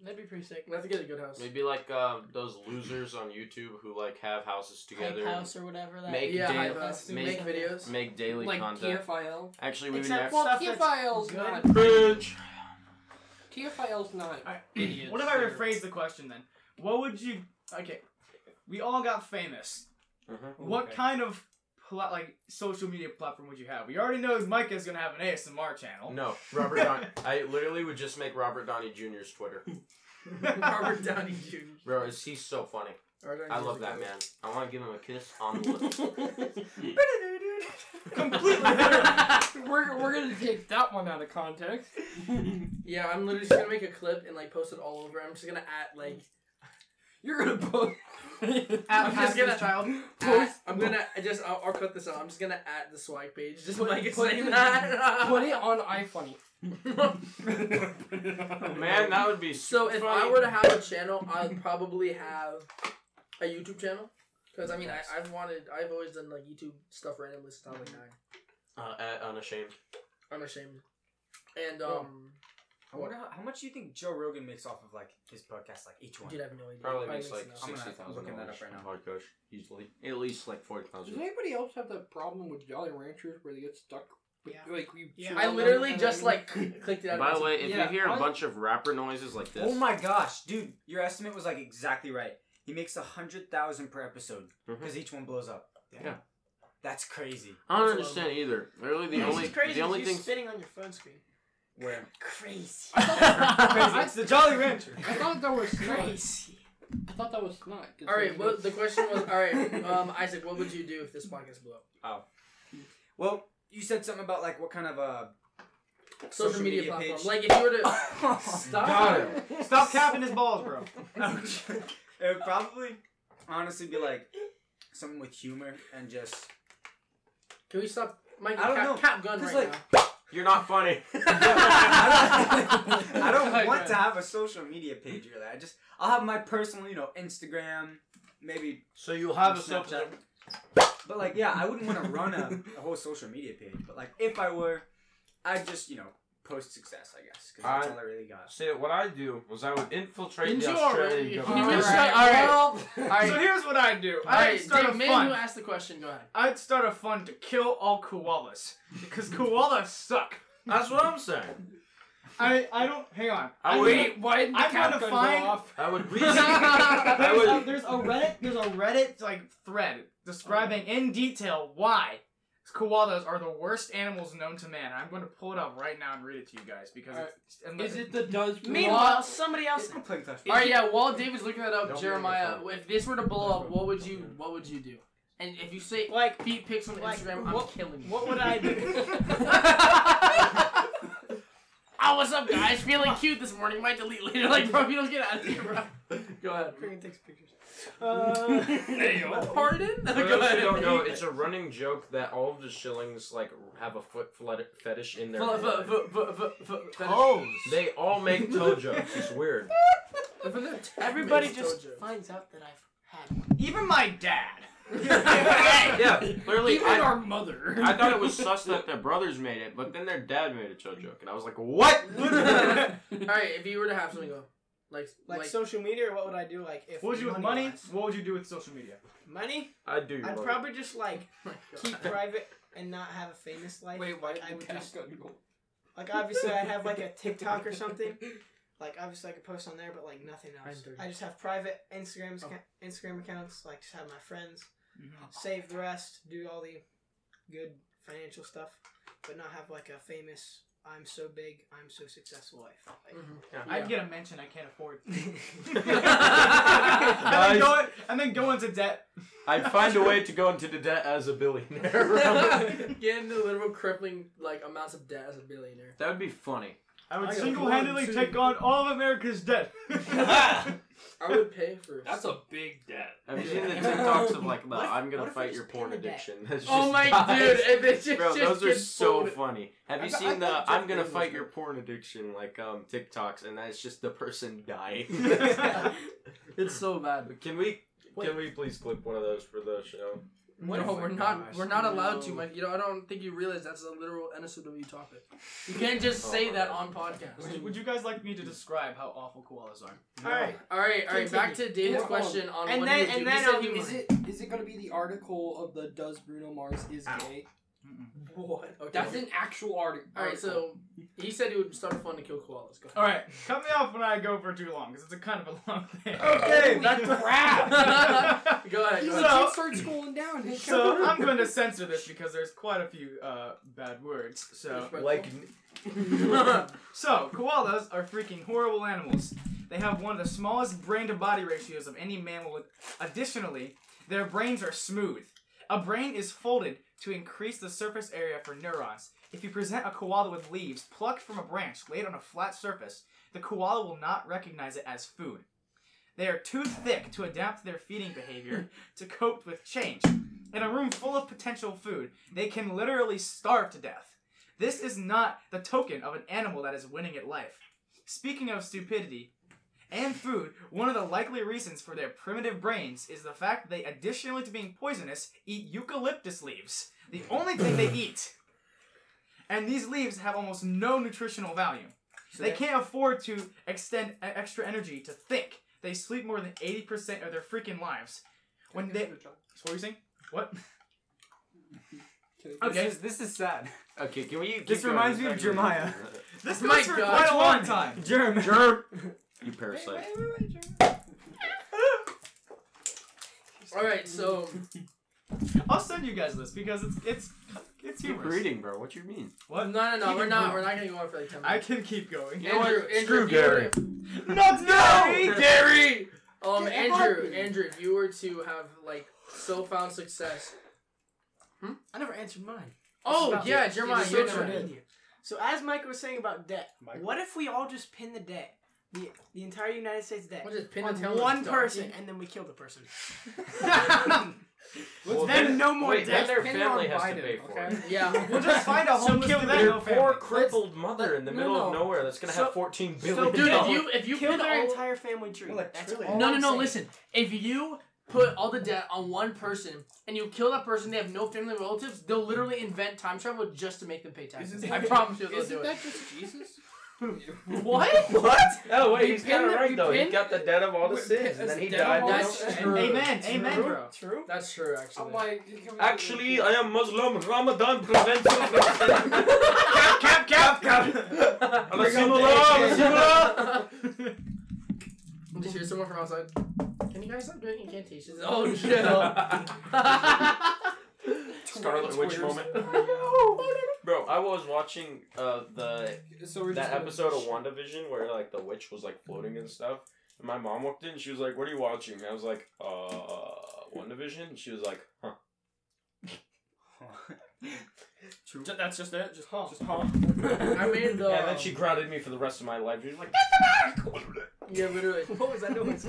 [SPEAKER 7] That'd be pretty sick.
[SPEAKER 1] we have to get a good house.
[SPEAKER 2] Maybe like uh, those losers on YouTube who like have houses together, and
[SPEAKER 7] or whatever that.
[SPEAKER 2] make
[SPEAKER 1] yeah,
[SPEAKER 2] daily
[SPEAKER 1] hype house.
[SPEAKER 2] make-
[SPEAKER 1] Make, videos.
[SPEAKER 2] make daily
[SPEAKER 5] Like
[SPEAKER 2] content.
[SPEAKER 5] TFIL.
[SPEAKER 2] Actually, we would
[SPEAKER 7] Except-
[SPEAKER 2] never.
[SPEAKER 7] Well,
[SPEAKER 5] Well,
[SPEAKER 7] Stuff that's
[SPEAKER 5] TFIL's not.
[SPEAKER 2] Cringe.
[SPEAKER 5] TFIL's not.
[SPEAKER 6] Alright,
[SPEAKER 5] idiots.
[SPEAKER 6] What if I
[SPEAKER 5] They're-
[SPEAKER 6] rephrase the question then? What would you? Okay, we all got famous.
[SPEAKER 2] Mhm.
[SPEAKER 6] What
[SPEAKER 3] Okay.
[SPEAKER 6] kind of pla- like social media platform would you have? We already know Micah's gonna have an ASMR channel.
[SPEAKER 2] No, Robert. Don- I literally would just make Robert Downey Jr.'s Twitter.
[SPEAKER 1] Robert Downey Jr.
[SPEAKER 2] Bro, is he so funny?
[SPEAKER 1] Robert Downey
[SPEAKER 2] I
[SPEAKER 1] Jr.
[SPEAKER 2] love that man. I want to give him a kiss on the lips.
[SPEAKER 6] Completely.
[SPEAKER 5] we're, we're gonna take that one out of context.
[SPEAKER 1] Yeah, I'm literally just gonna make a clip and like post it all over. I'm just gonna at like.
[SPEAKER 5] You're gonna put.
[SPEAKER 1] I'm just gonna
[SPEAKER 6] child.
[SPEAKER 1] Post. I'm gonna I just. I'll, I'll cut this out. I'm just gonna at the swag page. Just like it's
[SPEAKER 5] put
[SPEAKER 1] like
[SPEAKER 5] it-
[SPEAKER 1] that.
[SPEAKER 5] Put it on iFunny.
[SPEAKER 2] Man, that would be
[SPEAKER 1] So if I
[SPEAKER 2] funny.
[SPEAKER 1] were to have a channel, I'd probably have a YouTube channel. Because I mean, I, I've wanted, I've always done like YouTube stuff randomly since I was like nine.
[SPEAKER 2] Uh, at unashamed.
[SPEAKER 1] Unashamed. And um,
[SPEAKER 3] I wonder how, how much do you think Joe Rogan makes off of like his podcast, like each one.
[SPEAKER 1] dude, I have no idea.
[SPEAKER 2] Probably makes like
[SPEAKER 1] enough.
[SPEAKER 3] I'm gonna-
[SPEAKER 2] sixty thousand
[SPEAKER 3] looking that
[SPEAKER 2] dollars.
[SPEAKER 3] up right now.
[SPEAKER 2] Hard coach, easily. At least like forty
[SPEAKER 5] Does
[SPEAKER 2] thousand.
[SPEAKER 5] anybody else have that problem with Jolly Ranchers where they get stuck? with-
[SPEAKER 7] Yeah.
[SPEAKER 5] Like you.
[SPEAKER 7] Yeah.
[SPEAKER 5] chew
[SPEAKER 1] I
[SPEAKER 5] on them
[SPEAKER 1] literally
[SPEAKER 5] and
[SPEAKER 1] just
[SPEAKER 5] then-
[SPEAKER 1] like clicked it out.
[SPEAKER 2] By
[SPEAKER 1] of
[SPEAKER 2] the way, if
[SPEAKER 5] Yeah,
[SPEAKER 2] you hear a
[SPEAKER 5] I-
[SPEAKER 2] bunch of rapper noises like this,
[SPEAKER 3] Oh my gosh, dude, your estimate was like exactly right. He makes a hundred thousand per episode
[SPEAKER 7] Mm-hmm.
[SPEAKER 2] Mhm.
[SPEAKER 3] because each one blows up.
[SPEAKER 2] Yeah.
[SPEAKER 3] that's crazy.
[SPEAKER 2] I don't understand either. Really, the
[SPEAKER 7] This
[SPEAKER 2] only
[SPEAKER 7] is crazy.
[SPEAKER 2] the only
[SPEAKER 7] you
[SPEAKER 2] thing.
[SPEAKER 7] spitting on your phone screen.
[SPEAKER 3] Where
[SPEAKER 7] Crazy.
[SPEAKER 3] crazy? It's the Jolly Rancher.
[SPEAKER 5] I thought that was snot.
[SPEAKER 7] Crazy.
[SPEAKER 5] I thought that was snot.
[SPEAKER 1] All right. Well, the question was, all right, um, Isaac, what would you do if this podcast blew up?
[SPEAKER 3] Well, you said something about like what kind of uh.
[SPEAKER 1] Social,
[SPEAKER 3] Social
[SPEAKER 1] media,
[SPEAKER 3] media
[SPEAKER 1] platform. Like
[SPEAKER 3] page.
[SPEAKER 1] if you were to
[SPEAKER 3] Stop.
[SPEAKER 2] Got it.
[SPEAKER 6] Stop capping his balls, bro.
[SPEAKER 3] it would probably honestly be like something with humor and just
[SPEAKER 1] Can we stop? Mike,
[SPEAKER 3] I don't
[SPEAKER 1] cap,
[SPEAKER 3] know.
[SPEAKER 1] cap gun
[SPEAKER 3] Just
[SPEAKER 1] right
[SPEAKER 3] like-
[SPEAKER 1] now.
[SPEAKER 2] You're not funny.
[SPEAKER 3] I don't, I don't
[SPEAKER 5] Okay.
[SPEAKER 3] want to have a social media page really. I just I'll have my personal, you know, Instagram, maybe
[SPEAKER 2] So you'll
[SPEAKER 3] Snapchat. But like yeah, I wouldn't want to run a, a whole social media page, but like if I were, I'd just, you know, post success, I guess, cuz that's
[SPEAKER 2] I-
[SPEAKER 3] all I really got.
[SPEAKER 2] See, what I do was I would infiltrate
[SPEAKER 1] Didn't
[SPEAKER 2] the
[SPEAKER 1] you already?
[SPEAKER 2] Australian
[SPEAKER 1] You
[SPEAKER 2] government.
[SPEAKER 1] will
[SPEAKER 5] Alright,
[SPEAKER 1] shut- alright.
[SPEAKER 5] Well,
[SPEAKER 1] All
[SPEAKER 6] So
[SPEAKER 1] right.
[SPEAKER 6] here's what I'd do.
[SPEAKER 1] All
[SPEAKER 6] I'd
[SPEAKER 1] right,
[SPEAKER 6] start
[SPEAKER 1] Dave,
[SPEAKER 6] a
[SPEAKER 1] man who
[SPEAKER 6] fund.
[SPEAKER 1] asked the question, go ahead.
[SPEAKER 6] I'd start a fund to kill all koalas because koalas suck.
[SPEAKER 2] That's what I'm saying.
[SPEAKER 6] I I don't. Hang on.
[SPEAKER 2] I would-
[SPEAKER 6] wait.
[SPEAKER 5] why did the
[SPEAKER 6] I'm
[SPEAKER 5] cap
[SPEAKER 6] gonna
[SPEAKER 5] gun
[SPEAKER 6] find-
[SPEAKER 5] go off?
[SPEAKER 2] I would read. I
[SPEAKER 6] There's, a,
[SPEAKER 2] would.
[SPEAKER 6] there's a Reddit. There's a Reddit like thread describing in detail why koalas are the worst animals known to man. I'm going to pull it up right now and read it to you guys because
[SPEAKER 5] Alright.
[SPEAKER 6] it's, unless-
[SPEAKER 5] Is it the does
[SPEAKER 1] Meanwhile, somebody else.
[SPEAKER 3] I'm playing Clash.
[SPEAKER 1] All right, yeah. While David's looking that up,
[SPEAKER 2] Don't be
[SPEAKER 1] Jeremiah,
[SPEAKER 2] on
[SPEAKER 1] if this were to blow up, what would
[SPEAKER 2] Don't be
[SPEAKER 1] you
[SPEAKER 2] on
[SPEAKER 1] what would you do? And if you say
[SPEAKER 7] Like,
[SPEAKER 1] feet pics on
[SPEAKER 7] like,
[SPEAKER 1] Instagram, I'm
[SPEAKER 7] what-
[SPEAKER 1] killing you.
[SPEAKER 7] what would I do?
[SPEAKER 1] oh, what's up, guys? Feeling cute this morning. Might delete later. Like, bro, if you don't get out of here, bro. Go ahead. Uh,
[SPEAKER 7] Freaking takes pictures.
[SPEAKER 1] Pardon? Go
[SPEAKER 2] For those who
[SPEAKER 1] ahead.
[SPEAKER 2] don't know, it's a running joke that all of the shillings like have a foot flet- fetish in their.
[SPEAKER 1] Fu- fu-
[SPEAKER 2] blood.
[SPEAKER 1] fu- fu- fu- fu- fetish.
[SPEAKER 6] toes?
[SPEAKER 2] They all make toe jokes. It's weird.
[SPEAKER 1] Everybody just.
[SPEAKER 7] Finds out that I've had one.
[SPEAKER 6] Even my dad.
[SPEAKER 2] Yeah, literally.
[SPEAKER 5] Even
[SPEAKER 2] I,
[SPEAKER 5] our mother.
[SPEAKER 2] I thought it was sus that their brothers made it, but then their dad made a toe joke, and I was like, "What?" Literally.
[SPEAKER 1] All right, if you were to have something go, like,
[SPEAKER 7] Like,
[SPEAKER 1] like,
[SPEAKER 7] social media, or what would I do? Like, if
[SPEAKER 6] What would you do with money?
[SPEAKER 7] was-
[SPEAKER 6] What would you do with social media?
[SPEAKER 7] Money?
[SPEAKER 2] I do.
[SPEAKER 7] I'd
[SPEAKER 2] love it.
[SPEAKER 7] probably just like
[SPEAKER 1] my God.
[SPEAKER 7] keep private and not have a famous life.
[SPEAKER 5] Wait, why
[SPEAKER 7] like,
[SPEAKER 5] did
[SPEAKER 7] I
[SPEAKER 5] the
[SPEAKER 7] would
[SPEAKER 5] cap
[SPEAKER 7] just
[SPEAKER 5] gun go?
[SPEAKER 7] like obviously I have like a TikTok or something. Like obviously I could post on there, but like nothing else.
[SPEAKER 1] I'm dirty.
[SPEAKER 7] I just have private Instagram
[SPEAKER 4] Oh.
[SPEAKER 7] acc- Instagram accounts. Like just have my friends
[SPEAKER 4] Mm-hmm.
[SPEAKER 7] save the rest, do all the good financial stuff, but not have like a famous. I'm so big. I'm so successful. Life. Like,
[SPEAKER 1] Mhm.
[SPEAKER 6] I'd get a mention I can't afford.
[SPEAKER 2] Nice.
[SPEAKER 6] and, then go, and then go into debt.
[SPEAKER 2] I'd find a way to go into the debt as a billionaire.
[SPEAKER 1] Get into literal crippling like amounts of debt as a billionaire.
[SPEAKER 2] that would be funny.
[SPEAKER 6] I would
[SPEAKER 1] I got
[SPEAKER 6] single
[SPEAKER 1] one,
[SPEAKER 6] handedly
[SPEAKER 1] two.
[SPEAKER 6] take on all of America's debt.
[SPEAKER 1] I would pay for.
[SPEAKER 5] That's a big debt.
[SPEAKER 2] Have you
[SPEAKER 1] Yeah.
[SPEAKER 2] seen the TikToks of like the
[SPEAKER 7] What if-
[SPEAKER 2] "I'm
[SPEAKER 7] what
[SPEAKER 2] gonna
[SPEAKER 7] if
[SPEAKER 2] fight
[SPEAKER 7] it's
[SPEAKER 2] your porn
[SPEAKER 7] Canada?
[SPEAKER 2] addiction"? That's
[SPEAKER 1] oh
[SPEAKER 2] just
[SPEAKER 1] my
[SPEAKER 2] guys.
[SPEAKER 1] dude, and they just,
[SPEAKER 2] Bro,
[SPEAKER 1] just
[SPEAKER 2] those are
[SPEAKER 1] get
[SPEAKER 2] so
[SPEAKER 1] folded.
[SPEAKER 2] funny. Have you
[SPEAKER 1] I thought- I thought
[SPEAKER 2] seen the
[SPEAKER 1] Jeff
[SPEAKER 2] "I'm gonna
[SPEAKER 1] Bezos
[SPEAKER 2] fight
[SPEAKER 1] did.
[SPEAKER 2] your porn addiction" like um TikToks, and that's just the person dying.
[SPEAKER 1] It's so bad.
[SPEAKER 2] can we
[SPEAKER 1] Wait.
[SPEAKER 2] can we please clip one of those for the show?
[SPEAKER 1] No,
[SPEAKER 3] Oh my
[SPEAKER 1] we're not.
[SPEAKER 3] gosh.
[SPEAKER 1] We're not allowed to,
[SPEAKER 6] No.
[SPEAKER 1] Mike. You know, I don't think you realize that's a literal NSFW topic. You can't just
[SPEAKER 2] Oh
[SPEAKER 1] say
[SPEAKER 2] my
[SPEAKER 1] that
[SPEAKER 2] God.
[SPEAKER 1] on podcast.
[SPEAKER 6] would, would you guys like me to describe how awful koalas are?
[SPEAKER 7] all right.
[SPEAKER 1] All right, all right. Back to David's
[SPEAKER 5] Yeah.
[SPEAKER 1] question on
[SPEAKER 7] And
[SPEAKER 1] what
[SPEAKER 7] then-
[SPEAKER 1] he would do.
[SPEAKER 7] and
[SPEAKER 1] He
[SPEAKER 7] then
[SPEAKER 1] said
[SPEAKER 7] I'll
[SPEAKER 1] he
[SPEAKER 7] do
[SPEAKER 1] would-
[SPEAKER 5] Is it is it gonna be the article of the does Bruno Mars is gay?
[SPEAKER 1] What? Okay.
[SPEAKER 5] That's an actual article.
[SPEAKER 1] all right. So he said he would start a fund to kill koalas. Go.
[SPEAKER 6] All right, cut me off when I go for too long because it's a kind of a long thing.
[SPEAKER 3] Okay,
[SPEAKER 5] back
[SPEAKER 3] to
[SPEAKER 1] crap. Go ahead.
[SPEAKER 5] He's
[SPEAKER 1] Go
[SPEAKER 6] So-
[SPEAKER 1] ahead.
[SPEAKER 5] legit starts going down. His
[SPEAKER 6] so I'm going to censor this because there's quite a few uh, bad words. So
[SPEAKER 2] Like,
[SPEAKER 6] So, koalas are freaking horrible animals. They have one of the smallest brain to body ratios of any mammal. Additionally, their brains are smooth. A brain is folded to increase the surface area for neurons. If you present a koala with leaves plucked from a branch laid on a flat surface, the koala will not recognize it as food. They are too thick to adapt their feeding behavior to cope with change. In a room full of potential food, they can literally starve to death. This is not the token of an animal that is winning at life. Speaking of stupidity and food, one of the likely reasons for their primitive brains is the fact that they, additionally to being poisonous, eat eucalyptus leaves, the only thing they eat. And these leaves have almost no nutritional value. They can't afford to extend e- extra energy to think. They sleep more than 80% of their freaking lives. When they. What were you saying? What? Okay.
[SPEAKER 3] This is, this is sad.
[SPEAKER 2] okay, can we? keep
[SPEAKER 3] This
[SPEAKER 2] going?
[SPEAKER 3] reminds me of
[SPEAKER 2] Okay.
[SPEAKER 3] Jeremiah.
[SPEAKER 6] This
[SPEAKER 1] My
[SPEAKER 6] goes for
[SPEAKER 1] God.
[SPEAKER 6] quite a long time.
[SPEAKER 3] Germ.
[SPEAKER 2] Germ, you parasite.
[SPEAKER 1] All right, so
[SPEAKER 6] I'll send you guys this because it's it's it's
[SPEAKER 8] Keep
[SPEAKER 6] humorous.
[SPEAKER 8] reading, bro. What you mean?
[SPEAKER 1] no,
[SPEAKER 6] What?
[SPEAKER 1] no, no,
[SPEAKER 6] Keep
[SPEAKER 1] we're
[SPEAKER 6] it
[SPEAKER 1] not,
[SPEAKER 6] moving.
[SPEAKER 1] we're not gonna go on for like ten
[SPEAKER 6] I
[SPEAKER 1] minutes.
[SPEAKER 6] can keep going.
[SPEAKER 1] Andrew, Andrew,
[SPEAKER 2] Screw
[SPEAKER 1] if you were-
[SPEAKER 2] Gary.
[SPEAKER 6] Not
[SPEAKER 2] No, Gary.
[SPEAKER 1] Um,
[SPEAKER 4] Get
[SPEAKER 1] Andrew,
[SPEAKER 4] Barbie.
[SPEAKER 1] Andrew, if you were to have like so found success.
[SPEAKER 4] I never answered mine.
[SPEAKER 1] Oh
[SPEAKER 4] about
[SPEAKER 1] yeah, Jeremiah,
[SPEAKER 4] so
[SPEAKER 1] your
[SPEAKER 4] never
[SPEAKER 1] turn.
[SPEAKER 4] did. So as Mike was saying about debt,
[SPEAKER 3] Mike?
[SPEAKER 4] what if we all just pin the debt, the, the entire United States debt,
[SPEAKER 1] What is it, pin the
[SPEAKER 4] on
[SPEAKER 1] tail on
[SPEAKER 4] one
[SPEAKER 1] the
[SPEAKER 4] person,
[SPEAKER 1] donkey?
[SPEAKER 4] and then we kill the person?
[SPEAKER 2] Well,
[SPEAKER 4] then no more
[SPEAKER 2] wait,
[SPEAKER 4] debt.
[SPEAKER 2] then their
[SPEAKER 5] Depending
[SPEAKER 2] family
[SPEAKER 5] on
[SPEAKER 2] has
[SPEAKER 5] Biden,
[SPEAKER 2] to pay for
[SPEAKER 5] okay?
[SPEAKER 2] it.
[SPEAKER 1] Yeah.
[SPEAKER 6] We'll just find a homeless
[SPEAKER 2] kill
[SPEAKER 6] dude with
[SPEAKER 2] their
[SPEAKER 6] no family.
[SPEAKER 2] poor crippled mother in the
[SPEAKER 4] no,
[SPEAKER 2] middle of
[SPEAKER 4] no.
[SPEAKER 2] nowhere that's gonna
[SPEAKER 4] So-
[SPEAKER 2] have fourteen billion.
[SPEAKER 1] Dude, if
[SPEAKER 2] dollars.
[SPEAKER 1] you if you
[SPEAKER 4] Kill
[SPEAKER 1] put
[SPEAKER 4] their
[SPEAKER 1] all
[SPEAKER 4] entire family tree.
[SPEAKER 3] Well, a
[SPEAKER 4] That's
[SPEAKER 3] trillion.
[SPEAKER 4] all
[SPEAKER 1] no no
[SPEAKER 4] I'm
[SPEAKER 1] no
[SPEAKER 4] saying.
[SPEAKER 1] listen if you put all the debt on one person and you kill that person they have no family relatives they'll literally invent time travel just to make them pay taxes
[SPEAKER 5] Isn't
[SPEAKER 1] I
[SPEAKER 5] that-
[SPEAKER 1] promise you they'll do
[SPEAKER 5] Isn't
[SPEAKER 1] it
[SPEAKER 5] that just Jesus?
[SPEAKER 1] what what
[SPEAKER 2] oh wait,
[SPEAKER 1] you
[SPEAKER 2] he's
[SPEAKER 1] pin
[SPEAKER 2] kind of
[SPEAKER 1] the-
[SPEAKER 2] right
[SPEAKER 1] you
[SPEAKER 2] though. He
[SPEAKER 1] pin-
[SPEAKER 2] got the debt of all the
[SPEAKER 5] Wait,
[SPEAKER 2] sins, and then he
[SPEAKER 5] debt of
[SPEAKER 2] died.
[SPEAKER 5] all
[SPEAKER 2] That's-
[SPEAKER 1] that's
[SPEAKER 5] sin?
[SPEAKER 1] true
[SPEAKER 6] Amen, amen, bro.
[SPEAKER 3] True.
[SPEAKER 1] that's true actually
[SPEAKER 5] I'm like, can we-
[SPEAKER 2] Actually, I am Muslim. Ramadan prevents you from sin.
[SPEAKER 6] Cap, cap, cap.
[SPEAKER 2] Allah simula, Allah
[SPEAKER 1] just hear someone from outside can you guys stop doing incantations
[SPEAKER 5] Oh,
[SPEAKER 1] yeah
[SPEAKER 2] Scarlet Witch moment. Bro, I was watching uh, the
[SPEAKER 5] so we're
[SPEAKER 2] that
[SPEAKER 5] just
[SPEAKER 2] episode of WandaVision where like the witch was like floating and stuff. And my mom walked in. She was like, "What are you watching?" And I was like, "Uh, WandaVision." And she was like, "Huh."
[SPEAKER 5] Gonna, Ju- that's just it. Just huh. Just huh.
[SPEAKER 1] I made the
[SPEAKER 2] and then she grounded me for the rest of my life. She was like,
[SPEAKER 1] yeah literally
[SPEAKER 4] What was that noise?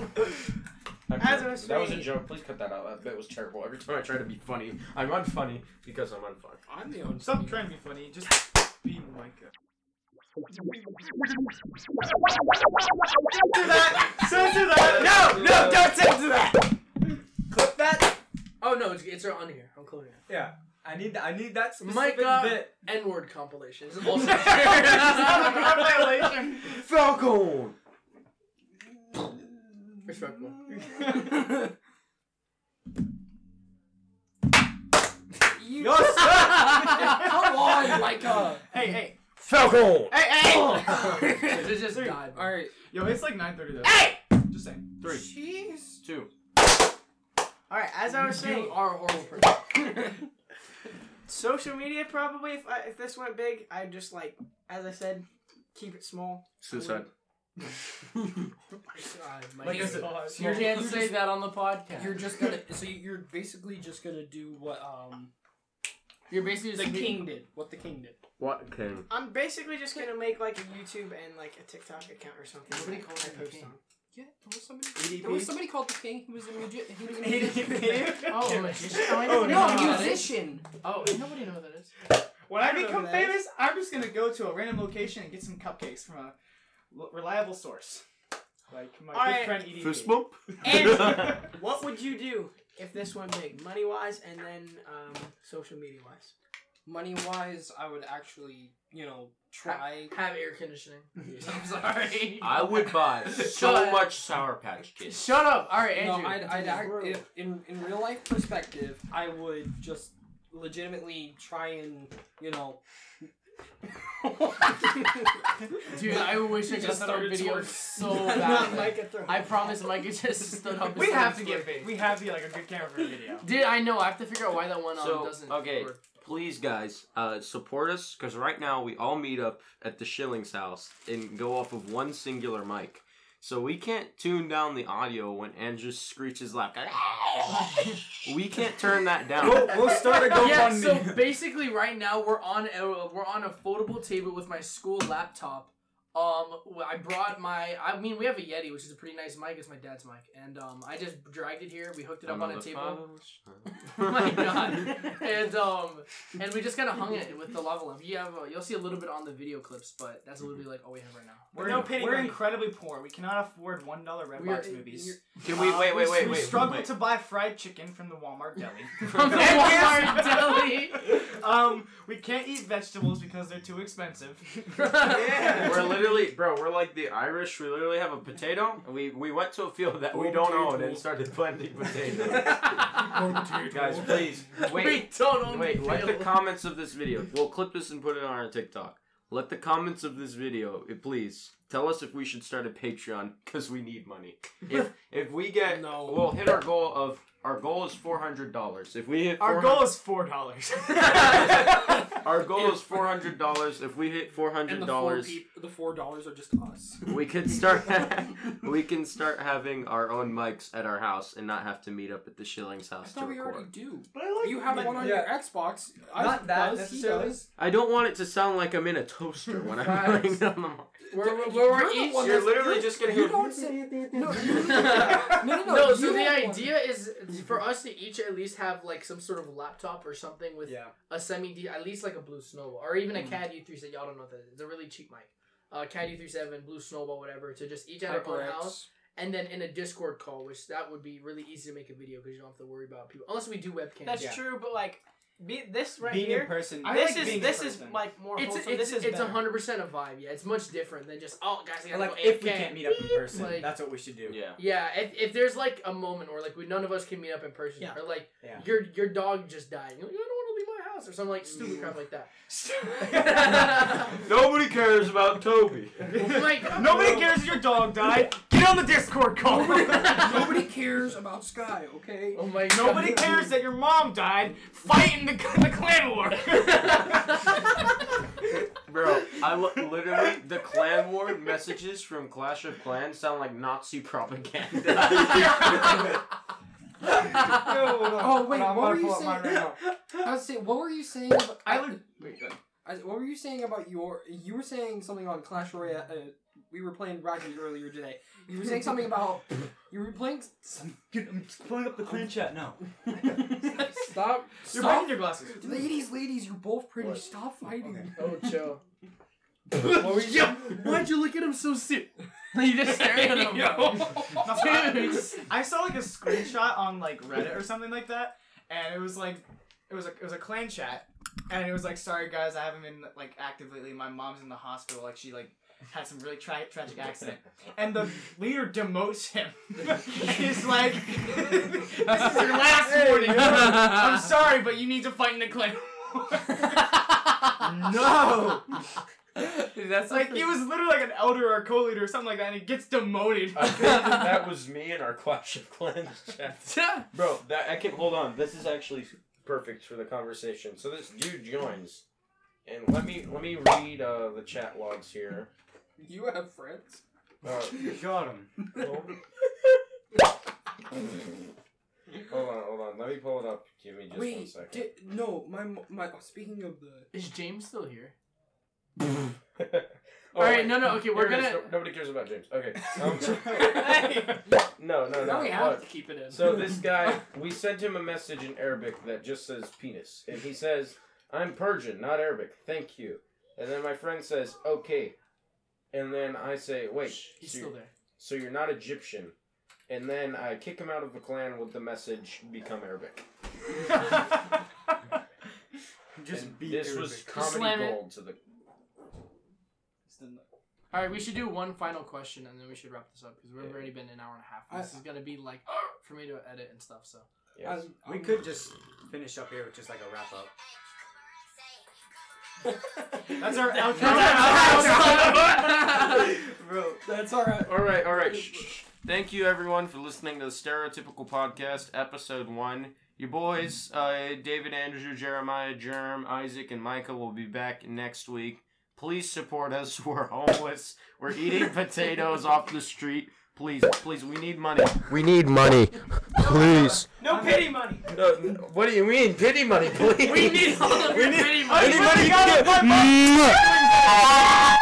[SPEAKER 2] I'm
[SPEAKER 4] As
[SPEAKER 2] joking.
[SPEAKER 4] I was
[SPEAKER 2] "That was a
[SPEAKER 4] saying-
[SPEAKER 2] joke. Please cut that out. That bit was terrible." Every time I try to be funny, I'm unfunny because I'm unfunny.
[SPEAKER 5] I'm the only.
[SPEAKER 6] Stop trying to be funny. Just be Micah.
[SPEAKER 3] Do that.
[SPEAKER 6] Censor that.
[SPEAKER 3] No, no, don't censor that. Clip that.
[SPEAKER 1] oh no it's, it's on here I'm closing it
[SPEAKER 3] I need I need that specific
[SPEAKER 1] Micah.
[SPEAKER 3] bit.
[SPEAKER 1] N word compilation It's also
[SPEAKER 6] Congratulations.
[SPEAKER 2] Falcon.
[SPEAKER 1] respectful
[SPEAKER 3] Yo, sir.
[SPEAKER 5] Come on, Micah.
[SPEAKER 6] Hey, hey,
[SPEAKER 2] Falcon.
[SPEAKER 6] hey, hey.
[SPEAKER 1] it just died
[SPEAKER 5] All right.
[SPEAKER 6] Yo, it's like 9:30 though. Hey. Just saying.
[SPEAKER 8] Three,
[SPEAKER 5] Jeez.
[SPEAKER 8] two.
[SPEAKER 4] All right, as I was
[SPEAKER 1] you
[SPEAKER 4] saying,
[SPEAKER 1] are a horrible person
[SPEAKER 4] social media probably. If I, if this went big, I'd just like, as I said, keep it small.
[SPEAKER 8] Suicide.
[SPEAKER 1] God, my
[SPEAKER 5] Like, is it-
[SPEAKER 1] You can't say that on the podcast.
[SPEAKER 5] You're just gonna. So you're basically just gonna do what um
[SPEAKER 1] You're basically
[SPEAKER 5] the
[SPEAKER 1] just
[SPEAKER 5] king did. What the king did.
[SPEAKER 8] What king?
[SPEAKER 4] I'm basically just gonna make like a YouTube and like a TikTok account or something.
[SPEAKER 1] Nobody
[SPEAKER 4] that
[SPEAKER 1] calls
[SPEAKER 4] I
[SPEAKER 1] him
[SPEAKER 4] post
[SPEAKER 1] king.
[SPEAKER 4] on.
[SPEAKER 5] Yeah, there was somebody. There was somebody called the king. He was a magi- He was a
[SPEAKER 3] ADP.
[SPEAKER 5] magician.
[SPEAKER 1] Oh, a magician. Oh, I
[SPEAKER 3] Oh,
[SPEAKER 1] nobody
[SPEAKER 5] no,
[SPEAKER 1] knows
[SPEAKER 5] a
[SPEAKER 1] who that is.
[SPEAKER 5] musician.
[SPEAKER 1] Oh, and nobody knows who that is.
[SPEAKER 6] When I
[SPEAKER 4] I don't
[SPEAKER 6] become
[SPEAKER 4] know that.
[SPEAKER 6] famous, I'm just gonna go to a random location and get some cupcakes from a l- reliable source, like my
[SPEAKER 4] All
[SPEAKER 6] good
[SPEAKER 4] right.
[SPEAKER 6] friend E EDP.
[SPEAKER 8] Fist bump.
[SPEAKER 4] And- What would you do if this went big, money wise, and then um, social media wise?
[SPEAKER 5] Money wise, I would actually, you know, try.
[SPEAKER 1] Have air conditioning. I'm sorry.
[SPEAKER 8] I would buy so
[SPEAKER 1] Shut-
[SPEAKER 8] much Sour Patch Kids.
[SPEAKER 1] Shut up. All right,
[SPEAKER 5] No,
[SPEAKER 1] Andrew.
[SPEAKER 5] I'd, I'd
[SPEAKER 4] Jesus,
[SPEAKER 5] act,
[SPEAKER 4] bro.
[SPEAKER 5] if, in in real life perspective, I would just legitimately try and you know.
[SPEAKER 1] Dude, I wish I could
[SPEAKER 5] Just
[SPEAKER 1] start
[SPEAKER 5] started
[SPEAKER 1] video
[SPEAKER 5] twerking.
[SPEAKER 1] so
[SPEAKER 4] Not
[SPEAKER 1] bad.
[SPEAKER 4] Micah throw.
[SPEAKER 1] I promise Mike just stood up. and
[SPEAKER 6] We
[SPEAKER 1] started
[SPEAKER 6] have to get
[SPEAKER 1] twerking.
[SPEAKER 6] big. We have to get like a good camera for a video.
[SPEAKER 1] Dude, I know. I have to figure out why that one um,
[SPEAKER 8] So,
[SPEAKER 1] doesn't.
[SPEAKER 8] okay.
[SPEAKER 1] work.
[SPEAKER 8] Please, guys, uh, support us because right now we all meet up at the Shillings house and go off of one singular mic. So we can't tune down the audio when Andrew screeches like. we can't turn that
[SPEAKER 3] We'll,
[SPEAKER 8] down.
[SPEAKER 3] we'll start a GoFundMe.
[SPEAKER 1] yeah, so basically, right now we're on a we're on a foldable table with my school laptop. Um, wh- I brought my. I mean, we have a Yeti, which is a pretty nice mic. It's my dad's mic, and um, I just dragged it here. We hooked it up on a table. Oh my God. and um, and we just kind of hung it with the lava lamp. You have uh, you'll see a little bit on the video clips, but that's literally like all we have right now.
[SPEAKER 6] We're,
[SPEAKER 8] No
[SPEAKER 3] pity
[SPEAKER 6] we're
[SPEAKER 3] money.
[SPEAKER 6] incredibly poor. We cannot afford one dollar Redbox
[SPEAKER 1] We are-
[SPEAKER 6] movies.
[SPEAKER 8] Can we
[SPEAKER 6] Uh,
[SPEAKER 8] wait?
[SPEAKER 6] we-
[SPEAKER 8] Wait, wait,
[SPEAKER 6] We
[SPEAKER 8] wait.
[SPEAKER 6] struggle
[SPEAKER 8] wait.
[SPEAKER 6] to buy fried chicken from the Walmart deli.
[SPEAKER 1] From the
[SPEAKER 6] And
[SPEAKER 1] Walmart deli.
[SPEAKER 6] yes, um, we can't eat vegetables because they're too expensive.
[SPEAKER 1] Yeah.
[SPEAKER 8] We're literally, bro. We're like the Irish. We literally have a potato. We we went to a field that we don't own and started planting potatoes. Guys, please wait.
[SPEAKER 1] we don't own
[SPEAKER 8] Wait.
[SPEAKER 1] the
[SPEAKER 8] Let the
[SPEAKER 1] field.
[SPEAKER 8] comments of this video. We'll clip this and put it on our TikTok. Let the comments of this video, eh, please, tell us if we should start a Patreon because we need money. If if we get,
[SPEAKER 5] No.
[SPEAKER 8] we'll hit our goal of Our goal is four hundred dollars. If we hit
[SPEAKER 6] Our
[SPEAKER 8] 400
[SPEAKER 6] goal is four dollars.
[SPEAKER 8] our goal is four hundred dollars. If we hit four
[SPEAKER 5] And
[SPEAKER 8] hundred
[SPEAKER 5] the four
[SPEAKER 8] dollars,
[SPEAKER 5] peop- the four dollars are just us.
[SPEAKER 8] we could start. we can start having our own mics at our house and not have to meet up at the Shillings
[SPEAKER 5] I
[SPEAKER 8] house to
[SPEAKER 5] thought we already
[SPEAKER 8] record.
[SPEAKER 5] do.
[SPEAKER 7] But I like
[SPEAKER 5] You have
[SPEAKER 7] but-
[SPEAKER 5] one on
[SPEAKER 7] yeah.
[SPEAKER 5] your Xbox.
[SPEAKER 3] Not that
[SPEAKER 5] does, he
[SPEAKER 3] necessarily.
[SPEAKER 5] does.
[SPEAKER 8] I don't want it to sound like I'm in a toaster when I'm putting it on the. mic.
[SPEAKER 1] We're, we're,
[SPEAKER 5] You're
[SPEAKER 1] we're
[SPEAKER 5] the
[SPEAKER 1] each.
[SPEAKER 5] one
[SPEAKER 8] You're
[SPEAKER 5] that's-
[SPEAKER 8] literally
[SPEAKER 5] you-
[SPEAKER 8] just gonna
[SPEAKER 5] You
[SPEAKER 8] hear-
[SPEAKER 5] don't say no. you- No, no, no.
[SPEAKER 1] No,
[SPEAKER 5] you
[SPEAKER 1] so the
[SPEAKER 5] have one.
[SPEAKER 1] idea is for us to each at least have like some sort of laptop or something with
[SPEAKER 3] Yeah. Mm.
[SPEAKER 1] a semi D, at least like a blue snowball or even a Cad U three seven. Y'all don't know what that is. It's a really cheap mic. Uh, Cad U three seven, blue snowball, whatever. To just each at our own
[SPEAKER 5] HyperX.
[SPEAKER 1] house, and then in a Discord call, which that would be really easy to make a video because you don't have to worry about people unless we do webcam.
[SPEAKER 7] That's
[SPEAKER 3] Yeah.
[SPEAKER 7] true, but like, be, this right
[SPEAKER 3] being
[SPEAKER 7] here.
[SPEAKER 3] in person.
[SPEAKER 6] I
[SPEAKER 7] this
[SPEAKER 6] like being
[SPEAKER 7] is
[SPEAKER 6] in
[SPEAKER 7] this is
[SPEAKER 6] person.
[SPEAKER 7] like more
[SPEAKER 1] It's
[SPEAKER 7] wholesome.
[SPEAKER 1] it's
[SPEAKER 7] this is
[SPEAKER 1] it's
[SPEAKER 7] better.
[SPEAKER 1] hundred percent a vibe. Yeah, it's much different than just oh guys, I
[SPEAKER 3] Or,
[SPEAKER 1] gotta
[SPEAKER 3] like
[SPEAKER 1] go
[SPEAKER 3] if we
[SPEAKER 1] AFK.
[SPEAKER 3] can't meet up in person,
[SPEAKER 1] Like-
[SPEAKER 3] that's what we should do.
[SPEAKER 8] Yeah.
[SPEAKER 1] Yeah, if, if there's like a moment where like we none of us can meet up in person,
[SPEAKER 7] Yeah.
[SPEAKER 1] or like
[SPEAKER 3] Yeah.
[SPEAKER 1] your your dog just died, you're like, I don't want to leave my house, or something like stupid crap like that.
[SPEAKER 8] Nobody cares about Toby.
[SPEAKER 1] Like
[SPEAKER 6] Nobody cares if your dog died. Get on the Discord call.
[SPEAKER 5] Nobody cares about Sky, okay?
[SPEAKER 1] Oh my god.
[SPEAKER 6] Nobody cares that your mom died fighting the, the clan war.
[SPEAKER 8] Bro, I lo- literally the clan war messages from Clash of Clans sound like Nazi propaganda.
[SPEAKER 5] Oh, wait, what were you saying?
[SPEAKER 3] now.
[SPEAKER 5] I was saying, what were you saying? About,
[SPEAKER 6] I would.
[SPEAKER 5] I, what were you saying about your? You were saying something on Clash Royale. Uh, we were playing Racket earlier today. You were saying something about. You were playing. s-
[SPEAKER 3] I'm pulling up the clan chat now.
[SPEAKER 1] Stop.
[SPEAKER 6] You're
[SPEAKER 5] Stop-
[SPEAKER 6] breaking your glasses.
[SPEAKER 5] ladies, ladies, you're both pretty. Stop fighting.
[SPEAKER 3] Okay.
[SPEAKER 1] Oh, Joe. What were you- Yo, why'd you look at him so serious? You just staring at him.
[SPEAKER 6] No, I, I saw like a screenshot on like Reddit or something like that, and it was like it was a it was a clan chat, and it was like, sorry guys, I haven't been like active lately. My mom's in the hospital. Like she like had some really tra- tragic accident, and the leader demotes him. and he's like, this is your last warning. I'm sorry, but you need to fight in the clan. no.
[SPEAKER 5] that's
[SPEAKER 6] Like he was literally like an elder or a co-leader or something like that, and he gets demoted.
[SPEAKER 2] I think that, that was me in our Clash of Clans chat.
[SPEAKER 1] Yeah.
[SPEAKER 2] Bro, that I can hold on. This is actually perfect for the conversation. So this dude joins, and let me let me read uh, the chat logs here.
[SPEAKER 5] You have friends.
[SPEAKER 2] Uh,
[SPEAKER 3] Got him.
[SPEAKER 2] hold hold on, hold on. Let me pull it up. Give me just one
[SPEAKER 5] Wait,
[SPEAKER 2] second.
[SPEAKER 5] di- no, my mo- my. Speaking of the.
[SPEAKER 1] Is James still here?
[SPEAKER 2] oh,
[SPEAKER 1] All right,
[SPEAKER 2] wait.
[SPEAKER 1] no, no, okay,
[SPEAKER 2] Here
[SPEAKER 1] we're
[SPEAKER 2] it is.
[SPEAKER 1] gonna.
[SPEAKER 2] No- nobody cares about James. Okay. Um, no, no,
[SPEAKER 1] Now
[SPEAKER 2] no.
[SPEAKER 1] we have
[SPEAKER 2] look.
[SPEAKER 1] to keep it in.
[SPEAKER 2] So this guy, we sent him a message in Arabic that just says penis, and he says, "I'm Persian, not Arabic. Thank you." And then my friend says, "Okay," and then I say, "Wait,
[SPEAKER 1] he's
[SPEAKER 2] so,
[SPEAKER 1] still
[SPEAKER 2] you're,
[SPEAKER 1] there.
[SPEAKER 2] so you're not Egyptian?" And then I kick him out of the clan with the message, "Become Arabic."
[SPEAKER 3] Just
[SPEAKER 2] And
[SPEAKER 3] beat
[SPEAKER 2] this
[SPEAKER 3] Arabic.
[SPEAKER 2] was comedy
[SPEAKER 1] slam it.
[SPEAKER 2] gold to the.
[SPEAKER 1] All right, we should do one final question and then we should wrap this up because we've
[SPEAKER 2] Yeah.
[SPEAKER 1] already been an hour and a half.
[SPEAKER 5] I-
[SPEAKER 1] This is gonna be like for me to edit and stuff. So
[SPEAKER 2] Yes.
[SPEAKER 5] I'm-
[SPEAKER 3] We
[SPEAKER 5] I'm-
[SPEAKER 3] could just finish up here with just like a wrap up.
[SPEAKER 6] That's our outro.
[SPEAKER 3] Bro,
[SPEAKER 5] That's alright.
[SPEAKER 8] all right, all right. Shh, shh, shh. Thank you everyone for listening to the Stereotypical Podcast, Episode One. Your boys, uh, David, Andrew, Jeremiah, Germ, Isaac, and Micah will be back next week. Please support us. We're homeless. We're eating potatoes off the street. Please, please, we need money.
[SPEAKER 2] We need money, please.
[SPEAKER 6] No pity money.
[SPEAKER 8] Uh,
[SPEAKER 2] No, n- what do you mean, pity money, please?
[SPEAKER 1] we need all of your pretty much.
[SPEAKER 2] Anybody you can get.